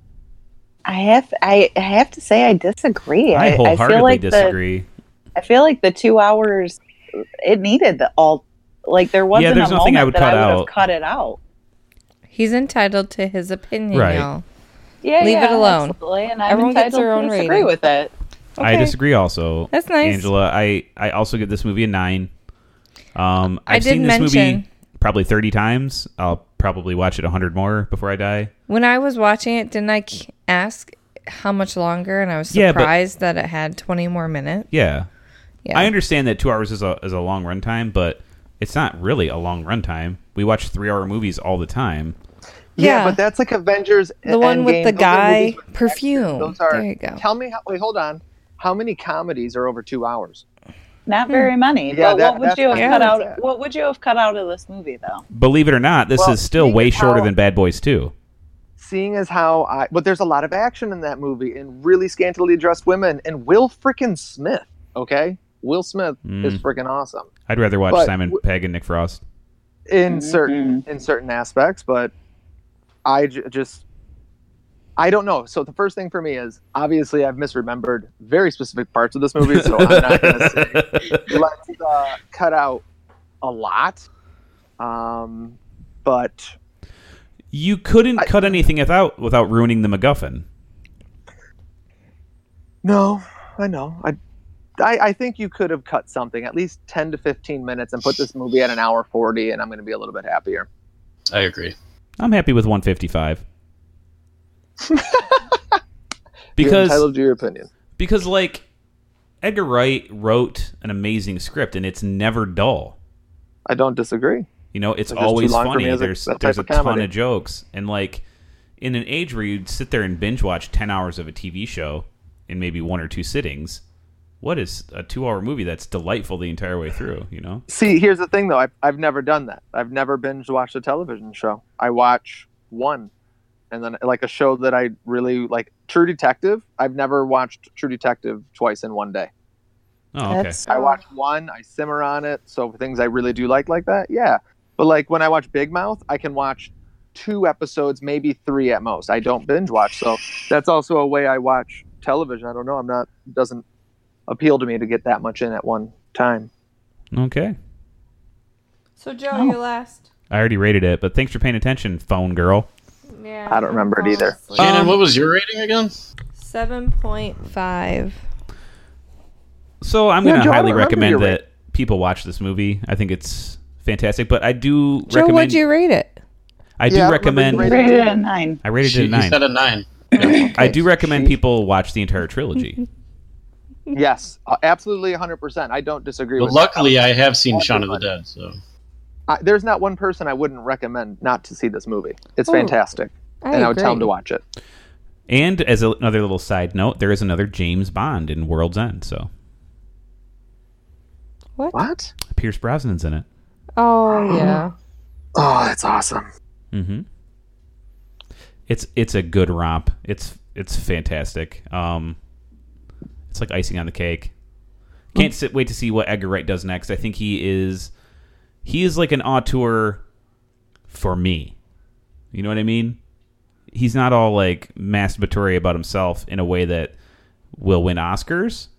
Speaker 2: I have I, I have to say I disagree.
Speaker 1: I wholeheartedly
Speaker 2: feel like
Speaker 1: disagree.
Speaker 2: The, I feel like the two hours it needed the all like there wasn't
Speaker 1: there's
Speaker 2: a
Speaker 1: nothing
Speaker 2: moment
Speaker 1: I would
Speaker 2: that
Speaker 1: cut
Speaker 2: I would
Speaker 1: out.
Speaker 2: have cut it out.
Speaker 4: He's entitled to his opinion,
Speaker 1: Right.
Speaker 4: y'all.
Speaker 2: Yeah,
Speaker 4: Leave it
Speaker 2: yeah,
Speaker 4: alone.
Speaker 2: absolutely, And I'm
Speaker 4: Everyone gets
Speaker 2: entitled
Speaker 4: their own
Speaker 2: to disagree
Speaker 4: rating.
Speaker 2: with it.
Speaker 1: I
Speaker 4: Okay.
Speaker 1: disagree. Also,
Speaker 4: That's nice.
Speaker 1: Angela. I I also give this movie a nine. Um,
Speaker 4: I
Speaker 1: I've seen
Speaker 4: did
Speaker 1: this
Speaker 4: mention-
Speaker 1: movie probably thirty times. I'll probably watch it a hundred more before I die.
Speaker 4: When I was watching it, didn't I k- ask how much longer? And I was
Speaker 1: Yeah, but-
Speaker 4: surprised that it had 20 more minutes.
Speaker 1: Yeah.
Speaker 4: Yeah.
Speaker 1: I understand that two hours is a is a long runtime, but it's not really a long runtime. We watch three hour movies all the time.
Speaker 4: Yeah.
Speaker 6: but that's like Avengers.
Speaker 4: The one with
Speaker 6: Endgame.
Speaker 4: the
Speaker 6: Those are
Speaker 4: guy
Speaker 6: movies with
Speaker 4: perfume.
Speaker 6: Those are,
Speaker 4: There you go.
Speaker 6: Tell me, how, wait, hold on. How many comedies are over two hours?
Speaker 2: Not very many.
Speaker 6: Yeah,
Speaker 2: but
Speaker 6: that-
Speaker 2: what would
Speaker 6: that's
Speaker 2: you have
Speaker 4: kinda
Speaker 2: cut
Speaker 6: where
Speaker 2: out?
Speaker 6: it's at.
Speaker 2: What would you have cut out of this movie though?
Speaker 1: Believe it or not, this
Speaker 6: Well,
Speaker 1: is still
Speaker 6: think
Speaker 1: way
Speaker 6: of
Speaker 1: shorter
Speaker 6: how-
Speaker 1: than Bad Boys Two.
Speaker 6: seeing as how I, but there's a lot of action in that movie and really scantily dressed women and Will frickin' Smith. Okay, Will Smith
Speaker 1: Mm.
Speaker 6: is frickin' awesome
Speaker 1: I'd rather watch
Speaker 6: But
Speaker 1: Simon
Speaker 6: w-
Speaker 1: Pegg and Nick Frost.
Speaker 6: in certain in certain aspects, but I j- just I don't know. So the first thing for me is obviously I've misremembered very specific parts of this movie, so I'm not gonna say let's uh, cut out a lot. Um, but
Speaker 1: You couldn't
Speaker 6: I-
Speaker 1: cut anything without without ruining the MacGuffin.
Speaker 6: No, I know. I, I, I think you could have cut something at least ten to fifteen minutes and put this movie at an hour forty, and I'm going to be a little bit happier.
Speaker 3: I agree.
Speaker 1: I'm happy with 155.
Speaker 6: You're
Speaker 1: because
Speaker 6: entitled to your opinion.
Speaker 1: because like Edgar Wright wrote an amazing script and it's never dull.
Speaker 6: I don't disagree.
Speaker 1: You know, it's
Speaker 6: It's just too
Speaker 1: always
Speaker 6: long for
Speaker 1: funny.
Speaker 6: me as a-
Speaker 1: there's
Speaker 6: that type
Speaker 1: there's a
Speaker 6: of
Speaker 1: ton
Speaker 6: comedy.
Speaker 1: of jokes and like in an age where you'd sit there and binge watch 10 hours of a TV show in maybe one or two sittings. What is a 2-hour movie that's delightful the entire way through, you know?
Speaker 6: See, here's the thing though. I've I've never done that. I've never binge watched a television show. I watch one and then like a show that I really like, True Detective. I've never watched True Detective twice in one day.
Speaker 1: Oh, okay.
Speaker 2: That's,
Speaker 6: I watch one, I simmer on it. So for things I really do like like that, yeah. But like when I watch Big Mouth, I can watch two episodes, maybe three at most. I don't binge watch, so that's also a way I watch television. I don't know. I'm not doesn't appeal to me to get that much in at one time.
Speaker 1: Okay.
Speaker 4: So Joe,
Speaker 1: Oh.
Speaker 4: you're last.
Speaker 1: I already rated it, but thanks for paying attention, phone girl.
Speaker 4: Yeah.
Speaker 6: I don't remember it
Speaker 4: I'm
Speaker 6: either.
Speaker 4: honestly-
Speaker 3: Shannon, what was your rating again?
Speaker 4: Seven point five.
Speaker 1: So I'm
Speaker 6: Yeah,
Speaker 1: going to
Speaker 6: Joe, I
Speaker 1: highly
Speaker 6: don't remember
Speaker 1: recommend
Speaker 6: your
Speaker 1: that people watch this movie. I think it's fantastic, but I do
Speaker 4: Joe,
Speaker 1: recommend.
Speaker 4: would you rate it?
Speaker 1: I do
Speaker 6: Yeah, I remember you
Speaker 1: recommend.
Speaker 6: rated-
Speaker 2: rated a nine.
Speaker 1: I rated
Speaker 3: She-
Speaker 1: it a
Speaker 3: you
Speaker 1: nine.
Speaker 3: said a nine.
Speaker 1: I do recommend people watch the entire trilogy.
Speaker 6: Yes, uh, absolutely, 100. percent I don't disagree
Speaker 3: But
Speaker 6: with.
Speaker 3: luckily, I have seen Shaun of the Dead, so
Speaker 6: that. I, there's not one person I wouldn't recommend not to see this movie. It's
Speaker 4: Ooh,
Speaker 6: fantastic,
Speaker 4: I
Speaker 6: and I would tell
Speaker 4: agree.
Speaker 6: them to watch it.
Speaker 1: and as a, another little side note, there is another James Bond in World's End. So
Speaker 4: What?
Speaker 6: What?
Speaker 1: Pierce Brosnan's in it.
Speaker 4: Oh yeah.
Speaker 6: Oh, that's awesome.
Speaker 1: Mm-hmm. It's it's a good romp. It's it's fantastic. Um, it's like icing on the cake. Can't sit, wait to see what Edgar Wright does next. I think he is he is like an auteur for me. You know what I mean? He's not all like masturbatory about himself in a way that will win Oscars,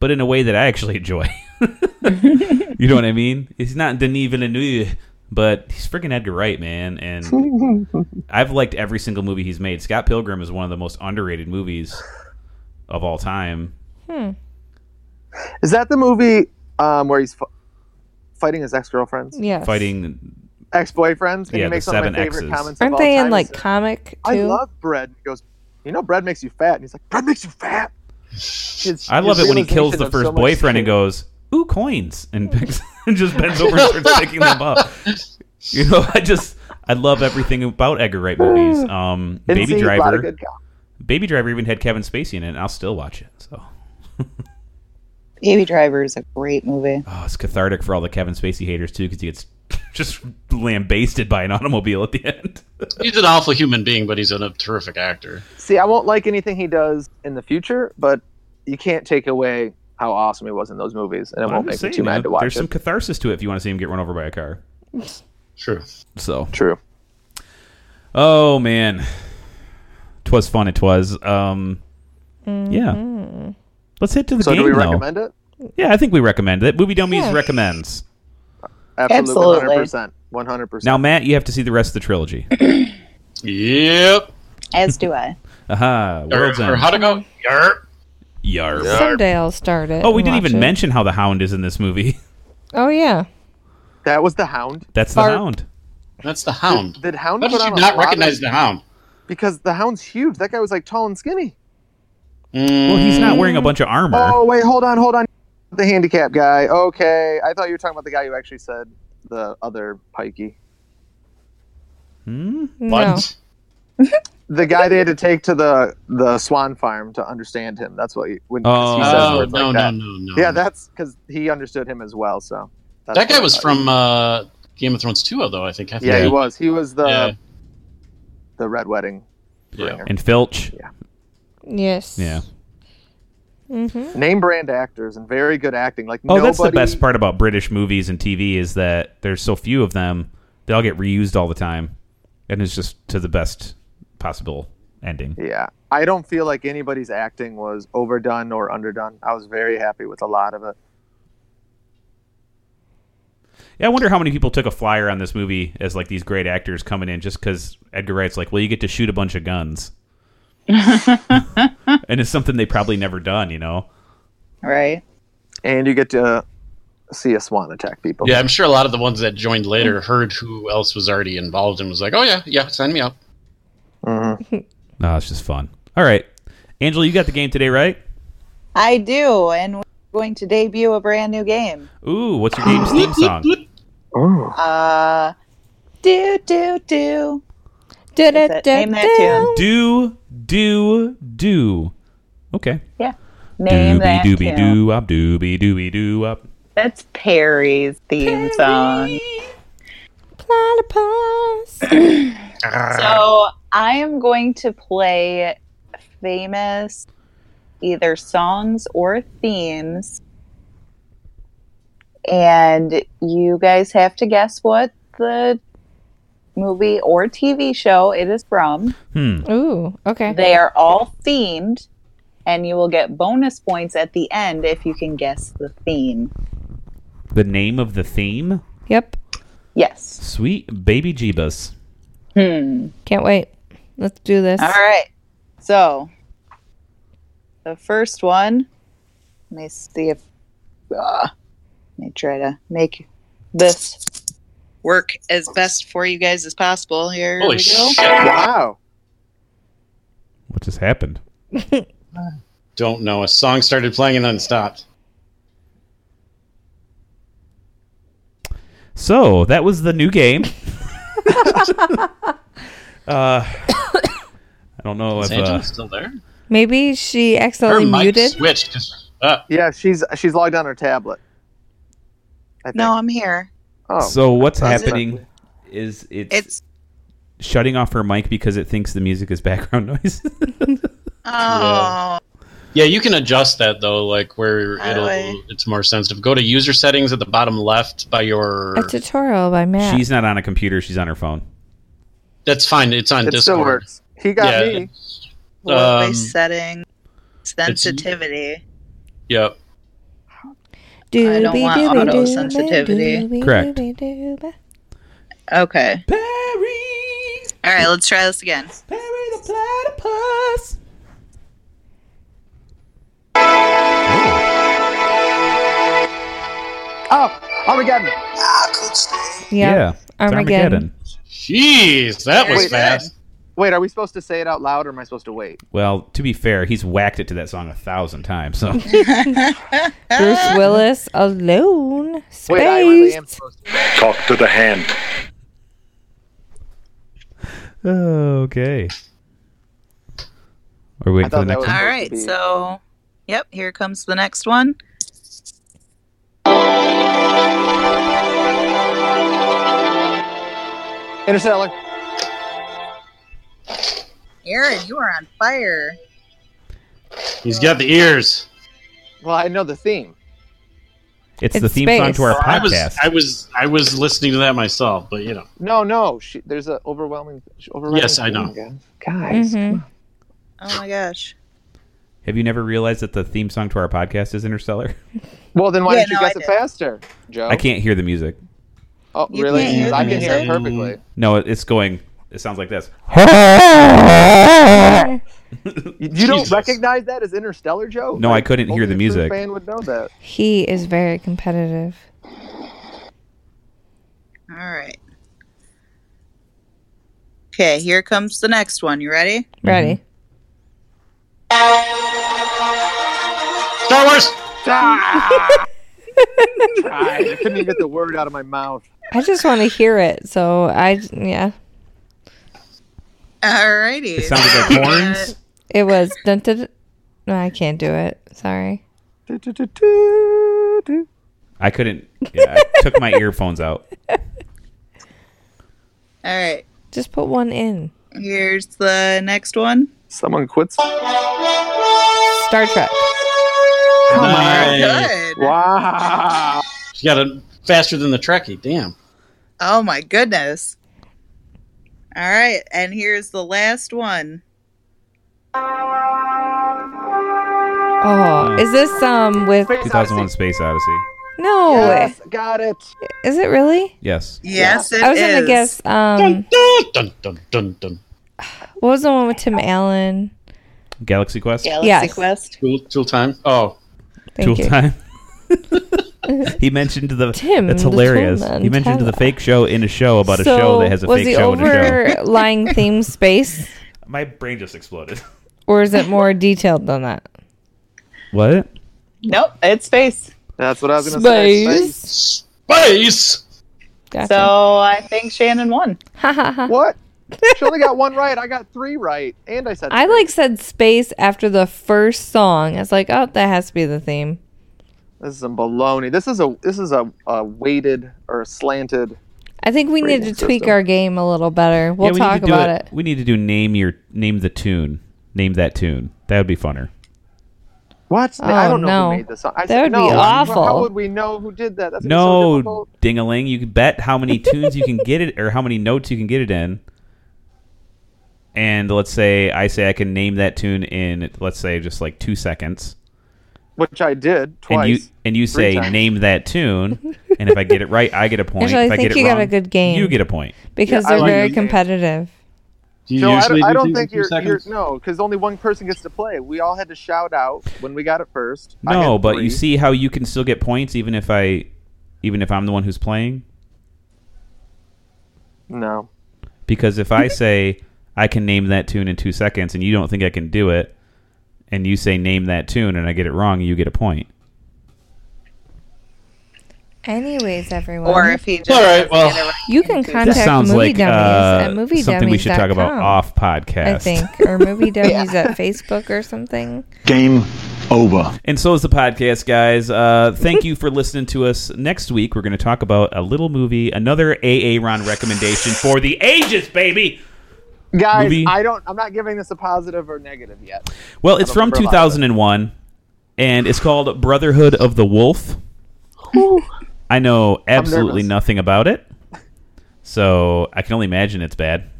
Speaker 1: but in a way that I actually enjoy. you know what I mean? He's not Denis Villeneuve, but he's freaking Edgar Wright, man. And I've liked every single movie he's made. Scott Pilgrim is one of the most underrated movies of all time.
Speaker 6: Is that the movie um, where he's f- fighting his ex-girlfriends,
Speaker 4: Yes.
Speaker 1: Fighting,
Speaker 6: ex-boyfriends, and
Speaker 1: Yeah,
Speaker 6: he
Speaker 1: the
Speaker 6: makes one of
Speaker 1: seven
Speaker 6: my favorite
Speaker 1: exes.
Speaker 6: comments. of
Speaker 4: Aren't
Speaker 6: all
Speaker 4: they
Speaker 6: time.
Speaker 4: in
Speaker 6: He
Speaker 4: like
Speaker 6: said,
Speaker 4: comic too?
Speaker 6: I love bread. He goes, you know, bread makes you fat. And he's like, bread makes you fat. His-
Speaker 1: I love
Speaker 6: his
Speaker 1: it when he kills
Speaker 6: realization
Speaker 1: the
Speaker 6: of so
Speaker 1: first
Speaker 6: much
Speaker 1: boyfriend and
Speaker 6: shit.
Speaker 1: goes, "Ooh, coins," and picks, and just bends over and starts picking them up. You know, I just I love everything about Edgar Wright movies. Um,
Speaker 6: And
Speaker 1: Baby
Speaker 6: see, he's not a
Speaker 1: Driver,
Speaker 6: good guy.
Speaker 1: Baby Driver even had Kevin Spacey in it, and I'll still watch it. So,
Speaker 2: Baby Driver is a great movie.
Speaker 1: oh, it's cathartic for all the Kevin Spacey haters too, because he gets just lambasted by an automobile at the end.
Speaker 3: he's an awful human being, but he's a terrific actor.
Speaker 6: See, I won't like anything he does in the future, but you can't take away how awesome he was in those movies, and it
Speaker 1: I'm
Speaker 6: won't make
Speaker 1: just
Speaker 6: me
Speaker 1: saying,
Speaker 6: too
Speaker 1: you know,
Speaker 6: mad to watch
Speaker 1: There's
Speaker 6: it.
Speaker 1: some catharsis to it if you want to see him get run over by a car.
Speaker 3: True.
Speaker 1: So,
Speaker 6: True.
Speaker 1: oh man, 'twas fun. It was. Um, Yeah.
Speaker 4: Mm-hmm.
Speaker 1: Let's hit to the
Speaker 6: So
Speaker 1: game
Speaker 6: do we
Speaker 1: though.
Speaker 6: recommend it?
Speaker 1: Yeah, I think we recommend it. Movie Dummies
Speaker 4: Yeah.
Speaker 1: recommends.
Speaker 6: Absolutely,
Speaker 2: Absolutely.
Speaker 6: 100%. 100%.
Speaker 1: Now, Matt, you have to see the rest of the trilogy.
Speaker 3: Yep.
Speaker 2: As do I.
Speaker 1: Aha,
Speaker 3: Or,
Speaker 1: World's
Speaker 3: or
Speaker 1: End.
Speaker 3: how to go? Yarp.
Speaker 1: Yarp.
Speaker 4: Someday I'll start it.
Speaker 1: Oh, we
Speaker 4: and
Speaker 1: didn't
Speaker 4: watch
Speaker 1: even
Speaker 4: it.
Speaker 1: mention how the Hound is in this movie.
Speaker 4: Oh yeah.
Speaker 6: that was the Hound.
Speaker 1: That's the
Speaker 4: Bark.
Speaker 1: Hound.
Speaker 3: That's the Hound.
Speaker 6: Did Hound
Speaker 3: How
Speaker 6: put
Speaker 3: did
Speaker 6: on
Speaker 3: you
Speaker 6: a
Speaker 3: not
Speaker 6: lot
Speaker 3: recognize
Speaker 6: of-
Speaker 3: the Hound?
Speaker 6: Because the Hound's huge. That guy was like tall and skinny.
Speaker 1: Well,
Speaker 3: Mm.
Speaker 1: he's not wearing a bunch of armor.
Speaker 6: Oh wait, hold on, hold on. The handicap guy. Okay, I thought you were talking about the guy who actually said the other pikey.
Speaker 1: Hmm?
Speaker 4: No.
Speaker 6: The guy they had to take to the the swan farm to understand him. That's what you, when 'cause he
Speaker 1: Oh.
Speaker 6: says
Speaker 3: Oh,
Speaker 6: words
Speaker 3: no,
Speaker 6: like
Speaker 3: no,
Speaker 6: that.
Speaker 3: no, no.
Speaker 6: Yeah, that's because he understood him as well. So that's
Speaker 3: that
Speaker 6: what
Speaker 3: guy
Speaker 6: I
Speaker 3: was
Speaker 6: thought.
Speaker 3: from uh, Game of Thrones 2, though, I think. I
Speaker 6: Yeah,
Speaker 3: forget.
Speaker 6: he was. He was the
Speaker 3: Yeah.
Speaker 6: the red wedding.
Speaker 3: Yeah.
Speaker 6: bringer.
Speaker 1: And Filch.
Speaker 4: Yes.
Speaker 1: Yeah.
Speaker 4: Mm-hmm.
Speaker 6: Name brand actors and very good acting. Like
Speaker 1: Oh,
Speaker 6: nobody,
Speaker 1: that's the best part about British movies and TV is that there's so few of them. They all get reused all the time. And it's just to the best possible ending.
Speaker 6: Yeah, I don't feel like anybody's acting was overdone or underdone. I was very happy with a lot of it.
Speaker 1: Yeah, I wonder how many people took a flyer on this movie as like these great actors coming in just because Edgar Wright's like, well, you get to shoot a bunch of guns, and it's something they probably never done, you know.
Speaker 2: Right?
Speaker 6: and you get to see a swan attack people.
Speaker 3: Yeah, I'm sure a lot of the ones that joined later heard who else was already involved and was like, oh, yeah, yeah, sign me up.
Speaker 6: Mhm.
Speaker 1: No, it's just fun. All right, Angela, you got the game today, right?
Speaker 2: I do, and we're going to debut a brand new game.
Speaker 1: Ooh, what's your game's theme song?
Speaker 6: Oh.
Speaker 2: Uh, do do do.
Speaker 4: Did
Speaker 2: That's it.
Speaker 4: it?
Speaker 2: Name that tune.
Speaker 1: Do do do. Okay.
Speaker 2: Name that
Speaker 1: doobie
Speaker 2: tune.
Speaker 1: doo up, doobie doobie doo up.
Speaker 2: That's Perry's theme song.
Speaker 4: Platypus.
Speaker 2: So I am going to play famous either songs or themes. And you guys have to guess what the movie or TV show it is from.
Speaker 1: Hmm.
Speaker 4: Ooh, okay.
Speaker 2: They are all themed, and you will get bonus points at the end if you can guess the theme.
Speaker 1: The name of the theme?
Speaker 4: Yep.
Speaker 2: Yes.
Speaker 1: Sweet Baby Jeebus.
Speaker 2: Hmm.
Speaker 4: Can't wait. Let's do this.
Speaker 2: All right. So the first one. Let me see if. Uh, let me try to make this work as best for you guys as possible. Here we
Speaker 3: Holy
Speaker 2: go.
Speaker 3: shit!
Speaker 6: Wow.
Speaker 1: What just happened?
Speaker 3: Don't know. A song started playing and then stopped.
Speaker 1: So that was the new game. uh, I don't know
Speaker 3: Is
Speaker 1: if uh,
Speaker 3: Angela still there?
Speaker 4: Maybe she
Speaker 3: Her
Speaker 4: accidentally
Speaker 3: mic
Speaker 4: muted.
Speaker 3: switched. 'cause- uh,
Speaker 6: Yeah, she's she's logged on her tablet. I think.
Speaker 2: No, I'm here.
Speaker 6: Oh.
Speaker 1: so. What's
Speaker 6: That's
Speaker 1: happening is it's,
Speaker 2: It's
Speaker 1: shutting off her mic because it thinks the music is background noise.
Speaker 2: oh
Speaker 3: yeah, you can adjust that though, like where
Speaker 2: By the
Speaker 3: it'll
Speaker 2: way.
Speaker 3: it's more sensitive. Go to user settings at the bottom left by your.
Speaker 4: A tutorial by Matt.
Speaker 1: She's not on a computer; she's on her phone.
Speaker 3: That's fine. It's on
Speaker 6: it
Speaker 3: Discord.
Speaker 6: still works. He got
Speaker 3: Yeah.
Speaker 6: me.
Speaker 2: voice
Speaker 3: Um,
Speaker 2: setting sensitivity.
Speaker 3: Yep.
Speaker 2: I don't want
Speaker 4: Doobie
Speaker 2: auto
Speaker 4: doobie
Speaker 2: sensitivity.
Speaker 4: doobie
Speaker 1: Correct.
Speaker 4: doobie doobie.
Speaker 2: Okay.
Speaker 1: Perry,
Speaker 2: All right. Let's try this again.
Speaker 1: Perry the platypus.
Speaker 6: Oh, Armageddon.
Speaker 4: Yeah. Armageddon.
Speaker 3: Jeez, that was
Speaker 6: Wait,
Speaker 3: fast.
Speaker 6: Wait, are we supposed to say it out loud or am I supposed to wait?
Speaker 1: Well, to be fair, he's whacked it to that song a thousand times. So Uh,
Speaker 4: Bruce Willis alone. Space.
Speaker 6: Wait, I really am supposed to.
Speaker 9: Talk to the hand.
Speaker 1: okay. Are we
Speaker 6: I
Speaker 1: waiting for the
Speaker 6: thought that
Speaker 1: next one?
Speaker 2: All
Speaker 6: was- supposed
Speaker 2: right,
Speaker 6: to be-
Speaker 2: so yep, here comes the next one.
Speaker 6: Interstellar.
Speaker 2: Aaron, you are on fire.
Speaker 3: He's got the ears.
Speaker 6: Well, I know the theme.
Speaker 1: It's, the
Speaker 4: It's
Speaker 1: theme song
Speaker 4: space.
Speaker 1: to our
Speaker 3: I was
Speaker 1: podcast.
Speaker 3: I was I was listening to that myself, but you know.
Speaker 6: No, no. She, there's an overwhelming, overwhelming.
Speaker 3: Yes, I
Speaker 6: theme
Speaker 3: know.
Speaker 6: again. Guys,
Speaker 4: Mhm.
Speaker 6: come on.
Speaker 2: Oh my gosh.
Speaker 1: Have you never realized that the theme song to our podcast is Interstellar?
Speaker 6: well then, why
Speaker 2: Yeah,
Speaker 6: didn't you
Speaker 2: no, I
Speaker 6: guess it
Speaker 2: did.
Speaker 6: faster, Joe?
Speaker 1: I can't hear the music.
Speaker 6: Oh,
Speaker 2: You
Speaker 6: really?
Speaker 2: can't hear
Speaker 6: 'Cause I can hear it
Speaker 3: music.
Speaker 6: perfectly.
Speaker 1: No, it- it's going. It sounds like this.
Speaker 4: Mm-hmm.
Speaker 6: You, you
Speaker 3: Mm.
Speaker 6: don't
Speaker 3: Jesus.
Speaker 6: recognize that as Interstellar, Joe?
Speaker 1: No, I couldn't hear the
Speaker 6: only a true
Speaker 1: music.
Speaker 6: Fan would know that.
Speaker 4: He is very competitive.
Speaker 2: All right. Okay, here comes the next one. You ready?
Speaker 1: Mm-hmm.
Speaker 4: Ready?
Speaker 3: Star Wars!
Speaker 6: I couldn't even get the word out of my mouth.
Speaker 4: I just want to hear it. So I yeah.
Speaker 2: All righty.
Speaker 1: It sounded like horns.
Speaker 4: It was dun, dun, dun. No, I can't do it. Sorry.
Speaker 6: Du- du- du- du- du.
Speaker 1: I couldn't. Yeah, I took my earphones out.
Speaker 2: All right.
Speaker 4: Just put one in.
Speaker 2: Here's the next one.
Speaker 6: Someone quits.
Speaker 4: Star Trek.
Speaker 3: Nice.
Speaker 2: Good.
Speaker 6: Wow.
Speaker 3: She got it faster than the Trekkie. Damn.
Speaker 2: Oh my goodness. All right, and here's the last one.
Speaker 4: Oh, is this um with
Speaker 1: 2001: Space Odyssey.
Speaker 4: no?
Speaker 6: Yes, got it.
Speaker 4: Is it really?
Speaker 1: Yes.
Speaker 2: Yes, it
Speaker 4: I was
Speaker 2: is.
Speaker 4: gonna guess. Um,
Speaker 3: Dun, dun, dun, dun, dun.
Speaker 4: what was the one with Tim Allen?
Speaker 1: Galaxy Quest.
Speaker 2: Galaxy
Speaker 4: Yes.
Speaker 2: Quest.
Speaker 3: Tool, tool time. Oh,
Speaker 4: Thank
Speaker 1: tool
Speaker 4: you.
Speaker 1: time. he mentioned the.
Speaker 4: Tim,
Speaker 1: that's
Speaker 4: the tool
Speaker 1: hilarious.
Speaker 4: man,
Speaker 1: he mentioned the
Speaker 4: Tyler.
Speaker 1: fake show in a show about a show that has a
Speaker 4: was
Speaker 1: fake
Speaker 4: the
Speaker 1: show in a show.
Speaker 4: overlying theme space,
Speaker 1: My brain just exploded.
Speaker 4: or is it more detailed than that?
Speaker 1: What?
Speaker 2: Nope, it's space.
Speaker 6: That's what I was going to say.
Speaker 3: space!
Speaker 4: Gotcha.
Speaker 2: So I think Shannon won.
Speaker 6: What? she only got one right. I got three right, and I said
Speaker 4: I like said space after the first song. It's like, oh, that has to be the theme.
Speaker 6: this is some baloney. This is a this is a, a weighted or a slanted
Speaker 4: I think we need to
Speaker 6: rating
Speaker 4: tweak
Speaker 6: system.
Speaker 4: our game a little better. We'll
Speaker 1: Yeah, we need
Speaker 4: talk
Speaker 1: to do
Speaker 4: about
Speaker 1: a-
Speaker 4: it.
Speaker 1: We need to do name your name the tune. Name that tune. That would be funner.
Speaker 6: What? I
Speaker 4: Oh,
Speaker 6: don't know
Speaker 4: no.
Speaker 6: who made this song. I
Speaker 4: That
Speaker 6: said,
Speaker 4: would be
Speaker 6: no, how-
Speaker 4: awful.
Speaker 6: How would we know who did that? That's gonna be so
Speaker 1: No,
Speaker 6: difficult.
Speaker 1: dingaling. You can bet how many tunes you can get it, or how many notes you can get it in. And let's say I say I can name that tune in, let's say, just like two seconds.
Speaker 6: which I did twice.
Speaker 1: And you and you say
Speaker 6: Three times.
Speaker 1: name that tune, and if I get it right, I get a point.
Speaker 4: Actually, I
Speaker 1: if I
Speaker 4: think
Speaker 1: get it
Speaker 4: you got
Speaker 1: wrong,
Speaker 4: a good game.
Speaker 1: You get a point.
Speaker 4: because
Speaker 6: Yeah, I
Speaker 4: they're
Speaker 6: like
Speaker 4: very
Speaker 6: your game.
Speaker 4: competitive.
Speaker 3: Do you
Speaker 6: Joe, I
Speaker 3: usually
Speaker 6: don't, I
Speaker 3: do
Speaker 6: don't
Speaker 3: these in
Speaker 6: think
Speaker 3: two
Speaker 6: you're, you're
Speaker 3: seconds?
Speaker 6: no, because only one person gets to play. We all had to shout out when we got it first. I
Speaker 1: No,
Speaker 6: had
Speaker 1: but
Speaker 6: three.
Speaker 1: you see how you can still get points even if I, even if I'm the one who's playing.
Speaker 6: no.
Speaker 1: Because if I say I can name that tune in two seconds and you don't think I can do it, and you say name that tune and I get it wrong, you get a point.
Speaker 4: Anyways, everyone,
Speaker 2: Or if he just
Speaker 3: All right,
Speaker 2: doesn't
Speaker 3: well.
Speaker 2: get it right
Speaker 4: you
Speaker 2: in
Speaker 4: can
Speaker 2: two
Speaker 4: contact
Speaker 1: this sounds
Speaker 4: movie
Speaker 1: like
Speaker 4: dummies
Speaker 1: uh,
Speaker 4: at movie
Speaker 1: something we should talk about
Speaker 4: dummies.com,
Speaker 1: off podcast.
Speaker 4: I think, or movie dummies at Facebook or something.
Speaker 7: Game over.
Speaker 1: And so is the podcast, guys. Uh, thank you for listening to us. Next week, we're going to talk about a little movie, another AA Ron recommendation for the ages, baby.
Speaker 6: Guys,
Speaker 1: Movie?
Speaker 6: I don't. I'm not giving this a positive or negative yet.
Speaker 1: Well, it's from
Speaker 6: remember a lot of it.
Speaker 1: 2001, and it's called Brotherhood of the Wolf. I know absolutely
Speaker 6: nervous.
Speaker 1: nothing about it, so I can only imagine it's bad.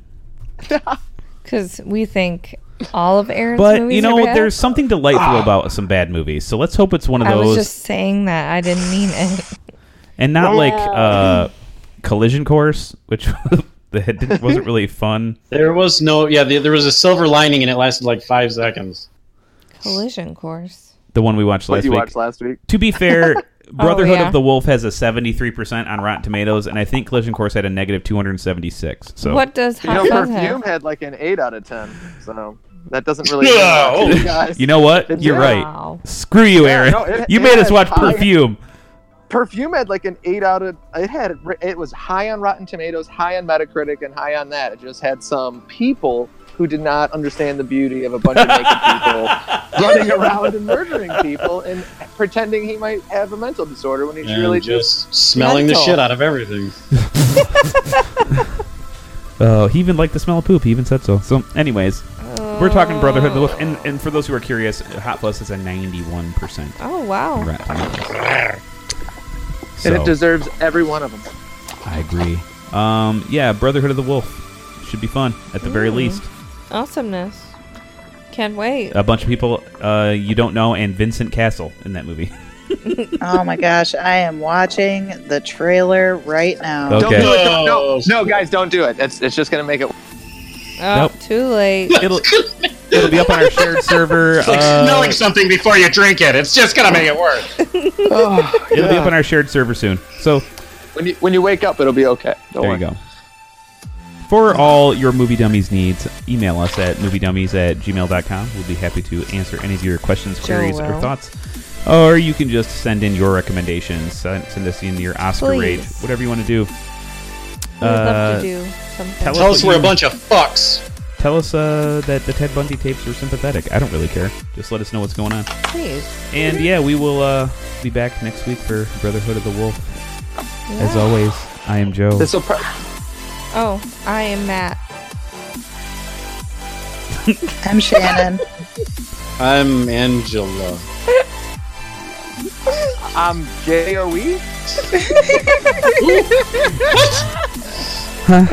Speaker 4: Because we think all of Aaron's
Speaker 1: But
Speaker 4: movies
Speaker 1: you know,
Speaker 4: are bad.
Speaker 1: there's something delightful about some bad movies. So let's hope it's one of
Speaker 4: I was
Speaker 1: those,
Speaker 4: just saying that. I didn't mean it.
Speaker 1: and not like uh, Collision Course, which that didn't- wasn't really fun.
Speaker 3: There was no, yeah, the, there was a silver lining and it lasted like five seconds.
Speaker 4: Collision course.
Speaker 1: The one we watched
Speaker 6: What
Speaker 1: last
Speaker 6: you
Speaker 1: week.
Speaker 6: watched last Oh, week?
Speaker 1: to be fair, Brotherhood
Speaker 4: yeah.
Speaker 1: of the Wolf has a 73% on Rotten Tomatoes, and I think Collision Course had a negative 276. So
Speaker 4: What does
Speaker 6: You
Speaker 4: hot
Speaker 6: know,
Speaker 4: fuzz
Speaker 6: perfume
Speaker 4: have?
Speaker 6: had like an eight out of ten. So that doesn't really. No, you guys.
Speaker 1: you know what? You're right.
Speaker 4: Wow.
Speaker 1: Screw you,
Speaker 6: Yeah,
Speaker 1: Aaron.
Speaker 6: no, it-
Speaker 1: you
Speaker 6: it
Speaker 1: made us
Speaker 6: has
Speaker 1: watch
Speaker 6: high-
Speaker 1: Perfume.
Speaker 6: perfume had like an eight out of. It had. It was high on Rotten Tomatoes, high on Metacritic, and high on that. It just had some people who did not understand the beauty of a bunch of naked people running around and murdering people and pretending he might have a mental disorder when he's
Speaker 3: And
Speaker 6: really just.
Speaker 3: just smelling
Speaker 6: mental.
Speaker 3: the shit out of everything.
Speaker 1: Oh, he even liked the smell of poop. He even said so. So, anyways, we're talking Brotherhood of the Wolf. And, and for those who are curious, Hot Fuzz is a 91%
Speaker 4: Oh wow.
Speaker 1: on Rotten Tomatoes.
Speaker 6: And it
Speaker 1: So,
Speaker 6: deserves every one of them.
Speaker 1: I agree. Um, yeah, Brotherhood of the Wolf. Should be fun, at the
Speaker 4: Mm.
Speaker 1: very least.
Speaker 4: Awesomeness. Can't wait.
Speaker 1: a bunch of people uh, you don't know and Vincent Castle in that movie.
Speaker 2: Oh my gosh, I am watching the trailer right now.
Speaker 1: Okay.
Speaker 6: Don't do it. Don't, no,
Speaker 3: Oh.
Speaker 6: no, guys, don't do it. It's, it's just going to make it.
Speaker 4: oh,
Speaker 1: nope.
Speaker 4: too late.
Speaker 1: It'll it'll be up on our shared server. Uh,
Speaker 3: something before you drink it, it's just gonna make it worse.
Speaker 9: Oh,
Speaker 1: it'll be up on our shared server soon. So
Speaker 6: When you, when you wake up, it'll be okay. Don't
Speaker 1: there
Speaker 6: worry.
Speaker 1: you go. For all your movie dummies needs, email us at moviedummies at gmail.com. We'll be happy to answer any of your questions, queries, or
Speaker 4: will.
Speaker 1: thoughts. Or you can just send in your recommendations. Send, send us in your Oscar
Speaker 4: Please.
Speaker 1: rage, whatever you want to do.
Speaker 4: We'd
Speaker 1: Uh,
Speaker 4: love to do something.
Speaker 1: tell
Speaker 3: Tell us we're a bunch of fucks.
Speaker 1: Tell us uh, that the Ted Bundy tapes were sympathetic. I don't really care. Just let us know what's going on.
Speaker 4: Please.
Speaker 1: And yeah, we will uh, be back next week for Brotherhood of the Wolf. As always, I am Joe.
Speaker 6: This will pro-
Speaker 4: Oh, I am Matt.
Speaker 2: I'm Shannon.
Speaker 3: I'm Angela.
Speaker 6: I'm J-O-E.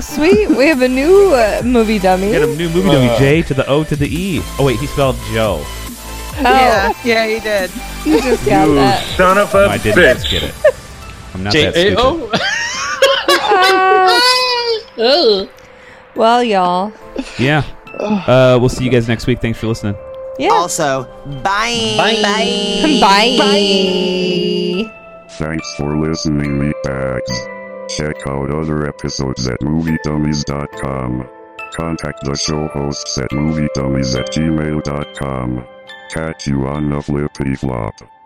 Speaker 4: Sweet, we have a new uh, movie dummy.
Speaker 1: we got a new movie dummy,
Speaker 3: Uh.
Speaker 1: J to the O to the E. Oh wait, he spelled Joe.
Speaker 4: Oh,
Speaker 2: yeah, yeah, you did.
Speaker 4: you just got that.
Speaker 9: Son of
Speaker 1: No,
Speaker 9: a
Speaker 1: I didn't
Speaker 9: bitch.
Speaker 1: just get it. I'm not that
Speaker 3: J A
Speaker 1: stupid.
Speaker 3: O.
Speaker 4: Ah. Well, y'all.
Speaker 1: Yeah. Uh, we'll see you guys next week. Thanks for listening.
Speaker 4: Yeah.
Speaker 10: Also, bye. Bye.
Speaker 4: Bye.
Speaker 5: Thanks for listening, meatbags. Check out other episodes at moviedummies.com. Contact the show hosts at moviedummies at gmail.com. Catch you on the flippy flop.